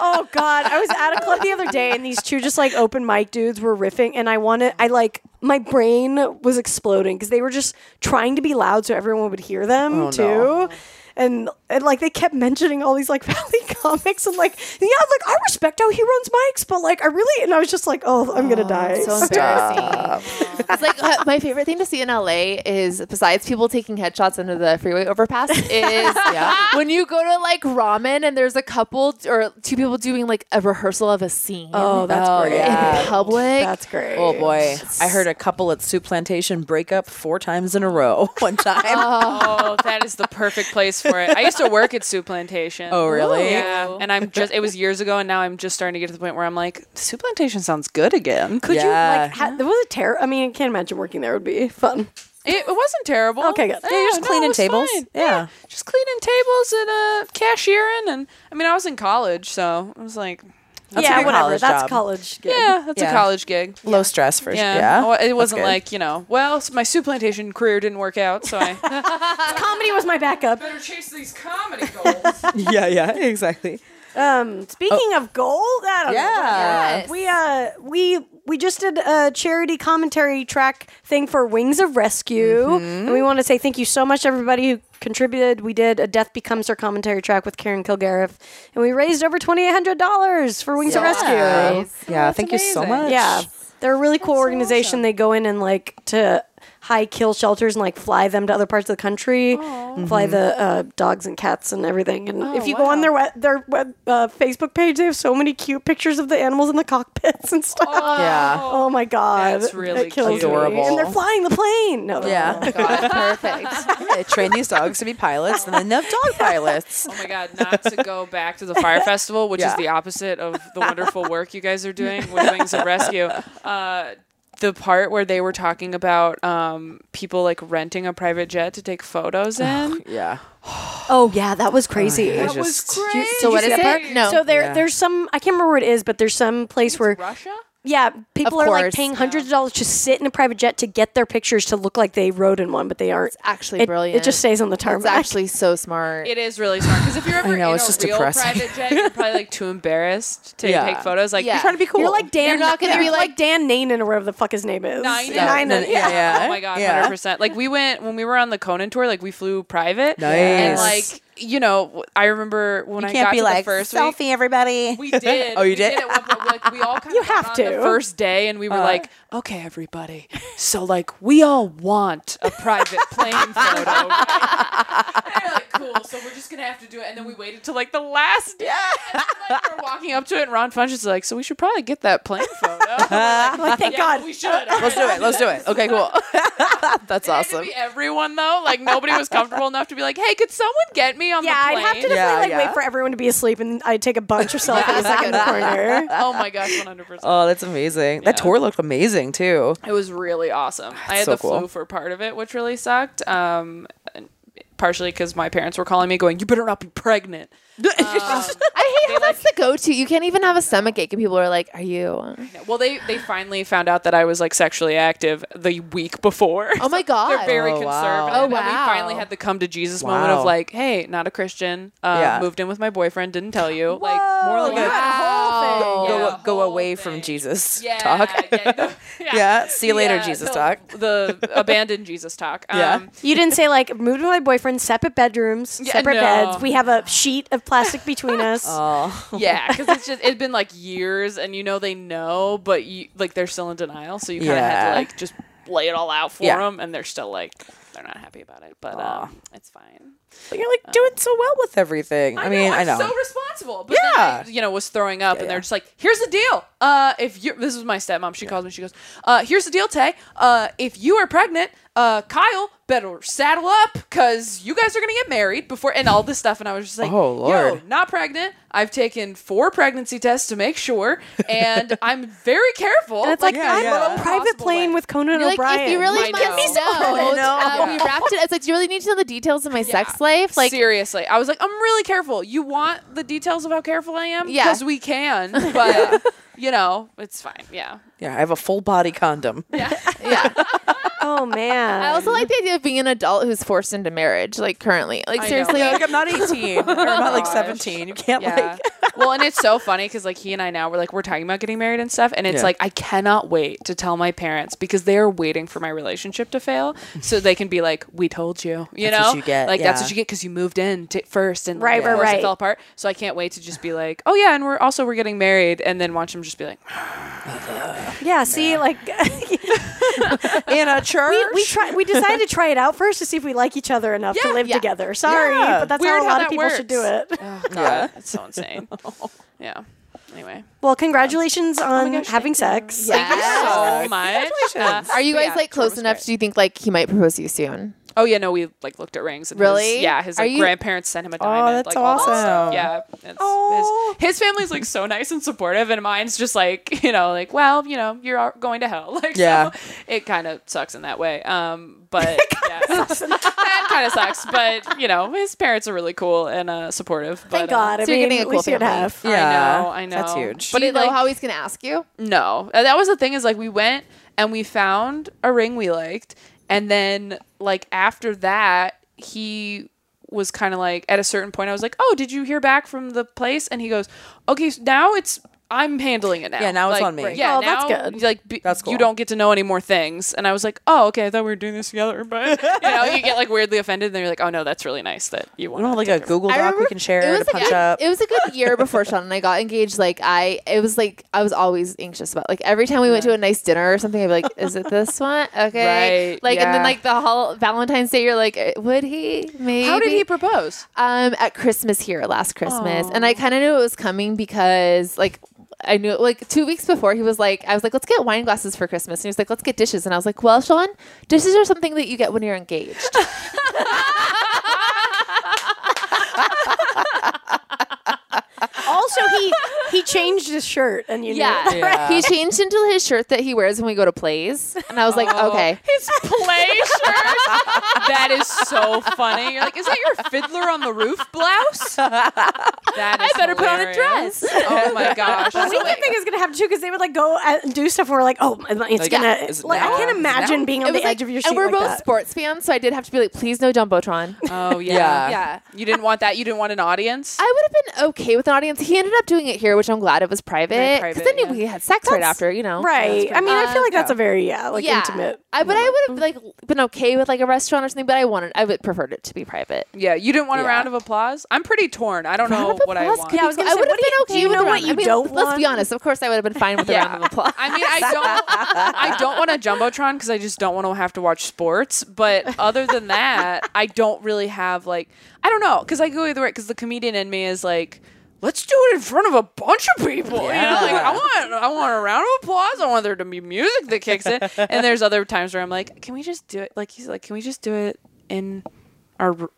[SPEAKER 1] Oh God, I was at a club the other day and these two just like open mic dudes were riffing and I wanted I like my brain was exploding because they were just trying to be loud so everyone would hear them
[SPEAKER 2] no.
[SPEAKER 1] too. And, and like they kept mentioning all these like Valley comics and like yeah like I respect how he runs mics but like I really and I was just like oh I'm gonna die
[SPEAKER 3] So embarrassing. it's like uh, my favorite thing to see in LA is besides people taking headshots under the freeway overpass is when you go to like ramen and there's a couple t- or two people doing like a rehearsal of a scene
[SPEAKER 1] oh that's
[SPEAKER 2] Oh,
[SPEAKER 1] great
[SPEAKER 2] yeah.
[SPEAKER 3] in public.
[SPEAKER 1] that's great
[SPEAKER 2] Oh boy. I heard a couple at Soup Plantation break up four times in a row one time.
[SPEAKER 1] Uh,
[SPEAKER 5] Oh, that is the perfect place for it. I used to work at Soup Plantation.
[SPEAKER 2] Oh, really?
[SPEAKER 5] Yeah. And I'm just, it was years ago, and now I'm just starting to get to the point where I'm like, Soup Plantation sounds good again. Could you?
[SPEAKER 2] Yeah.
[SPEAKER 1] like ha- there was a terror I mean I can't imagine working there would be fun
[SPEAKER 5] It, it wasn't terrible.
[SPEAKER 1] Okay, good.
[SPEAKER 5] Yeah,
[SPEAKER 1] Yeah, you're just
[SPEAKER 5] no, it
[SPEAKER 2] cleaning
[SPEAKER 5] was
[SPEAKER 2] tables.
[SPEAKER 5] fine.
[SPEAKER 2] Yeah.
[SPEAKER 5] Just cleaning tables and uh, cashiering. And I mean, I was in college, so I was like,
[SPEAKER 2] That's a
[SPEAKER 1] yeah
[SPEAKER 2] good
[SPEAKER 1] whatever
[SPEAKER 2] college
[SPEAKER 1] that's
[SPEAKER 2] job.
[SPEAKER 1] college gig.
[SPEAKER 5] yeah, that's
[SPEAKER 2] Yeah.
[SPEAKER 5] a college gig.
[SPEAKER 2] Low stress for
[SPEAKER 5] Yeah.
[SPEAKER 2] sure.
[SPEAKER 5] Well, It wasn't
[SPEAKER 2] That's good.
[SPEAKER 5] like, you know, well, my soup plantation career didn't work out, so I
[SPEAKER 1] comedy was my backup
[SPEAKER 5] better chase these comedy goals.
[SPEAKER 2] yeah, yeah, exactly.
[SPEAKER 1] Um, speaking of gold, I don't know.
[SPEAKER 2] Yeah.
[SPEAKER 3] Yes.
[SPEAKER 1] we uh, we we just did a charity commentary track thing for Wings of Rescue, and we want to say thank you so much, everybody who contributed. We did a Death Becomes Her commentary track with Karen Kilgariff, and we raised over twenty eight hundred dollars for Wings of Rescue.
[SPEAKER 2] Yeah, thank you so
[SPEAKER 5] amazing.
[SPEAKER 2] much.
[SPEAKER 1] Yeah. They're a really cool organization. They go in and like to high kill shelters and like fly them to other parts of the country, fly
[SPEAKER 3] Mm-hmm.
[SPEAKER 1] the uh, dogs and cats and everything. And
[SPEAKER 5] Oh,
[SPEAKER 1] if you go on their web, their web, uh, Facebook page, they have so many cute pictures of the animals in the cockpits and stuff. Oh,
[SPEAKER 2] Yeah.
[SPEAKER 1] my god,
[SPEAKER 5] That's really
[SPEAKER 1] It kills
[SPEAKER 5] cute.
[SPEAKER 1] me.
[SPEAKER 2] Adorable.
[SPEAKER 1] And they're flying the plane. No, they're
[SPEAKER 7] Oh
[SPEAKER 1] not.
[SPEAKER 2] Yeah.
[SPEAKER 3] God, perfect.
[SPEAKER 2] They train these dogs to be pilots and then they have dog pilots.
[SPEAKER 5] Oh my god, not to go back to the fire festival, which
[SPEAKER 2] Yeah.
[SPEAKER 5] is the opposite of the wonderful work you guys are doing with Wings of Rescue. Uh, the part where they were talking about um, people like renting a private jet to take photos in.
[SPEAKER 2] Yeah.
[SPEAKER 1] Oh yeah, that was crazy.
[SPEAKER 2] I just-
[SPEAKER 3] so what is it? No.
[SPEAKER 1] So there, there's some I can't remember where it is, but there's some place where
[SPEAKER 5] Russia?
[SPEAKER 1] Yeah, people are like
[SPEAKER 3] course.
[SPEAKER 1] paying hundreds of dollars to sit in a private jet to get their pictures to look like they rode in one, but they aren't.
[SPEAKER 3] actually
[SPEAKER 1] It-
[SPEAKER 3] brilliant.
[SPEAKER 1] It just stays on the tarmac.
[SPEAKER 3] It's actually so smart.
[SPEAKER 5] It is really smart because if you're ever
[SPEAKER 2] know,
[SPEAKER 5] in
[SPEAKER 2] it's
[SPEAKER 5] a
[SPEAKER 2] just
[SPEAKER 5] real
[SPEAKER 2] depressing.
[SPEAKER 5] private jet, you're probably like too embarrassed to
[SPEAKER 2] Yeah.
[SPEAKER 5] take photos. Like
[SPEAKER 3] Yeah.
[SPEAKER 5] you're trying to be cool.
[SPEAKER 1] You're like Dan.
[SPEAKER 3] You're not gonna
[SPEAKER 1] yeah.
[SPEAKER 3] be
[SPEAKER 1] You're
[SPEAKER 3] like-
[SPEAKER 1] Dan Nanan or whatever the fuck his name is.
[SPEAKER 5] Nine.
[SPEAKER 1] Yeah.
[SPEAKER 2] Nine.
[SPEAKER 1] Nine. Yeah.
[SPEAKER 5] Oh my god,
[SPEAKER 2] Yeah.
[SPEAKER 5] hundred percent. Like we went when we were on the Conan tour. Like we flew private. And
[SPEAKER 2] Nice.
[SPEAKER 5] like you know, I remember when I got to the first week-
[SPEAKER 2] everybody.
[SPEAKER 5] We did.
[SPEAKER 2] Oh, you
[SPEAKER 5] We
[SPEAKER 2] did?
[SPEAKER 5] at one point, like, we all kind
[SPEAKER 1] You
[SPEAKER 5] of got
[SPEAKER 1] have
[SPEAKER 5] on
[SPEAKER 1] to.
[SPEAKER 5] the first day, and we
[SPEAKER 2] Uh.
[SPEAKER 5] were like, "Okay, everybody. So like, we all want a private plane photo." right? And they're like, "Cool. So we're just gonna have to do it." And then we waited till like the last day. And then, like, we're walking up to it, and Ron Funch is like, "So we should probably get that plane photo." I'm like,
[SPEAKER 1] Thank
[SPEAKER 5] "Yeah,
[SPEAKER 1] God.
[SPEAKER 5] we should." All
[SPEAKER 2] Let's do
[SPEAKER 5] right."
[SPEAKER 2] it. Let's do it. Okay, cool. That's
[SPEAKER 5] It had to
[SPEAKER 2] awesome.
[SPEAKER 5] be everyone though. Like nobody was comfortable enough to be like, "Hey, could someone get me on
[SPEAKER 1] Yeah,
[SPEAKER 5] the
[SPEAKER 1] I'd
[SPEAKER 5] plane?"
[SPEAKER 1] have to definitely
[SPEAKER 2] Yeah,
[SPEAKER 1] like
[SPEAKER 2] yeah.
[SPEAKER 1] wait for everyone to be asleep, and I'd take a bunch of selfies like in the corner.
[SPEAKER 5] Oh my gosh, one hundred percent.
[SPEAKER 2] Oh, that's amazing. That tour looked amazing too.
[SPEAKER 5] It was really awesome. I had
[SPEAKER 2] so
[SPEAKER 5] the
[SPEAKER 2] cool.
[SPEAKER 5] flu for part of it, which really sucked. Um, and partially because my parents were calling me, going, "You better not be pregnant."
[SPEAKER 3] I hate how that's the go-to. You can't even have a stomach ache, and people are like, "Are you?"
[SPEAKER 5] Well, they they finally found out that I was like sexually active the week before.
[SPEAKER 3] Oh my god.
[SPEAKER 5] They're very
[SPEAKER 2] Oh, wow.
[SPEAKER 5] conservative.
[SPEAKER 3] Oh,
[SPEAKER 5] And we
[SPEAKER 3] wow.
[SPEAKER 5] finally had the come to Jesus moment
[SPEAKER 2] Wow.
[SPEAKER 5] of like, hey, not a Christian. Uh,
[SPEAKER 2] Yeah.
[SPEAKER 5] Moved in with my boyfriend, didn't tell you. Like more like
[SPEAKER 1] you
[SPEAKER 5] a-
[SPEAKER 1] had a whole thing.
[SPEAKER 5] Yeah,
[SPEAKER 2] go go
[SPEAKER 5] whole
[SPEAKER 2] away
[SPEAKER 5] thing.
[SPEAKER 2] from Jesus
[SPEAKER 5] yeah,
[SPEAKER 2] talk.
[SPEAKER 5] Yeah, no-
[SPEAKER 2] Yeah, see you later,
[SPEAKER 5] Yeah,
[SPEAKER 2] Jesus
[SPEAKER 5] the-
[SPEAKER 2] talk.
[SPEAKER 5] The abandoned Jesus talk. Um,
[SPEAKER 2] Yeah.
[SPEAKER 1] You didn't say like moved with my boyfriend, separate bedrooms,
[SPEAKER 5] Yeah,
[SPEAKER 1] separate
[SPEAKER 5] no.
[SPEAKER 1] beds. We have a sheet of plastic between us.
[SPEAKER 2] Oh,
[SPEAKER 5] yeah because it's just it's been like years and you know they know but you like they're still in denial so you kind of have
[SPEAKER 2] Yeah.
[SPEAKER 5] to like just lay it all out for
[SPEAKER 2] Yeah.
[SPEAKER 5] them and they're still like they're not happy about it but um, it's fine
[SPEAKER 2] but you're like doing so well with everything. I, mean,
[SPEAKER 5] I'm
[SPEAKER 2] I know.
[SPEAKER 5] so responsible but
[SPEAKER 2] Yeah.
[SPEAKER 5] yeah you know was throwing up and they're just like here's the deal uh if you this was my stepmom she calls me she goes uh here's the deal tay uh if you are pregnant uh, Kyle, better saddle up because you guys are going to get married before, and all this stuff. And I was just like,
[SPEAKER 2] Oh, Lord.
[SPEAKER 5] yo, not pregnant. I've taken four pregnancy tests to make sure, and I'm very careful.
[SPEAKER 1] And it's like,
[SPEAKER 2] yeah,
[SPEAKER 1] I'm
[SPEAKER 2] yeah.
[SPEAKER 1] on a private
[SPEAKER 5] Possible
[SPEAKER 1] plane
[SPEAKER 5] way.
[SPEAKER 1] with Conan
[SPEAKER 3] You're like,
[SPEAKER 1] O'Brien.
[SPEAKER 3] if you really
[SPEAKER 5] Might
[SPEAKER 3] must
[SPEAKER 5] know.
[SPEAKER 3] know,
[SPEAKER 2] I know.
[SPEAKER 3] uh, we wrapped it. It's like, do you really need to know the details of my sex life? Like,
[SPEAKER 5] seriously i was like i'm really careful you want the details of how careful i am
[SPEAKER 3] Yeah.
[SPEAKER 5] because we can but you know it's fine yeah
[SPEAKER 2] Yeah, I have a full body condom.
[SPEAKER 3] yeah.
[SPEAKER 1] oh man.
[SPEAKER 3] I also like the idea of being an adult who's forced into marriage, like currently. Like
[SPEAKER 5] know.
[SPEAKER 3] seriously,
[SPEAKER 2] Like
[SPEAKER 3] like,
[SPEAKER 2] I'm not 18 or I'm not like
[SPEAKER 5] Gosh.
[SPEAKER 2] 17. You can't
[SPEAKER 5] yeah
[SPEAKER 2] like.
[SPEAKER 5] well and it's so funny because like he and i now we're like we're talking about getting married and stuff and it's
[SPEAKER 2] Yeah.
[SPEAKER 5] like i cannot wait to tell my parents because they're waiting for my relationship to fail so they can be like we told you you
[SPEAKER 2] That's
[SPEAKER 5] know
[SPEAKER 2] what you get,
[SPEAKER 5] like that's
[SPEAKER 2] yeah.
[SPEAKER 5] what you get because you moved in t- first and
[SPEAKER 1] Right,
[SPEAKER 5] like,
[SPEAKER 1] right,
[SPEAKER 5] of course
[SPEAKER 1] right.
[SPEAKER 5] it fell apart so i can't wait to just be like oh yeah and we're also we're getting married and then watch them just be like "Oh,
[SPEAKER 1] yeah, see, like
[SPEAKER 2] in a church.
[SPEAKER 1] we, we try we decided to try it out first to see if we like each other enough to
[SPEAKER 5] Yeah,
[SPEAKER 1] live
[SPEAKER 3] yeah.
[SPEAKER 1] together. Sorry,
[SPEAKER 2] Yeah.
[SPEAKER 1] but that's how
[SPEAKER 5] Weird
[SPEAKER 1] a
[SPEAKER 5] how
[SPEAKER 1] lot of
[SPEAKER 5] that
[SPEAKER 1] people should do
[SPEAKER 5] works.
[SPEAKER 1] it.
[SPEAKER 5] oh god
[SPEAKER 2] Yeah.
[SPEAKER 5] that's so insane yeah anyway
[SPEAKER 1] Well, congratulations on
[SPEAKER 5] gosh,
[SPEAKER 1] having sex.
[SPEAKER 3] Yeah.
[SPEAKER 5] Thank you so
[SPEAKER 2] Yes.
[SPEAKER 5] much. Yeah.
[SPEAKER 3] are you
[SPEAKER 5] But
[SPEAKER 3] guys like
[SPEAKER 5] yeah, Jordan
[SPEAKER 3] close
[SPEAKER 5] was
[SPEAKER 3] enough?
[SPEAKER 5] great.
[SPEAKER 3] Do you think like he might propose to you soon?
[SPEAKER 5] Oh yeah, no, we like looked at rings. And
[SPEAKER 3] Really?
[SPEAKER 5] His, yeah, his
[SPEAKER 3] Are
[SPEAKER 5] like,
[SPEAKER 3] you-
[SPEAKER 5] grandparents sent him a diamond.
[SPEAKER 2] Oh, that's
[SPEAKER 5] like, all that stuff.
[SPEAKER 2] awesome. Oh.
[SPEAKER 5] Yeah. It's,
[SPEAKER 1] Aw.
[SPEAKER 5] his, his family's like so nice and supportive, and mine's just like you know like well you know you're all going to hell. Like so
[SPEAKER 2] Yeah.
[SPEAKER 5] it kind of sucks in that way. Um, but yeah, that kind of sucks. But you know his parents are really cool and uh, supportive. But,
[SPEAKER 1] Thank
[SPEAKER 5] uh,
[SPEAKER 1] God. I
[SPEAKER 3] So you're
[SPEAKER 1] mean,
[SPEAKER 3] getting a
[SPEAKER 1] at
[SPEAKER 3] cool
[SPEAKER 1] least you
[SPEAKER 3] family.
[SPEAKER 1] have.
[SPEAKER 5] I know, I know.
[SPEAKER 2] That's huge.
[SPEAKER 5] But
[SPEAKER 3] Do you
[SPEAKER 5] it,
[SPEAKER 3] know
[SPEAKER 5] like-
[SPEAKER 3] how he's gonna ask you?
[SPEAKER 5] No, Uh, that was the thing. Is like we went and we found a ring we liked, and then like after that, he was kind of like at a certain point. I was like, "Oh, did you hear back from the place?" And he goes, "Okay, so now it's." I'm handling it now.
[SPEAKER 2] Yeah, now it's
[SPEAKER 5] Like,
[SPEAKER 2] on me.
[SPEAKER 5] right. Yeah,
[SPEAKER 1] Oh,
[SPEAKER 5] now,
[SPEAKER 1] that's good.
[SPEAKER 5] Like, b-
[SPEAKER 2] That's cool.
[SPEAKER 5] you don't get to know any more things. And I was like, oh, okay, I thought we were doing this together, but you know, you get like weirdly offended, and then you're like, oh no, that's really nice that you
[SPEAKER 2] we
[SPEAKER 5] want.
[SPEAKER 2] don't have like a Google Doc
[SPEAKER 3] I
[SPEAKER 2] we
[SPEAKER 3] remember-
[SPEAKER 2] can share
[SPEAKER 3] It
[SPEAKER 2] to
[SPEAKER 3] was, like,
[SPEAKER 2] punch
[SPEAKER 3] a,
[SPEAKER 2] up.
[SPEAKER 3] it was a good year before Sean and I got engaged. Like I, it was like I was always anxious about like every time we went to a nice dinner or something, I'd be like, "Is it this one? Okay."
[SPEAKER 5] Right,
[SPEAKER 3] Like and
[SPEAKER 5] yeah.
[SPEAKER 3] then like the whole Valentine's Day, you're like, "Uh, "Would he? Maybe."
[SPEAKER 5] How did he propose?
[SPEAKER 3] Um, at Christmas here last Christmas, and I kind of knew it was coming because like I knew like two weeks before he was like I was like let's get wine glasses for Christmas, and he was like let's get dishes, and I was like well Sean, dishes are something that you get when you're engaged.
[SPEAKER 1] Also, he he changed his shirt, and you
[SPEAKER 3] yeah,
[SPEAKER 1] knew.
[SPEAKER 2] Yeah.
[SPEAKER 3] he changed into his shirt that he wears when we go to plays, and I was like
[SPEAKER 5] Oh,
[SPEAKER 3] okay.
[SPEAKER 5] His play shirt. that is so funny. You're like, is that your Fiddler on the Roof blouse? That is I
[SPEAKER 3] better put on a dress.
[SPEAKER 5] Oh my gosh.
[SPEAKER 1] But we didn't think it was gonna happen too, because they would like go out and do stuff. And we're like, oh, it's gonna.
[SPEAKER 2] is it
[SPEAKER 1] like, I
[SPEAKER 2] now?
[SPEAKER 1] can't
[SPEAKER 2] Is it
[SPEAKER 1] imagine being on
[SPEAKER 3] It
[SPEAKER 1] the
[SPEAKER 3] was like-
[SPEAKER 1] edge of your seat.
[SPEAKER 3] and we're
[SPEAKER 1] like
[SPEAKER 3] both
[SPEAKER 1] that.
[SPEAKER 3] sports fans, so I did have to be like, please no jumbotron.
[SPEAKER 5] oh yeah.
[SPEAKER 2] Yeah.
[SPEAKER 3] yeah,
[SPEAKER 5] You didn't want that. You didn't want an audience.
[SPEAKER 3] I would have been okay with an audience. He ended up doing it here, which I'm glad it was private
[SPEAKER 5] private,
[SPEAKER 3] because then
[SPEAKER 5] yeah.
[SPEAKER 3] we had sex right
[SPEAKER 1] That's-
[SPEAKER 3] after, you know.
[SPEAKER 1] Right. I mean, I feel like that's
[SPEAKER 5] yeah.
[SPEAKER 1] a very yeah, like intimate.
[SPEAKER 3] I, but I would have like been okay with like a restaurant or something, but I wanted I would preferred it to be private.
[SPEAKER 5] yeah. You didn't want a
[SPEAKER 2] Yeah.
[SPEAKER 5] round of applause. I'm pretty torn. I don't know
[SPEAKER 3] Round of
[SPEAKER 5] what I
[SPEAKER 3] applause
[SPEAKER 5] want.
[SPEAKER 3] could
[SPEAKER 1] Yeah, I was
[SPEAKER 3] be-
[SPEAKER 1] gonna say,
[SPEAKER 3] would have
[SPEAKER 1] what do
[SPEAKER 3] been
[SPEAKER 1] you-
[SPEAKER 3] okay
[SPEAKER 1] do you
[SPEAKER 3] with
[SPEAKER 1] know
[SPEAKER 3] a
[SPEAKER 1] what
[SPEAKER 3] round-
[SPEAKER 1] you
[SPEAKER 3] I mean,
[SPEAKER 1] don't
[SPEAKER 3] Let's be
[SPEAKER 1] want?
[SPEAKER 3] honest. Of course, I would have been fine with a round of applause.
[SPEAKER 5] I mean, I don't. I don't want a jumbotron because I just don't want to have to watch sports. But other than that, I don't really have like I don't know because I go either way because the comedian in me is like. Let's do it in front of a bunch of people. You know, like I want, I want a round of applause. I want there to be music that kicks in. And there's other times where I'm like, can we just do it? Like he's like, can we just do it in our, r-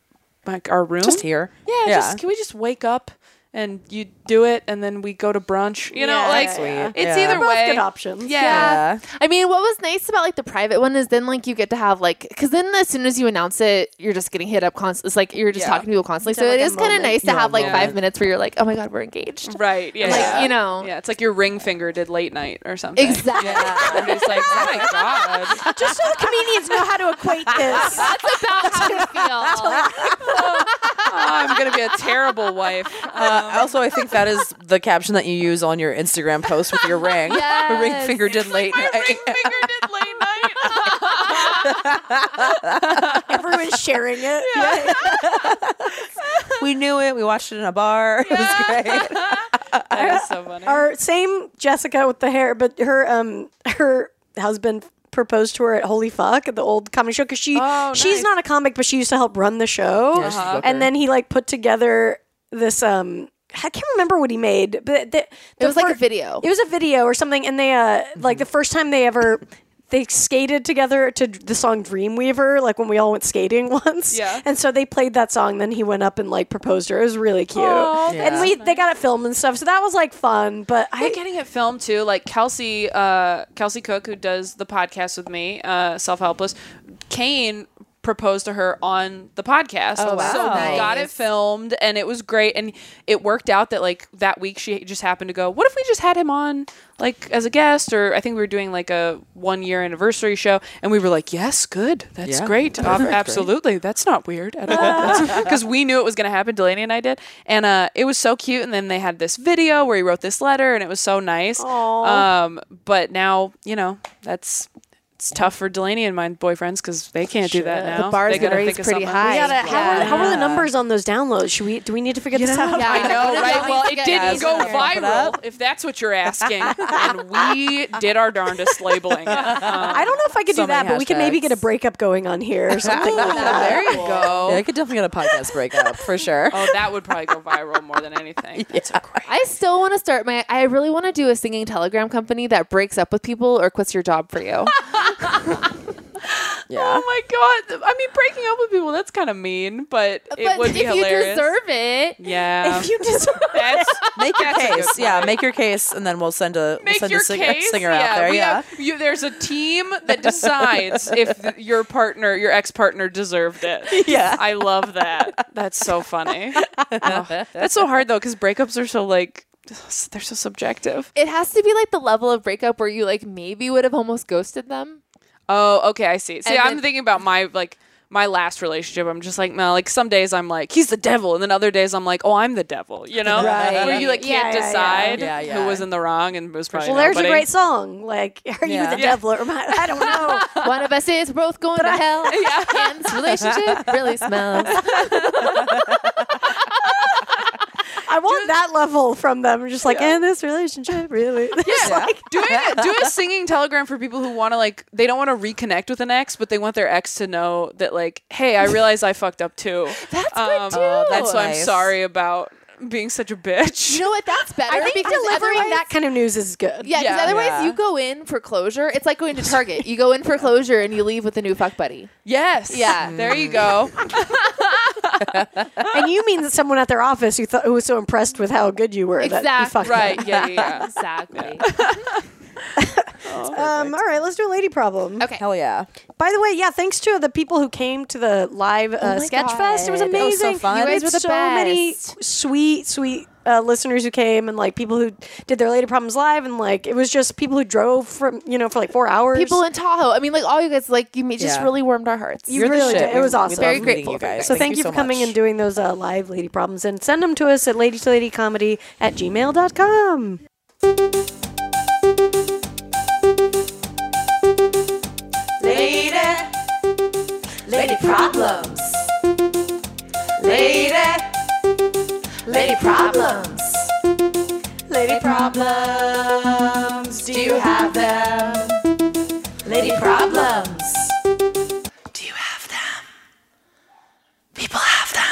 [SPEAKER 5] like our room?
[SPEAKER 2] Just here.
[SPEAKER 5] Yeah, Just, can we just wake up and you do it, and then we go to brunch? You know,
[SPEAKER 1] Yeah.
[SPEAKER 5] like
[SPEAKER 1] Sweet.
[SPEAKER 5] it's
[SPEAKER 2] Yeah.
[SPEAKER 5] either
[SPEAKER 1] Both
[SPEAKER 5] way.
[SPEAKER 1] good options.
[SPEAKER 2] Yeah.
[SPEAKER 3] I mean, what was nice about like the private one is then like you get to have like because then as soon as you announce it, you're just getting hit up constantly. It's like you're just
[SPEAKER 5] Yeah.
[SPEAKER 3] talking to people constantly. So
[SPEAKER 1] have,
[SPEAKER 3] it
[SPEAKER 1] like, a
[SPEAKER 3] is kind of
[SPEAKER 1] moment.
[SPEAKER 3] nice to
[SPEAKER 2] You have
[SPEAKER 3] have
[SPEAKER 2] a
[SPEAKER 3] like
[SPEAKER 2] moment.
[SPEAKER 3] five minutes where you're like, oh my god, we're engaged.
[SPEAKER 5] Right. Yeah.
[SPEAKER 3] Like
[SPEAKER 5] Mm-hmm. yeah.
[SPEAKER 3] you know.
[SPEAKER 5] Yeah, it's like your ring finger did late night or something.
[SPEAKER 3] Exactly.
[SPEAKER 5] I'm just like, oh my god. Oh,
[SPEAKER 1] Just so comedians know how to equate this.
[SPEAKER 3] That's about how I feel.
[SPEAKER 5] Oh, I'm gonna be a terrible wife.
[SPEAKER 2] Uh, also, I think that is the caption that you use on your Instagram post with your ring.
[SPEAKER 3] Yes.
[SPEAKER 2] The ring finger did late.
[SPEAKER 5] ring finger did late night.
[SPEAKER 1] Everyone's sharing it.
[SPEAKER 2] we knew it. We watched it in a bar. It was great.
[SPEAKER 5] that is so funny.
[SPEAKER 1] Our same Jessica with the hair, but her um her husband proposed to her at Holy Fuck at the old comedy show because she
[SPEAKER 5] Oh,
[SPEAKER 1] she's
[SPEAKER 5] nice.
[SPEAKER 1] not a comic, but she used to help run the show.
[SPEAKER 2] Yeah, she's a booker.
[SPEAKER 1] And then he like put together this um I can't remember what he made, but the, the
[SPEAKER 3] It was like a
[SPEAKER 1] fir-
[SPEAKER 3] video.
[SPEAKER 1] It was a video or something, and they uh like the first time they ever
[SPEAKER 7] they skated together to the song Dreamweaver, like when we all went skating once.
[SPEAKER 5] Yeah.
[SPEAKER 7] And so they played that song. Then he went up and like proposed to her. It was really cute.
[SPEAKER 5] Aw,
[SPEAKER 7] and we they got it filmed and stuff. So that was like fun. But
[SPEAKER 5] I
[SPEAKER 7] I
[SPEAKER 5] think getting it filmed too. Like Kelsey, uh, Kelsey Cook, who does the podcast with me, uh, Self Helpless, Kane proposed to her on the podcast. Oh,
[SPEAKER 3] wow.
[SPEAKER 5] So we
[SPEAKER 3] Nice.
[SPEAKER 5] got it filmed and it was great. And it worked out that like that week she just happened to go, what if we just had him on like as a guest? Or I think we were doing like a one year anniversary show and we were like, yes, good. That's
[SPEAKER 2] Yeah.
[SPEAKER 5] great. Ab- absolutely. That's not weird at all. Because we knew it was going to happen. Delaney and I did. And uh, it was so cute. And then they had this video where he wrote this letter and it was so nice. Um, but now, you know, that's. It's tough for Delaney and my boyfriends because they can't do that now.
[SPEAKER 3] The bar
[SPEAKER 5] They gotta
[SPEAKER 3] is
[SPEAKER 5] think of
[SPEAKER 3] pretty
[SPEAKER 5] something.
[SPEAKER 3] high.
[SPEAKER 7] we gotta- how, are, how are the numbers on those downloads? Should we do we need to figure this out?
[SPEAKER 3] Yeah.
[SPEAKER 5] I know, right? Well, it didn't go
[SPEAKER 2] Bump it
[SPEAKER 5] viral,
[SPEAKER 2] up.
[SPEAKER 5] if that's what you're asking. and we did our darndest labeling. it. Um,
[SPEAKER 7] I don't know if I could
[SPEAKER 2] So
[SPEAKER 7] do that,
[SPEAKER 2] many
[SPEAKER 7] but we can maybe
[SPEAKER 2] hashtags.
[SPEAKER 7] get a breakup going on here or something. like that.
[SPEAKER 2] there you
[SPEAKER 5] go.
[SPEAKER 2] Yeah, I could definitely get a podcast breakup for sure.
[SPEAKER 5] oh, that would probably go viral more than anything. That's a great.
[SPEAKER 3] I still want to start my. I really want to do a singing telegram company that breaks up with people or quits your job for you.
[SPEAKER 2] Yeah.
[SPEAKER 5] Oh my god! I mean, breaking up with people—that's kind of mean, but it
[SPEAKER 3] but
[SPEAKER 5] would
[SPEAKER 3] if
[SPEAKER 5] be
[SPEAKER 3] you
[SPEAKER 5] hilarious.
[SPEAKER 3] deserve it,
[SPEAKER 5] yeah.
[SPEAKER 7] If you deserve
[SPEAKER 5] that's,
[SPEAKER 2] Make your
[SPEAKER 5] That's a good
[SPEAKER 2] case.
[SPEAKER 5] point.
[SPEAKER 2] Yeah, make your case, and then we'll send a we'll
[SPEAKER 5] make
[SPEAKER 2] send
[SPEAKER 5] your
[SPEAKER 2] a sing- a
[SPEAKER 5] case.
[SPEAKER 2] singer out there.
[SPEAKER 5] we
[SPEAKER 2] Yeah,
[SPEAKER 5] have- you, there's a team that decides if th- your partner, your ex-partner, deserved it.
[SPEAKER 2] Yeah.
[SPEAKER 5] I love that. That's so funny. Oh, that's so hard though, because breakups are so like they're so subjective.
[SPEAKER 3] it has to be like the level of breakup where you like maybe would have almost ghosted them.
[SPEAKER 5] Oh, okay, I see. See,
[SPEAKER 3] And
[SPEAKER 5] I'm
[SPEAKER 3] then-
[SPEAKER 5] thinking about my like my last relationship. I'm just like, no, like some days I'm like, he's the devil, and then other days I'm like, oh, I'm the devil. You know,
[SPEAKER 2] Right.
[SPEAKER 5] where you like
[SPEAKER 7] Yeah,
[SPEAKER 5] can't
[SPEAKER 7] yeah, yeah.
[SPEAKER 5] decide
[SPEAKER 2] Yeah, yeah.
[SPEAKER 5] who was in the wrong and was probably
[SPEAKER 7] Well, there's
[SPEAKER 5] nobody.
[SPEAKER 7] a great song. Like, are
[SPEAKER 2] Yeah.
[SPEAKER 7] you the devil or my? I don't know.
[SPEAKER 3] One of us is we're both going to hell. And this relationship really smells.
[SPEAKER 7] I want that level from them. Just like, in this relationship, really. Yeah. like,
[SPEAKER 5] do a, do a singing telegram for people who want to like they don't want to reconnect with an ex, but they want their ex to know that like, hey, I realize I fucked up too. That's
[SPEAKER 3] good, too. Oh,
[SPEAKER 5] that's
[SPEAKER 2] that's
[SPEAKER 5] what I'm
[SPEAKER 2] nice.
[SPEAKER 5] sorry about being such a bitch.
[SPEAKER 3] You know what? That's better.
[SPEAKER 7] I think
[SPEAKER 3] because
[SPEAKER 7] delivering
[SPEAKER 3] otherwise-
[SPEAKER 7] that kind of news is good.
[SPEAKER 3] Yeah, because
[SPEAKER 5] Yeah.
[SPEAKER 3] otherwise
[SPEAKER 2] Yeah.
[SPEAKER 3] you go in for closure. It's like going to Target. You go in for closure and you leave with a new fuck buddy.
[SPEAKER 5] yes.
[SPEAKER 3] Yeah.
[SPEAKER 5] There you go.
[SPEAKER 7] And you mean that someone at their office who thought who was so impressed with how good you were that you
[SPEAKER 3] Exact-
[SPEAKER 7] fucked
[SPEAKER 5] right. Yeah. Yeah.
[SPEAKER 3] Exactly.
[SPEAKER 7] up. Um, all right, let's do a lady problem.
[SPEAKER 3] Okay.
[SPEAKER 2] hell yeah.
[SPEAKER 7] By the way, yeah, thanks to the people who came to the live uh,
[SPEAKER 3] my
[SPEAKER 7] sketch fest. It was
[SPEAKER 3] God. That
[SPEAKER 2] was so
[SPEAKER 7] amazing.
[SPEAKER 2] fun. You
[SPEAKER 7] We
[SPEAKER 3] guys
[SPEAKER 7] had
[SPEAKER 3] were the
[SPEAKER 7] so many
[SPEAKER 3] best.
[SPEAKER 7] sweet, sweet uh, listeners who came and like people who did their lady problems live and like it was just people who drove from you know for like four hours.
[SPEAKER 3] People in Tahoe. I mean, like all you guys, like you ma- just
[SPEAKER 2] Yeah.
[SPEAKER 3] really warmed our hearts.
[SPEAKER 7] you
[SPEAKER 2] You're the
[SPEAKER 7] really
[SPEAKER 2] shit.
[SPEAKER 7] did. It was
[SPEAKER 2] We- we
[SPEAKER 7] awesome.
[SPEAKER 2] love
[SPEAKER 3] Very
[SPEAKER 2] meeting
[SPEAKER 3] grateful
[SPEAKER 2] you
[SPEAKER 3] for
[SPEAKER 2] guys.
[SPEAKER 3] you.
[SPEAKER 7] So thank, you for
[SPEAKER 2] so
[SPEAKER 7] coming
[SPEAKER 2] much.
[SPEAKER 7] and doing those uh, live lady problems and send them to us at lady to lady comedy at gmail.com.
[SPEAKER 8] Lady problems. Lady. Lady problems. Lady problems. Do you have them? Lady problems. Do you have them? People have them.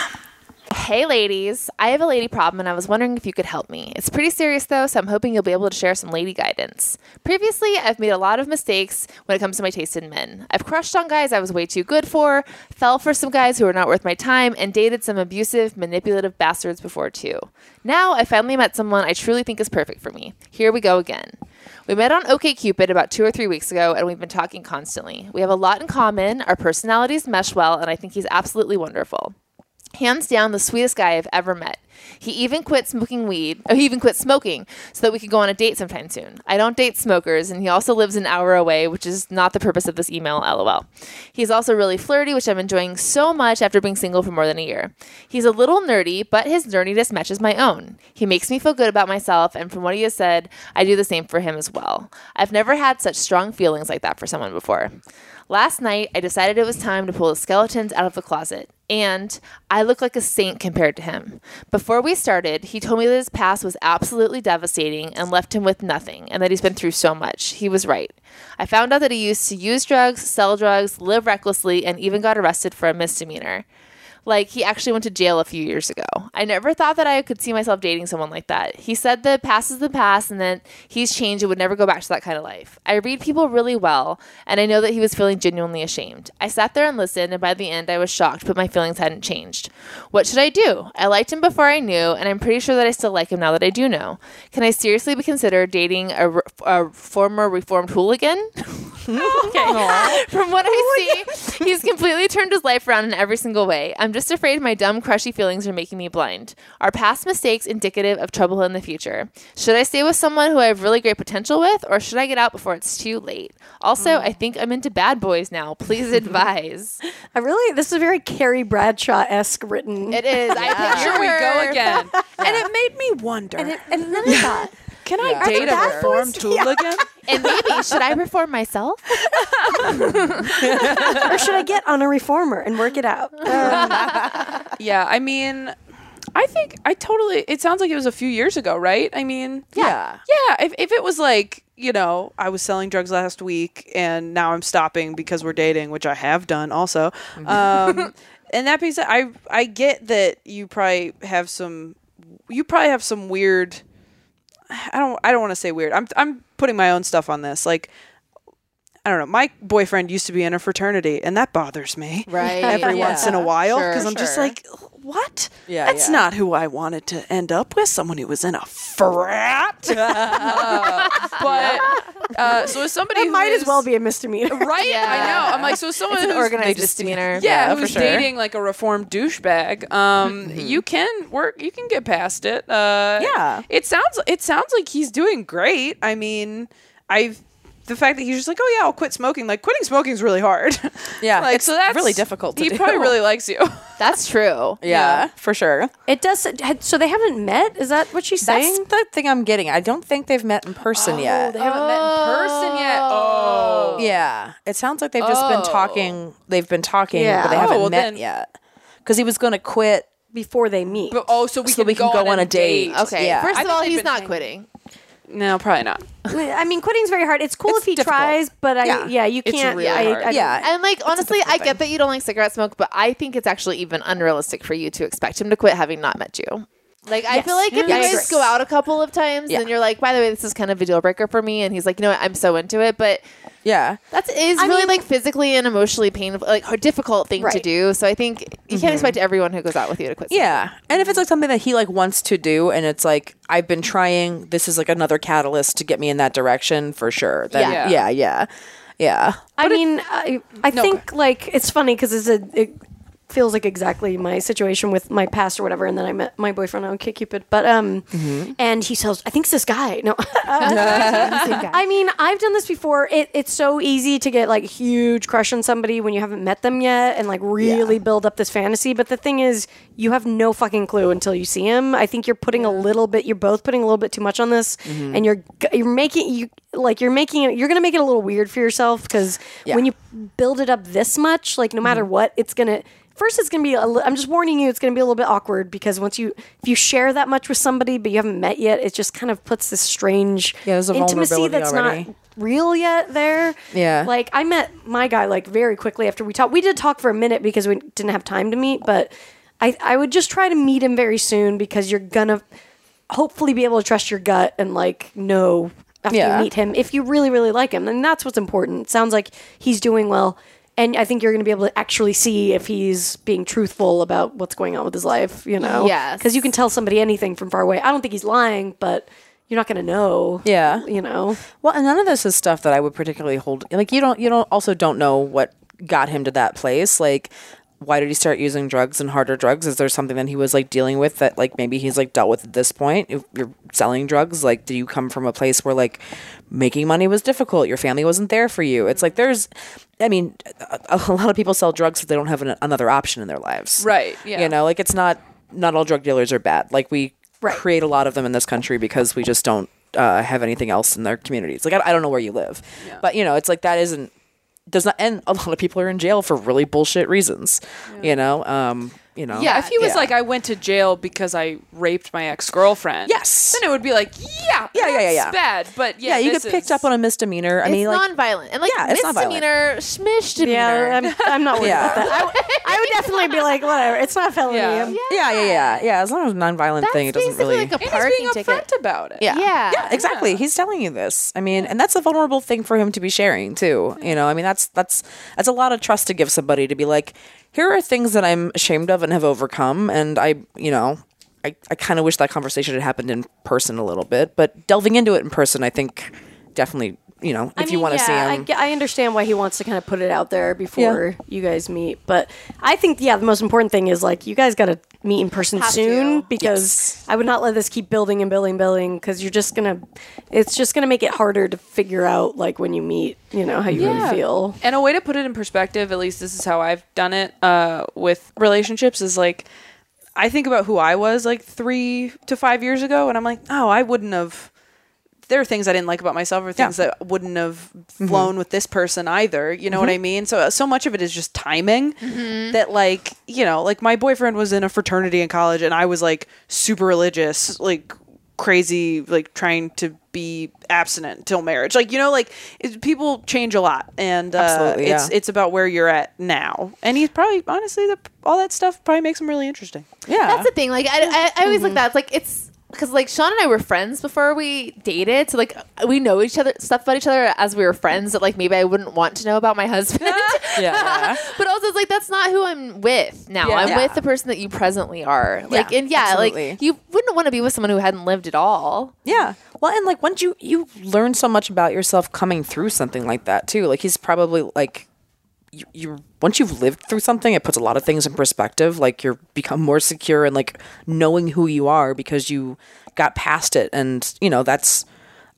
[SPEAKER 3] Hey, ladies. I have a lady problem and I was wondering if you could help me. It's pretty serious, though, so I'm hoping you'll be able to share some lady guidance. Previously, I've made a lot of mistakes when it comes to my taste in men. I've crushed on guys I was way too good for, fell for some guys who were not worth my time, and dated some abusive, manipulative bastards before, too. Now, I finally met someone I truly think is perfect for me. Here we go again. We met on OKCupid about two or three weeks ago, and we've been talking constantly. We have a lot in common, our personalities mesh well, and I think he's absolutely wonderful hands down the sweetest guy I've ever met. He even quit smoking weed. Oh, he even quit smoking so that we could go on a date sometime soon. I don't date smokers, and he also lives an hour away, which is not the purpose of this email, lol. He's also really flirty, which I'm enjoying so much after being single for more than a year. He's a little nerdy, but his nerdiness matches my own. He makes me feel good about myself, and from what he has said, I do the same for him as well. I've never had such strong feelings like that for someone before. Last night, I decided it was time to pull the skeletons out of the closet, and I look like a saint compared to him. Before we started, he told me that his past was absolutely devastating and left him with nothing, and that he's been through so much. He was right. I found out that he used to use drugs, sell drugs, live recklessly, and even got arrested for a misdemeanor. Like he actually went to jail a few years ago. I never thought that I could see myself dating someone like that. He said the past is the past and that he's changed and would never go back to that kind of life. I read people really well, and I know that he was feeling genuinely ashamed. I sat there and listened, and by the end I was shocked, but my feelings hadn't changed. What should I do? I liked him before I knew, and I'm pretty sure that I still like him now that I do know. Can I seriously be considered dating a, re- a former reformed hooligan? okay. From what
[SPEAKER 5] Oh
[SPEAKER 3] I see, he's completely turned his life around in every single way. I'm just afraid my dumb, crushy feelings are making me blind. Are past mistakes indicative of trouble in the future? Should I stay with someone who I have really great potential with, or should I get out before it's too late? Also,
[SPEAKER 5] Mm.
[SPEAKER 3] I think I'm into bad boys now. Please advise.
[SPEAKER 7] I really, this is very Carrie Bradshaw esque written.
[SPEAKER 3] it is. I picture
[SPEAKER 5] Uh, Here we
[SPEAKER 3] her-
[SPEAKER 5] go again.
[SPEAKER 2] And it made me wonder.
[SPEAKER 7] and, it, and then I thought,
[SPEAKER 5] Can I date a
[SPEAKER 7] bad
[SPEAKER 5] reformed hooligan?
[SPEAKER 3] And maybe should I reform myself?
[SPEAKER 7] or should I get on a reformer and work it out?
[SPEAKER 5] yeah, I mean, I think I totally. It sounds like it was a few years ago, right? I mean,
[SPEAKER 2] Yeah.
[SPEAKER 5] yeah. If if it was like you know, I was selling drugs last week and now I'm stopping because we're dating, which I have done also. Um, and that being said, I I get that you probably have some, you probably have some weird. I don't I don't want to say weird. I'm I'm putting my own stuff on this. Like I don't know. My boyfriend used to be in a fraternity and that bothers me.
[SPEAKER 2] Right,
[SPEAKER 5] Every
[SPEAKER 2] yeah.
[SPEAKER 5] once in a while
[SPEAKER 2] Sure,
[SPEAKER 5] because I'm just
[SPEAKER 2] sure.
[SPEAKER 5] like what?
[SPEAKER 2] Yeah,
[SPEAKER 5] That's
[SPEAKER 2] yeah.
[SPEAKER 5] not who I wanted to end up with. Someone who was in a frat. Uh, but uh, so if somebody
[SPEAKER 7] It
[SPEAKER 5] who
[SPEAKER 7] might as
[SPEAKER 5] is-
[SPEAKER 7] well be a misdemeanor.
[SPEAKER 5] right. I
[SPEAKER 3] Yeah.
[SPEAKER 5] know. I'm like so someone
[SPEAKER 3] It's an
[SPEAKER 5] who's
[SPEAKER 3] organized
[SPEAKER 2] they just-
[SPEAKER 3] misdemeanor.
[SPEAKER 5] yeah,
[SPEAKER 2] Yeah, for
[SPEAKER 5] who's
[SPEAKER 2] sure.
[SPEAKER 5] dating like a reformed douchebag. Um, you can work. You can get past it. Uh,
[SPEAKER 2] Yeah.
[SPEAKER 5] it sounds. It sounds like he's doing great. I mean, I. The fact that he's just like, oh yeah, I'll quit smoking. Like quitting smoking is really hard.
[SPEAKER 2] Yeah,
[SPEAKER 5] like
[SPEAKER 2] it's really difficult to
[SPEAKER 5] he
[SPEAKER 2] do.
[SPEAKER 5] probably really likes you.
[SPEAKER 3] That's true.
[SPEAKER 2] yeah, for sure.
[SPEAKER 7] It does. So they haven't met. Is that what she's
[SPEAKER 2] That's
[SPEAKER 7] saying?
[SPEAKER 2] the thing I'm getting. I don't think they've met in person yet.
[SPEAKER 5] haven't met in person yet. Oh,
[SPEAKER 2] Yeah, it sounds like they've just been talking. They've been talking,
[SPEAKER 7] Yeah.
[SPEAKER 2] but they
[SPEAKER 7] Oh,
[SPEAKER 2] haven't
[SPEAKER 5] well
[SPEAKER 2] met
[SPEAKER 5] then-
[SPEAKER 2] yet. Because he was going to quit,
[SPEAKER 7] Before they meet.
[SPEAKER 5] but oh, so we
[SPEAKER 2] So
[SPEAKER 5] can
[SPEAKER 2] we can go on
[SPEAKER 5] a
[SPEAKER 2] a date.
[SPEAKER 3] Okay.
[SPEAKER 2] Yeah.
[SPEAKER 3] First
[SPEAKER 5] I
[SPEAKER 3] of
[SPEAKER 5] think
[SPEAKER 3] all,
[SPEAKER 5] they've
[SPEAKER 3] he's
[SPEAKER 5] been
[SPEAKER 3] not
[SPEAKER 5] hanging.
[SPEAKER 3] quitting.
[SPEAKER 5] No, probably not.
[SPEAKER 7] I mean, quitting's very hard. It's cool
[SPEAKER 2] It's
[SPEAKER 7] if he
[SPEAKER 2] difficult.
[SPEAKER 7] tries, but I
[SPEAKER 2] Yeah.
[SPEAKER 7] yeah, you
[SPEAKER 5] It's
[SPEAKER 7] can't.
[SPEAKER 5] really
[SPEAKER 7] I,
[SPEAKER 5] hard.
[SPEAKER 7] I-
[SPEAKER 2] Yeah.
[SPEAKER 3] And like honestly, I get that you don't like cigarette smoke, but I think it's actually even unrealistic for you to expect him to quit having not met you. Like I feel like if
[SPEAKER 7] Yeah, I
[SPEAKER 3] you guys
[SPEAKER 7] agree.
[SPEAKER 3] go out a couple of times
[SPEAKER 2] Yeah.
[SPEAKER 3] and you're like, by the way, this is kind of a deal breaker for me, and he's like, you know what, I'm so into it, but
[SPEAKER 2] yeah,
[SPEAKER 3] that's is really like physically and emotionally painful, like a difficult thing to
[SPEAKER 7] Right.
[SPEAKER 3] do. So I think you can't expect everyone who goes out with you to quit. smoking.
[SPEAKER 2] Mm-hmm. yeah. And if it's like something that he like wants to do, and it's like I've been trying, this is like another catalyst to get me in that direction for sure. Then
[SPEAKER 3] Yeah.
[SPEAKER 2] yeah, yeah, yeah. yeah.
[SPEAKER 7] I mean, I, I think like it's funny because it's a it feels like exactly my situation with my past or whatever, and then I met my boyfriend on KCupid, but um, and he tells I think it's this guy. No, I mean I've done this before. It, it's so easy to get like huge crush on somebody when you haven't met them yet, and like really build up this fantasy. But the thing is, you have no fucking clue until you see him. I think you're putting a little bit. You're both putting a little bit too much on this, and you're g- you're making you like you're making it. You're gonna make it a little weird for yourself because when you build it up this much, like no matter
[SPEAKER 2] Mm-hmm.
[SPEAKER 7] what, it's gonna. First, it's gonna be. A li- I'm just warning you. It's gonna be a little bit awkward because once you, if you share that much with somebody but you haven't met yet, it just kind of puts this strange
[SPEAKER 2] Yeah, there's a
[SPEAKER 7] intimacy
[SPEAKER 2] vulnerability
[SPEAKER 7] that's
[SPEAKER 2] already.
[SPEAKER 7] not real yet. There,
[SPEAKER 2] Yeah.
[SPEAKER 7] Like I met my guy like very quickly after we talked. We did talk for a minute because we didn't have time to meet, but I I would just try to meet him very soon because you're gonna hopefully be able to trust your gut and like know after
[SPEAKER 2] Yeah.
[SPEAKER 7] you meet him if you really really like him and that's what's important it sounds like he's doing well and i think you're going to be able to actually see if he's being truthful about what's going on with his life you know
[SPEAKER 3] Yes.
[SPEAKER 7] because you can tell somebody anything from far away i don't think he's lying but you're not going to know
[SPEAKER 2] Yeah.
[SPEAKER 7] you know
[SPEAKER 2] Well, and none of this is stuff that I would particularly hold. Like you don't, you don't also don't know what got him to that place. Like, why did he start using drugs and harder drugs? Is there something that he was like dealing with that like maybe he's like dealt with at this point? If you're selling drugs, like, do you come from a place where like making money was difficult? Your family wasn't there for you. It's like there's, I mean, a, a lot of people sell drugs if they don't have an, another option in their lives.
[SPEAKER 5] Right, yeah.
[SPEAKER 2] You know, like it's not not all drug dealers are bad. Like we
[SPEAKER 7] Right.
[SPEAKER 2] create a lot of them in this country because we just don't uh, have anything else in their communities. Like I, I don't know where you live, but you know, it's like that isn't does not. And a lot of people are in jail for really bullshit reasons. You know, um, you know.
[SPEAKER 5] Yeah, if he was like, I went to jail because I raped my ex girlfriend.
[SPEAKER 2] Yes.
[SPEAKER 5] Then it would be like, yeah,
[SPEAKER 2] Yeah, yeah, yeah,
[SPEAKER 5] that's
[SPEAKER 2] yeah.
[SPEAKER 5] Bad, but yeah,
[SPEAKER 2] yeah, you
[SPEAKER 5] this
[SPEAKER 2] get picked
[SPEAKER 5] is-
[SPEAKER 2] up on a misdemeanor. I mean,
[SPEAKER 3] it's
[SPEAKER 2] like,
[SPEAKER 3] nonviolent and like
[SPEAKER 2] Yeah, it's nonviolent.
[SPEAKER 3] misdemeanor, schmish demeanor.
[SPEAKER 7] Yeah, I'm, I'm not worried
[SPEAKER 2] Yeah.
[SPEAKER 7] about that. I, w- I would definitely be like, whatever. It's not a felony.
[SPEAKER 5] Yeah.
[SPEAKER 7] I'm-
[SPEAKER 2] yeah, yeah, yeah, yeah. As long as it's a nonviolent
[SPEAKER 3] That's
[SPEAKER 2] thing, it doesn't
[SPEAKER 3] basically
[SPEAKER 2] really.
[SPEAKER 3] like a
[SPEAKER 5] And
[SPEAKER 3] parking
[SPEAKER 5] he's being
[SPEAKER 3] ticket.
[SPEAKER 5] upfront about it.
[SPEAKER 3] yeah. yeah,
[SPEAKER 2] yeah, exactly. He's telling you this. I mean, and that's a vulnerable thing for him to be sharing too.
[SPEAKER 7] Mm-hmm.
[SPEAKER 2] You know, I mean, that's that's that's a lot of trust to give somebody to be like, here are things that I'm ashamed of and have overcome, and I, you know, I, I kind of wish that conversation had happened in person a little bit, but delving into it in person, I think, definitely, you know, if
[SPEAKER 7] I
[SPEAKER 2] you
[SPEAKER 7] mean,
[SPEAKER 2] want to
[SPEAKER 7] yeah,
[SPEAKER 2] see
[SPEAKER 7] I
[SPEAKER 2] him,
[SPEAKER 7] ge- I, understand why he wants to kind of put it out there before you guys meet. But I think, yeah, the most important thing is like, you guys got to meet in person soon
[SPEAKER 3] to.
[SPEAKER 7] because I would not let this keep building and building, building because you're just going to, it's just going to make it harder to figure out like when you meet, you know, how you
[SPEAKER 5] Yeah.
[SPEAKER 7] really feel.
[SPEAKER 5] And a way to put it in perspective, at least this is how I've done it uh, with relationships, is like I think about who I was like three to five years ago, and I'm like, oh, I wouldn't have. There are things I didn't like about myself, or things that wouldn't have
[SPEAKER 2] Mm-hmm.
[SPEAKER 5] flown with this person either. You know what I mean? So, uh, so much of it is just timing.
[SPEAKER 2] Mm-hmm.
[SPEAKER 5] That, like, you know, like my boyfriend was in a fraternity in college, and I was like super religious, like crazy, like trying to be abstinent till marriage. Like, you know, like it, people change a lot, and uh,
[SPEAKER 2] Absolutely,
[SPEAKER 5] it's
[SPEAKER 2] yeah.
[SPEAKER 5] it's about where you're at now. And he's probably honestly, the, all that stuff probably makes him really interesting.
[SPEAKER 2] yeah,
[SPEAKER 3] That's the thing. Like I, I, I always like that. It's like it's because like Sean and I were friends before we dated, so like we know each other stuff about each other as we were friends that like maybe I wouldn't want to know about my husband.
[SPEAKER 2] yeah.
[SPEAKER 3] but also it's like that's not who I'm with now. I'm
[SPEAKER 2] Yeah.
[SPEAKER 3] with the person that you presently are. Like
[SPEAKER 2] Yeah,
[SPEAKER 3] and yeah,
[SPEAKER 2] absolutely.
[SPEAKER 3] like you wouldn't want to be with someone who hadn't lived at all.
[SPEAKER 2] Yeah. Well, and like once you you learn so much about yourself coming through something like that too. Like he's probably like you, you once you've lived through something, it puts a lot of things in perspective. Like you're become more secure and like knowing who you are because you got past it, and you know that's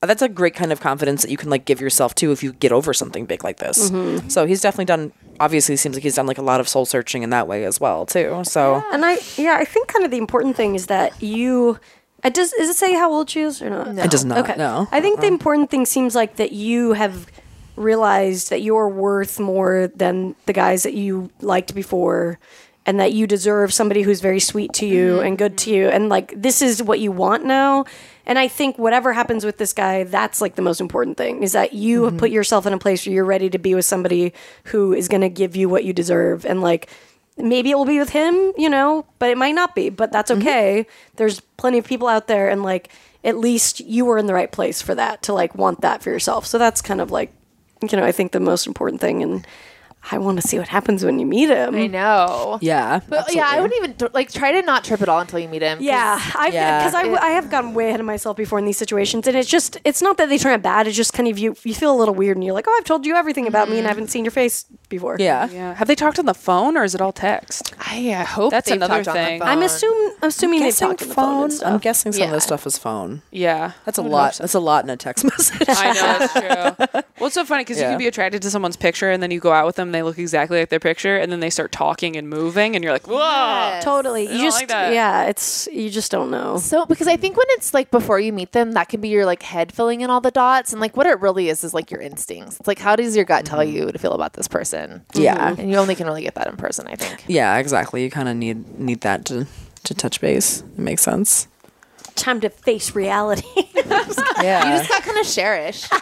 [SPEAKER 2] that's a great kind of confidence that you can like give yourself too if you get over something big like this. So he's definitely done. Obviously, seems like he's done like a lot of soul searching in that way as well too. So
[SPEAKER 7] And I, yeah, I think kind of the important thing is that you.
[SPEAKER 1] uh,
[SPEAKER 7] It does. Is it say how old she is or not?
[SPEAKER 2] It does not, no.
[SPEAKER 7] I think the important thing seems like that you have realized that you're worth more than the guys that you liked before, and that you deserve somebody who's very sweet to you and good to you, and like this is what you want now. And I think whatever happens with this guy, that's like the most important thing is that you have put yourself in a place where you're ready to be with somebody who is going to give you what you deserve, and like maybe it will be with him, you know, but it might not be, but that's
[SPEAKER 2] Mm-hmm.
[SPEAKER 7] okay. There's plenty of people out there and like at least you were in the right place for that to like want that for yourself. So that's kind of like you know, I think the most important thing and I want to see what happens when you meet him.
[SPEAKER 3] I know.
[SPEAKER 2] yeah,
[SPEAKER 3] But yeah, I wouldn't even like try to not trip at all until you meet him. 'cause-
[SPEAKER 7] Yeah, I
[SPEAKER 2] Yeah.
[SPEAKER 7] because I, w- I have gotten way ahead of myself before in these situations, and it's just it's not that they turn out bad. It's just kind of you you feel a little weird, and you're like, oh, I've told you everything about me, and I haven't seen your face before.
[SPEAKER 2] Mm-hmm. yeah.
[SPEAKER 5] Yeah. Have they talked on the phone or is it all text?
[SPEAKER 3] I uh, hope
[SPEAKER 5] That's
[SPEAKER 3] they've
[SPEAKER 5] another
[SPEAKER 3] talked on the
[SPEAKER 5] thing.
[SPEAKER 3] phone.
[SPEAKER 7] I'm assuming assuming they've
[SPEAKER 2] Guessing
[SPEAKER 7] talked on the phone. and
[SPEAKER 2] I'm
[SPEAKER 7] stuff.
[SPEAKER 2] guessing some of this
[SPEAKER 3] Yeah.
[SPEAKER 2] stuff is phone.
[SPEAKER 5] Yeah.
[SPEAKER 2] That's a lot. That's a lot in a text message.
[SPEAKER 5] I know that's true. Well, it's so funny because
[SPEAKER 2] Yeah.
[SPEAKER 5] you can be attracted to someone's picture, and then you go out with them, they look exactly like their picture, and then they start talking and moving, and you're like, "Whoa!"
[SPEAKER 3] Yes.
[SPEAKER 7] Totally.
[SPEAKER 5] I
[SPEAKER 7] You
[SPEAKER 5] don't
[SPEAKER 7] just
[SPEAKER 5] like that.
[SPEAKER 7] yeah, it's you just don't know.
[SPEAKER 3] So, because I think when it's like before you meet them, that can be your like head filling in all the dots. And like what it really is is like your instincts. It's like, how does your gut tell you to feel about this person? Mm-hmm.
[SPEAKER 2] Yeah.
[SPEAKER 3] And you only can really get that in person, I think.
[SPEAKER 2] Yeah, exactly. You kind of need need that to to touch base. It makes sense.
[SPEAKER 7] Time to face reality.
[SPEAKER 2] Yeah.
[SPEAKER 3] You just got kind of sherish.
[SPEAKER 5] I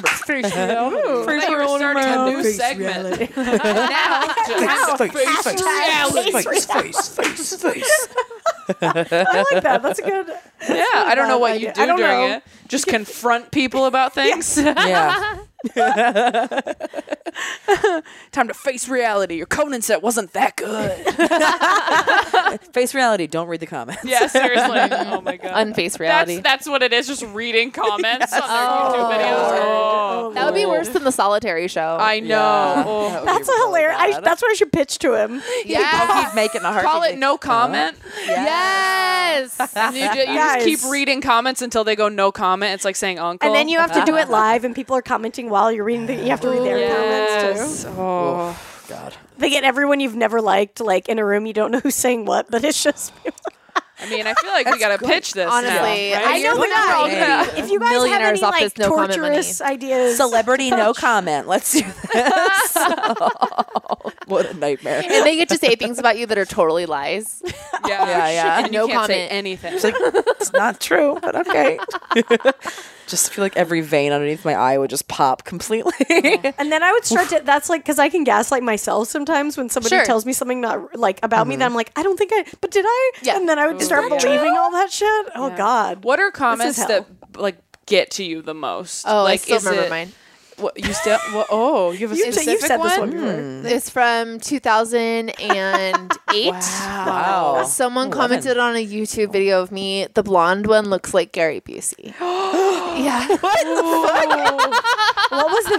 [SPEAKER 5] thought you were starting a new segment. now, just-
[SPEAKER 7] I like that. That's a good.
[SPEAKER 5] yeah, I don't know what you
[SPEAKER 7] I
[SPEAKER 5] do
[SPEAKER 7] don't
[SPEAKER 5] during
[SPEAKER 7] know.
[SPEAKER 5] it. Just confront people about things.
[SPEAKER 2] yeah.
[SPEAKER 5] Time to face reality. Your Conan set wasn't that good.
[SPEAKER 2] Face reality. Don't read the comments.
[SPEAKER 5] Yeah, seriously. oh my god.
[SPEAKER 3] Unfaced reality.
[SPEAKER 5] That's that's what it is. Just reading comments on their YouTube videos. Oh.
[SPEAKER 3] that would be worse than the solitary show.
[SPEAKER 5] I know. Oh.
[SPEAKER 7] That's a hilarious. I, that's what I should pitch to him.
[SPEAKER 3] yeah.
[SPEAKER 2] Keep making a heart.
[SPEAKER 5] Call it no comment.
[SPEAKER 3] yes.
[SPEAKER 5] And you ju- you just,
[SPEAKER 7] Guys.
[SPEAKER 5] keep reading comments until they go no comment. It's like saying uncle.
[SPEAKER 7] And then you have to do it live, and people are commenting while you're reading. The, you have to read their comments too.
[SPEAKER 5] Yes. Oh.
[SPEAKER 2] God.
[SPEAKER 7] They get everyone you've never liked, like in a room you don't know who's saying what, but it's just.
[SPEAKER 5] I mean, I feel like we got to pitch this. now,
[SPEAKER 3] Honestly,
[SPEAKER 5] right?
[SPEAKER 3] I
[SPEAKER 7] I know
[SPEAKER 3] You're
[SPEAKER 7] we're not all
[SPEAKER 3] right.
[SPEAKER 7] gonna be- If you guys have any
[SPEAKER 3] Millionaires off
[SPEAKER 7] like
[SPEAKER 3] this no comment
[SPEAKER 7] torturous ideas,
[SPEAKER 2] Celebrity, no comment. Let's do this. what a nightmare.
[SPEAKER 3] and they get to say things about you that are totally lies.
[SPEAKER 5] Yeah,
[SPEAKER 2] Yeah, yeah.
[SPEAKER 5] And you
[SPEAKER 3] No
[SPEAKER 5] can't say
[SPEAKER 3] comment.
[SPEAKER 5] anything.
[SPEAKER 2] It's like it's not true, but okay. just feel like every vein underneath my eye would just pop completely.
[SPEAKER 7] and then I would start to. That's like because I can gaslight myself sometimes when somebody
[SPEAKER 3] Sure.
[SPEAKER 7] tells me something not like about me that I'm like, I don't think I, but did I?
[SPEAKER 3] Yeah.
[SPEAKER 7] And then I would start
[SPEAKER 3] Is that true?
[SPEAKER 7] believing all that shit. Oh God.
[SPEAKER 5] What are comments
[SPEAKER 7] hell.
[SPEAKER 5] that like get to you the most?
[SPEAKER 3] Oh,
[SPEAKER 5] like,
[SPEAKER 3] I still
[SPEAKER 5] is
[SPEAKER 3] remember
[SPEAKER 5] it-
[SPEAKER 3] mine.
[SPEAKER 5] What, you still? What, oh, you have a
[SPEAKER 7] You, t-
[SPEAKER 5] specific
[SPEAKER 7] you've said
[SPEAKER 5] one.
[SPEAKER 7] this one before.
[SPEAKER 3] It's from 2008.
[SPEAKER 2] Wow.
[SPEAKER 3] Someone commented on a YouTube video of me. The blonde one looks like Gary Busey. yeah,
[SPEAKER 7] What was the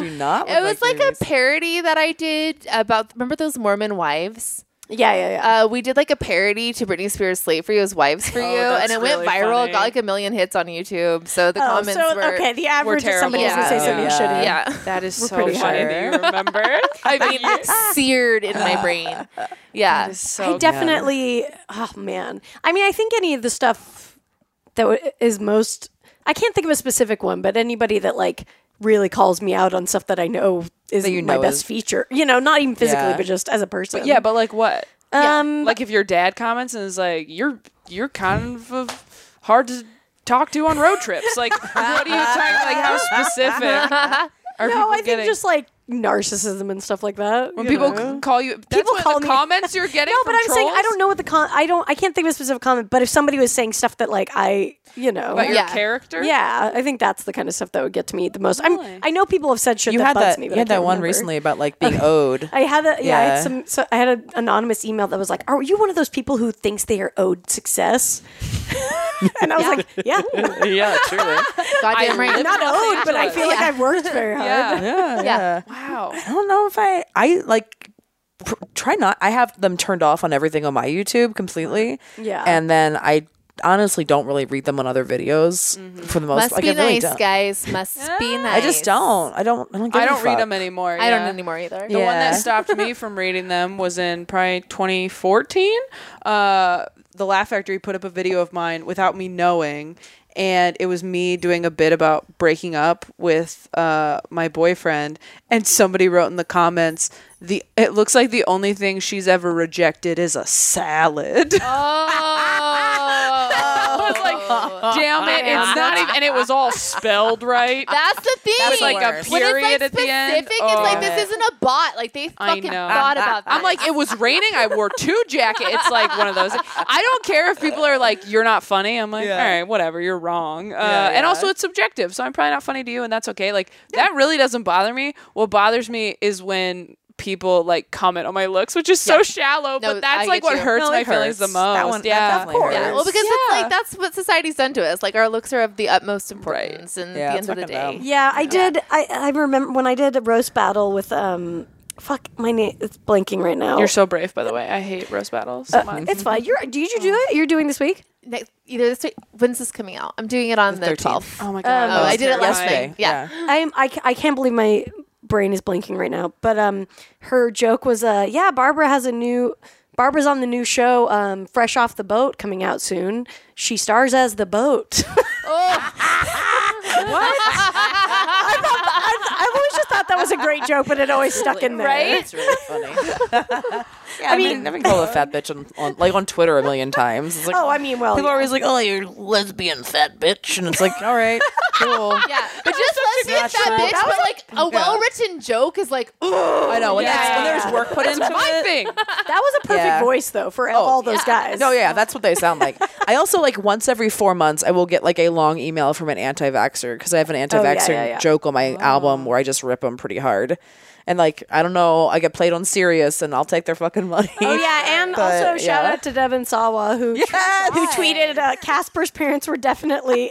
[SPEAKER 2] Do not.
[SPEAKER 3] it was like a parody that I did about. Remember those Mormon wives?
[SPEAKER 7] Yeah, yeah, yeah.
[SPEAKER 3] Uh, we did like a parody to Britney Spears' "Slave for You" is "Wives for You," and
[SPEAKER 5] that's
[SPEAKER 3] it
[SPEAKER 5] really
[SPEAKER 3] went viral.
[SPEAKER 5] funny.
[SPEAKER 3] It got like a million hits on YouTube. So the
[SPEAKER 7] oh,
[SPEAKER 3] comments
[SPEAKER 7] so
[SPEAKER 3] were
[SPEAKER 7] okay, the average is somebody
[SPEAKER 3] terrible.
[SPEAKER 7] doesn't say something
[SPEAKER 2] Yeah.
[SPEAKER 7] shitty.
[SPEAKER 3] yeah.
[SPEAKER 5] That is so funny
[SPEAKER 2] pretty
[SPEAKER 5] that
[SPEAKER 2] sure.
[SPEAKER 5] you remember. I mean,
[SPEAKER 3] seared in my brain. Yeah.
[SPEAKER 5] it's so
[SPEAKER 7] I definitely. Oh man. I mean, I think any of the stuff that w- is most. I can't think of a specific one, but anybody that like really calls me out on stuff that I know is
[SPEAKER 2] you
[SPEAKER 7] my
[SPEAKER 2] know
[SPEAKER 7] best
[SPEAKER 2] is-
[SPEAKER 7] feature. You know, not even physically,
[SPEAKER 2] Yeah.
[SPEAKER 7] but just as a person.
[SPEAKER 5] Yeah, but like what?
[SPEAKER 7] um,
[SPEAKER 5] Like if your dad comments and is like, "You're you're kind of a- hard to talk to on road trips." Like, what are you talking? Like, how specific are
[SPEAKER 7] no,
[SPEAKER 5] people
[SPEAKER 7] I think
[SPEAKER 5] getting?
[SPEAKER 7] just like narcissism and stuff like that.
[SPEAKER 5] when
[SPEAKER 7] you
[SPEAKER 5] people
[SPEAKER 7] know?
[SPEAKER 5] c- call you, that's
[SPEAKER 7] People
[SPEAKER 5] what the
[SPEAKER 7] call me-
[SPEAKER 5] comments you're getting.
[SPEAKER 7] No, but
[SPEAKER 5] from
[SPEAKER 7] I'm saying I
[SPEAKER 5] trolls?
[SPEAKER 7] don't know what the con. I don't. I can't think of a specific comment. But if somebody was saying stuff that like I, you know,
[SPEAKER 5] about your
[SPEAKER 3] Yeah.
[SPEAKER 5] character.
[SPEAKER 7] yeah, I think that's the kind of stuff that would get to me the most. I'm. I know people have said shit
[SPEAKER 2] You
[SPEAKER 7] that
[SPEAKER 2] had
[SPEAKER 7] bugs
[SPEAKER 2] that.
[SPEAKER 7] me.
[SPEAKER 2] You
[SPEAKER 7] But I
[SPEAKER 2] had
[SPEAKER 7] can't
[SPEAKER 2] that one
[SPEAKER 7] remember.
[SPEAKER 2] recently about like being owed.
[SPEAKER 7] I had a yeah, I
[SPEAKER 2] Yeah.
[SPEAKER 7] had some so I had an anonymous email that was like, "Are you one of those people who thinks they are owed success?" and I was like, "Yeah,
[SPEAKER 2] yeah, truly.
[SPEAKER 3] Goddamn right.
[SPEAKER 7] I'm not owed, but I feel like I've worked very hard."
[SPEAKER 5] Yeah.
[SPEAKER 2] Yeah, yeah.
[SPEAKER 5] Wow.
[SPEAKER 2] I don't know if I. I like. Pr- try not. I have them turned off on everything on my YouTube completely.
[SPEAKER 7] Yeah.
[SPEAKER 2] And then I honestly don't really read them on other videos for the most.
[SPEAKER 3] Must
[SPEAKER 2] like,
[SPEAKER 3] be
[SPEAKER 2] I really
[SPEAKER 3] nice,
[SPEAKER 2] don't.
[SPEAKER 3] guys. Must be nice.
[SPEAKER 2] I just don't. I don't. I don't. Give
[SPEAKER 5] I
[SPEAKER 2] a
[SPEAKER 5] don't read
[SPEAKER 2] fuck.
[SPEAKER 5] them anymore.
[SPEAKER 3] I don't
[SPEAKER 5] yeah.
[SPEAKER 3] anymore either.
[SPEAKER 5] The one
[SPEAKER 2] Yeah.
[SPEAKER 5] that stopped me from reading them was in probably 2014. Uh, the Laugh Factory put up a video of mine without me knowing, and it was me doing a bit about breaking up with uh, my boyfriend. And somebody wrote in the comments, "The it looks like the only thing she's ever rejected is a salad."
[SPEAKER 3] Oh,
[SPEAKER 5] I was like, "Damn it, it's not even." And it was all spelled right.
[SPEAKER 3] that's the thing.
[SPEAKER 5] That's like a
[SPEAKER 3] when it's like
[SPEAKER 5] period at the end.
[SPEAKER 3] specific, it's like
[SPEAKER 5] Oh.
[SPEAKER 3] this isn't a bot. Like they
[SPEAKER 5] I
[SPEAKER 3] fucking
[SPEAKER 5] know.
[SPEAKER 3] thought about that.
[SPEAKER 5] I'm like, it was raining. I wore two jackets. It's like one of those. I don't care if people are like, you're not funny. I'm like,
[SPEAKER 2] Yeah.
[SPEAKER 5] all right, whatever. You're wrong. Uh, And
[SPEAKER 2] yeah.
[SPEAKER 5] also, it's subjective. So I'm probably not funny to you, and that's okay. Like, that really doesn't bother me. What bothers me is when people like comment on my looks, which is so
[SPEAKER 3] No,
[SPEAKER 5] shallow, but
[SPEAKER 3] I
[SPEAKER 5] that's like
[SPEAKER 3] get
[SPEAKER 5] what
[SPEAKER 3] you.
[SPEAKER 5] hurts
[SPEAKER 2] No, it
[SPEAKER 5] my feelings the
[SPEAKER 2] hurts.
[SPEAKER 5] most.
[SPEAKER 2] That one- that
[SPEAKER 5] yeah.
[SPEAKER 2] definitely Of course.
[SPEAKER 3] yeah, well, because it's
[SPEAKER 5] Yeah.
[SPEAKER 3] like that's what society's done to us. Like our looks are of the utmost importance, and
[SPEAKER 2] Yeah,
[SPEAKER 3] at the end of the
[SPEAKER 2] fucking dumb.
[SPEAKER 3] day,
[SPEAKER 7] Yeah, I did. I, I remember when I did a roast battle with um, fuck, my name it's blanking right now.
[SPEAKER 5] You're so brave, by the way. I hate roast battles
[SPEAKER 2] Uh,
[SPEAKER 5] so much.
[SPEAKER 7] it's fine. You're did
[SPEAKER 2] Oh.
[SPEAKER 7] you do it? You're doing this week?
[SPEAKER 3] Next, either this week, when's this coming out? I'm doing it on the
[SPEAKER 2] 13th.
[SPEAKER 3] 12th.
[SPEAKER 2] Um,
[SPEAKER 5] Oh my god!
[SPEAKER 3] Oh, I did it last
[SPEAKER 5] terrifying.
[SPEAKER 3] night. Yeah.
[SPEAKER 7] I'm I, ca- I can't believe my brain is blinking right now. But um, her joke was uh, yeah, Barbara has a new Barbara's on the new show um, Fresh Off the Boat coming out soon. She stars as the boat. what?
[SPEAKER 2] Oh.
[SPEAKER 7] I, thought, I, have always just thought that was a great joke, but it always stuck in there.
[SPEAKER 2] That's really funny. yeah, I mean, I've been called a fat bitch on, on like on Twitter a million times. It's like,
[SPEAKER 7] Oh, I mean, well,
[SPEAKER 2] people are
[SPEAKER 7] yeah.
[SPEAKER 2] always like, "Oh, you're lesbian fat bitch," and it's like, "All right, cool."
[SPEAKER 3] Yeah, but just let's get that bitch. But like a well-written joke is like, ooh,
[SPEAKER 2] I know when,
[SPEAKER 5] Yeah.
[SPEAKER 2] that's, when there's work put into
[SPEAKER 5] My
[SPEAKER 2] it.
[SPEAKER 5] thing.
[SPEAKER 7] that was a perfect
[SPEAKER 2] Yeah.
[SPEAKER 7] voice though for all those guys.
[SPEAKER 2] No, Oh, yeah, that's what they sound like. I also like once every four months, I will get like a long email from an anti-vaxxer because I have an anti-vaxxer
[SPEAKER 7] yeah, yeah.
[SPEAKER 2] joke on my album where I just rip them pretty hard, and like I don't know, I get played on Sirius, and I'll take their fucking money.
[SPEAKER 7] Oh yeah, and
[SPEAKER 2] But,
[SPEAKER 7] also shout
[SPEAKER 2] yeah.
[SPEAKER 7] out to Devin Sawa who who tweeted uh, Casper's parents were definitely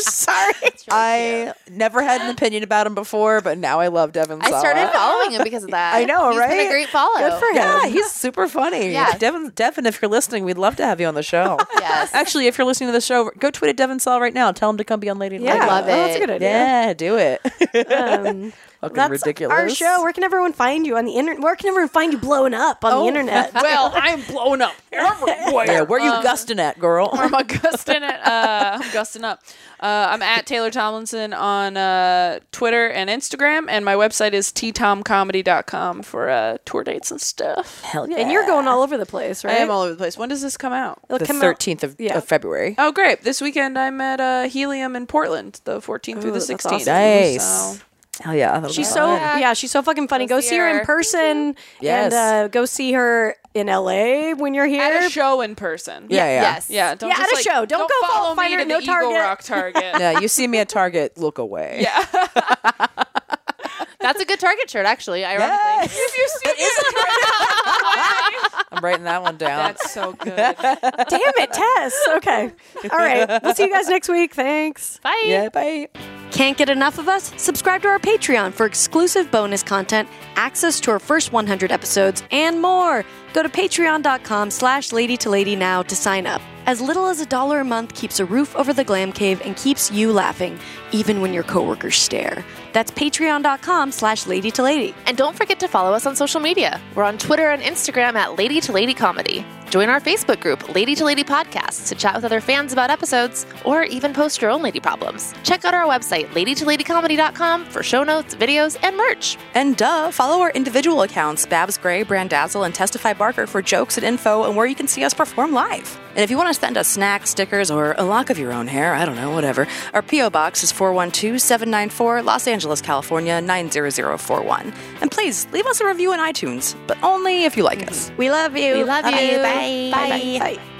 [SPEAKER 7] Sorry.
[SPEAKER 2] I never had an opinion about him before, but now I love Devin.
[SPEAKER 3] I
[SPEAKER 2] Sawa.
[SPEAKER 3] started following him because of that.
[SPEAKER 2] I know,
[SPEAKER 3] He's Been
[SPEAKER 2] right?
[SPEAKER 3] a great follow.
[SPEAKER 7] Good for him.
[SPEAKER 2] Yeah, he's super funny.
[SPEAKER 3] Yeah.
[SPEAKER 2] Devin, Devin, if you're listening, we'd love to have you on the show.
[SPEAKER 3] Yes.
[SPEAKER 2] Actually, if you're listening to the show, go tweet at Devin Saw right now. Tell him to come be on Lady
[SPEAKER 7] Yeah.
[SPEAKER 2] Night.
[SPEAKER 3] love
[SPEAKER 7] Oh, that's a
[SPEAKER 3] it.
[SPEAKER 7] good idea.
[SPEAKER 2] Yeah, do it.
[SPEAKER 7] Um,
[SPEAKER 2] Fucking
[SPEAKER 7] that's
[SPEAKER 2] ridiculous.
[SPEAKER 7] our
[SPEAKER 1] your show. Where can everyone find you on the internet? Where can everyone find you blowing up on the internet?
[SPEAKER 5] well, I'm blown up everywhere.
[SPEAKER 2] Yeah, where you gusting at, girl?
[SPEAKER 5] I'm a gusting it. Uh, I'm gusting up. Uh, I'm at Taylor Tomlinson on uh, Twitter and Instagram, and my website is ttomcomedy.com for uh, tour dates and stuff.
[SPEAKER 2] Hell yeah.
[SPEAKER 1] And you're going all over the place,
[SPEAKER 5] I
[SPEAKER 1] right?
[SPEAKER 5] am all over the place. When does this come out?
[SPEAKER 1] It'll
[SPEAKER 2] the
[SPEAKER 1] come out-
[SPEAKER 2] 13th of,
[SPEAKER 1] yeah.
[SPEAKER 2] of February.
[SPEAKER 5] Oh, great! This weekend I'm at uh, Helium in Portland, the 14th through
[SPEAKER 1] Ooh,
[SPEAKER 5] the
[SPEAKER 1] that's
[SPEAKER 5] 16th.
[SPEAKER 1] awesome.
[SPEAKER 2] Nice.
[SPEAKER 5] Oh, So-
[SPEAKER 2] Hell yeah. that'll be
[SPEAKER 1] She's
[SPEAKER 2] fun.
[SPEAKER 1] so yeah, she's so fucking funny. Go, see her in person, and
[SPEAKER 2] Yes.
[SPEAKER 1] uh, go see her in L.A. when you're here.
[SPEAKER 5] at a show in person.
[SPEAKER 2] Yeah, yeah.
[SPEAKER 3] Yes.
[SPEAKER 5] yeah. Don't
[SPEAKER 1] Yeah,
[SPEAKER 5] just,
[SPEAKER 1] at a
[SPEAKER 5] like-
[SPEAKER 1] show. Don't go
[SPEAKER 5] follow
[SPEAKER 1] find
[SPEAKER 5] me
[SPEAKER 1] her
[SPEAKER 5] to
[SPEAKER 1] at
[SPEAKER 5] the
[SPEAKER 1] no
[SPEAKER 5] Eagle
[SPEAKER 1] Target.
[SPEAKER 5] Rock Target.
[SPEAKER 2] Yeah, you see me at Target, look away. Yeah.
[SPEAKER 3] That's a good Target shirt, actually. Ironically.
[SPEAKER 5] If you see me,
[SPEAKER 2] I'm writing that one down.
[SPEAKER 5] that's so good.
[SPEAKER 1] Damn it, Tess. Okay, all right. We'll see you guys next week. Thanks.
[SPEAKER 3] Bye.
[SPEAKER 2] yeah, bye.
[SPEAKER 1] Can't get enough of us? Subscribe to our Patreon for exclusive bonus content, access to our first 100 episodes, and more. Go to patreon.com slash lady to lady now to sign up. As little as a dollar a month keeps a roof over the glam cave and keeps you laughing, even when your coworkers stare. That's patreon.com slash lady to lady.
[SPEAKER 3] And don't forget to follow us on social media. We're on Twitter and Instagram at Lady to Lady Comedy. Join our Facebook group, Lady to Lady Podcast, to chat with other fans about episodes or even post your own lady problems. Check out our website, ladytoladycomedy.com, for show notes, videos, and merch.
[SPEAKER 2] And duh, follow our individual accounts, Babs Gray, Brandazzle, and Testify Barker for jokes and info and where you can see us perform live. And if you want to send us snacks, stickers, or a lock of your own hair, I don't know, whatever, our P.O. Box is 412-794 Los Angeles, California, 90041. And please, leave us a review on iTunes, but only if you like us.
[SPEAKER 1] We love you.
[SPEAKER 3] We love you.
[SPEAKER 1] Bye.
[SPEAKER 3] Bye.
[SPEAKER 1] Bye. Bye.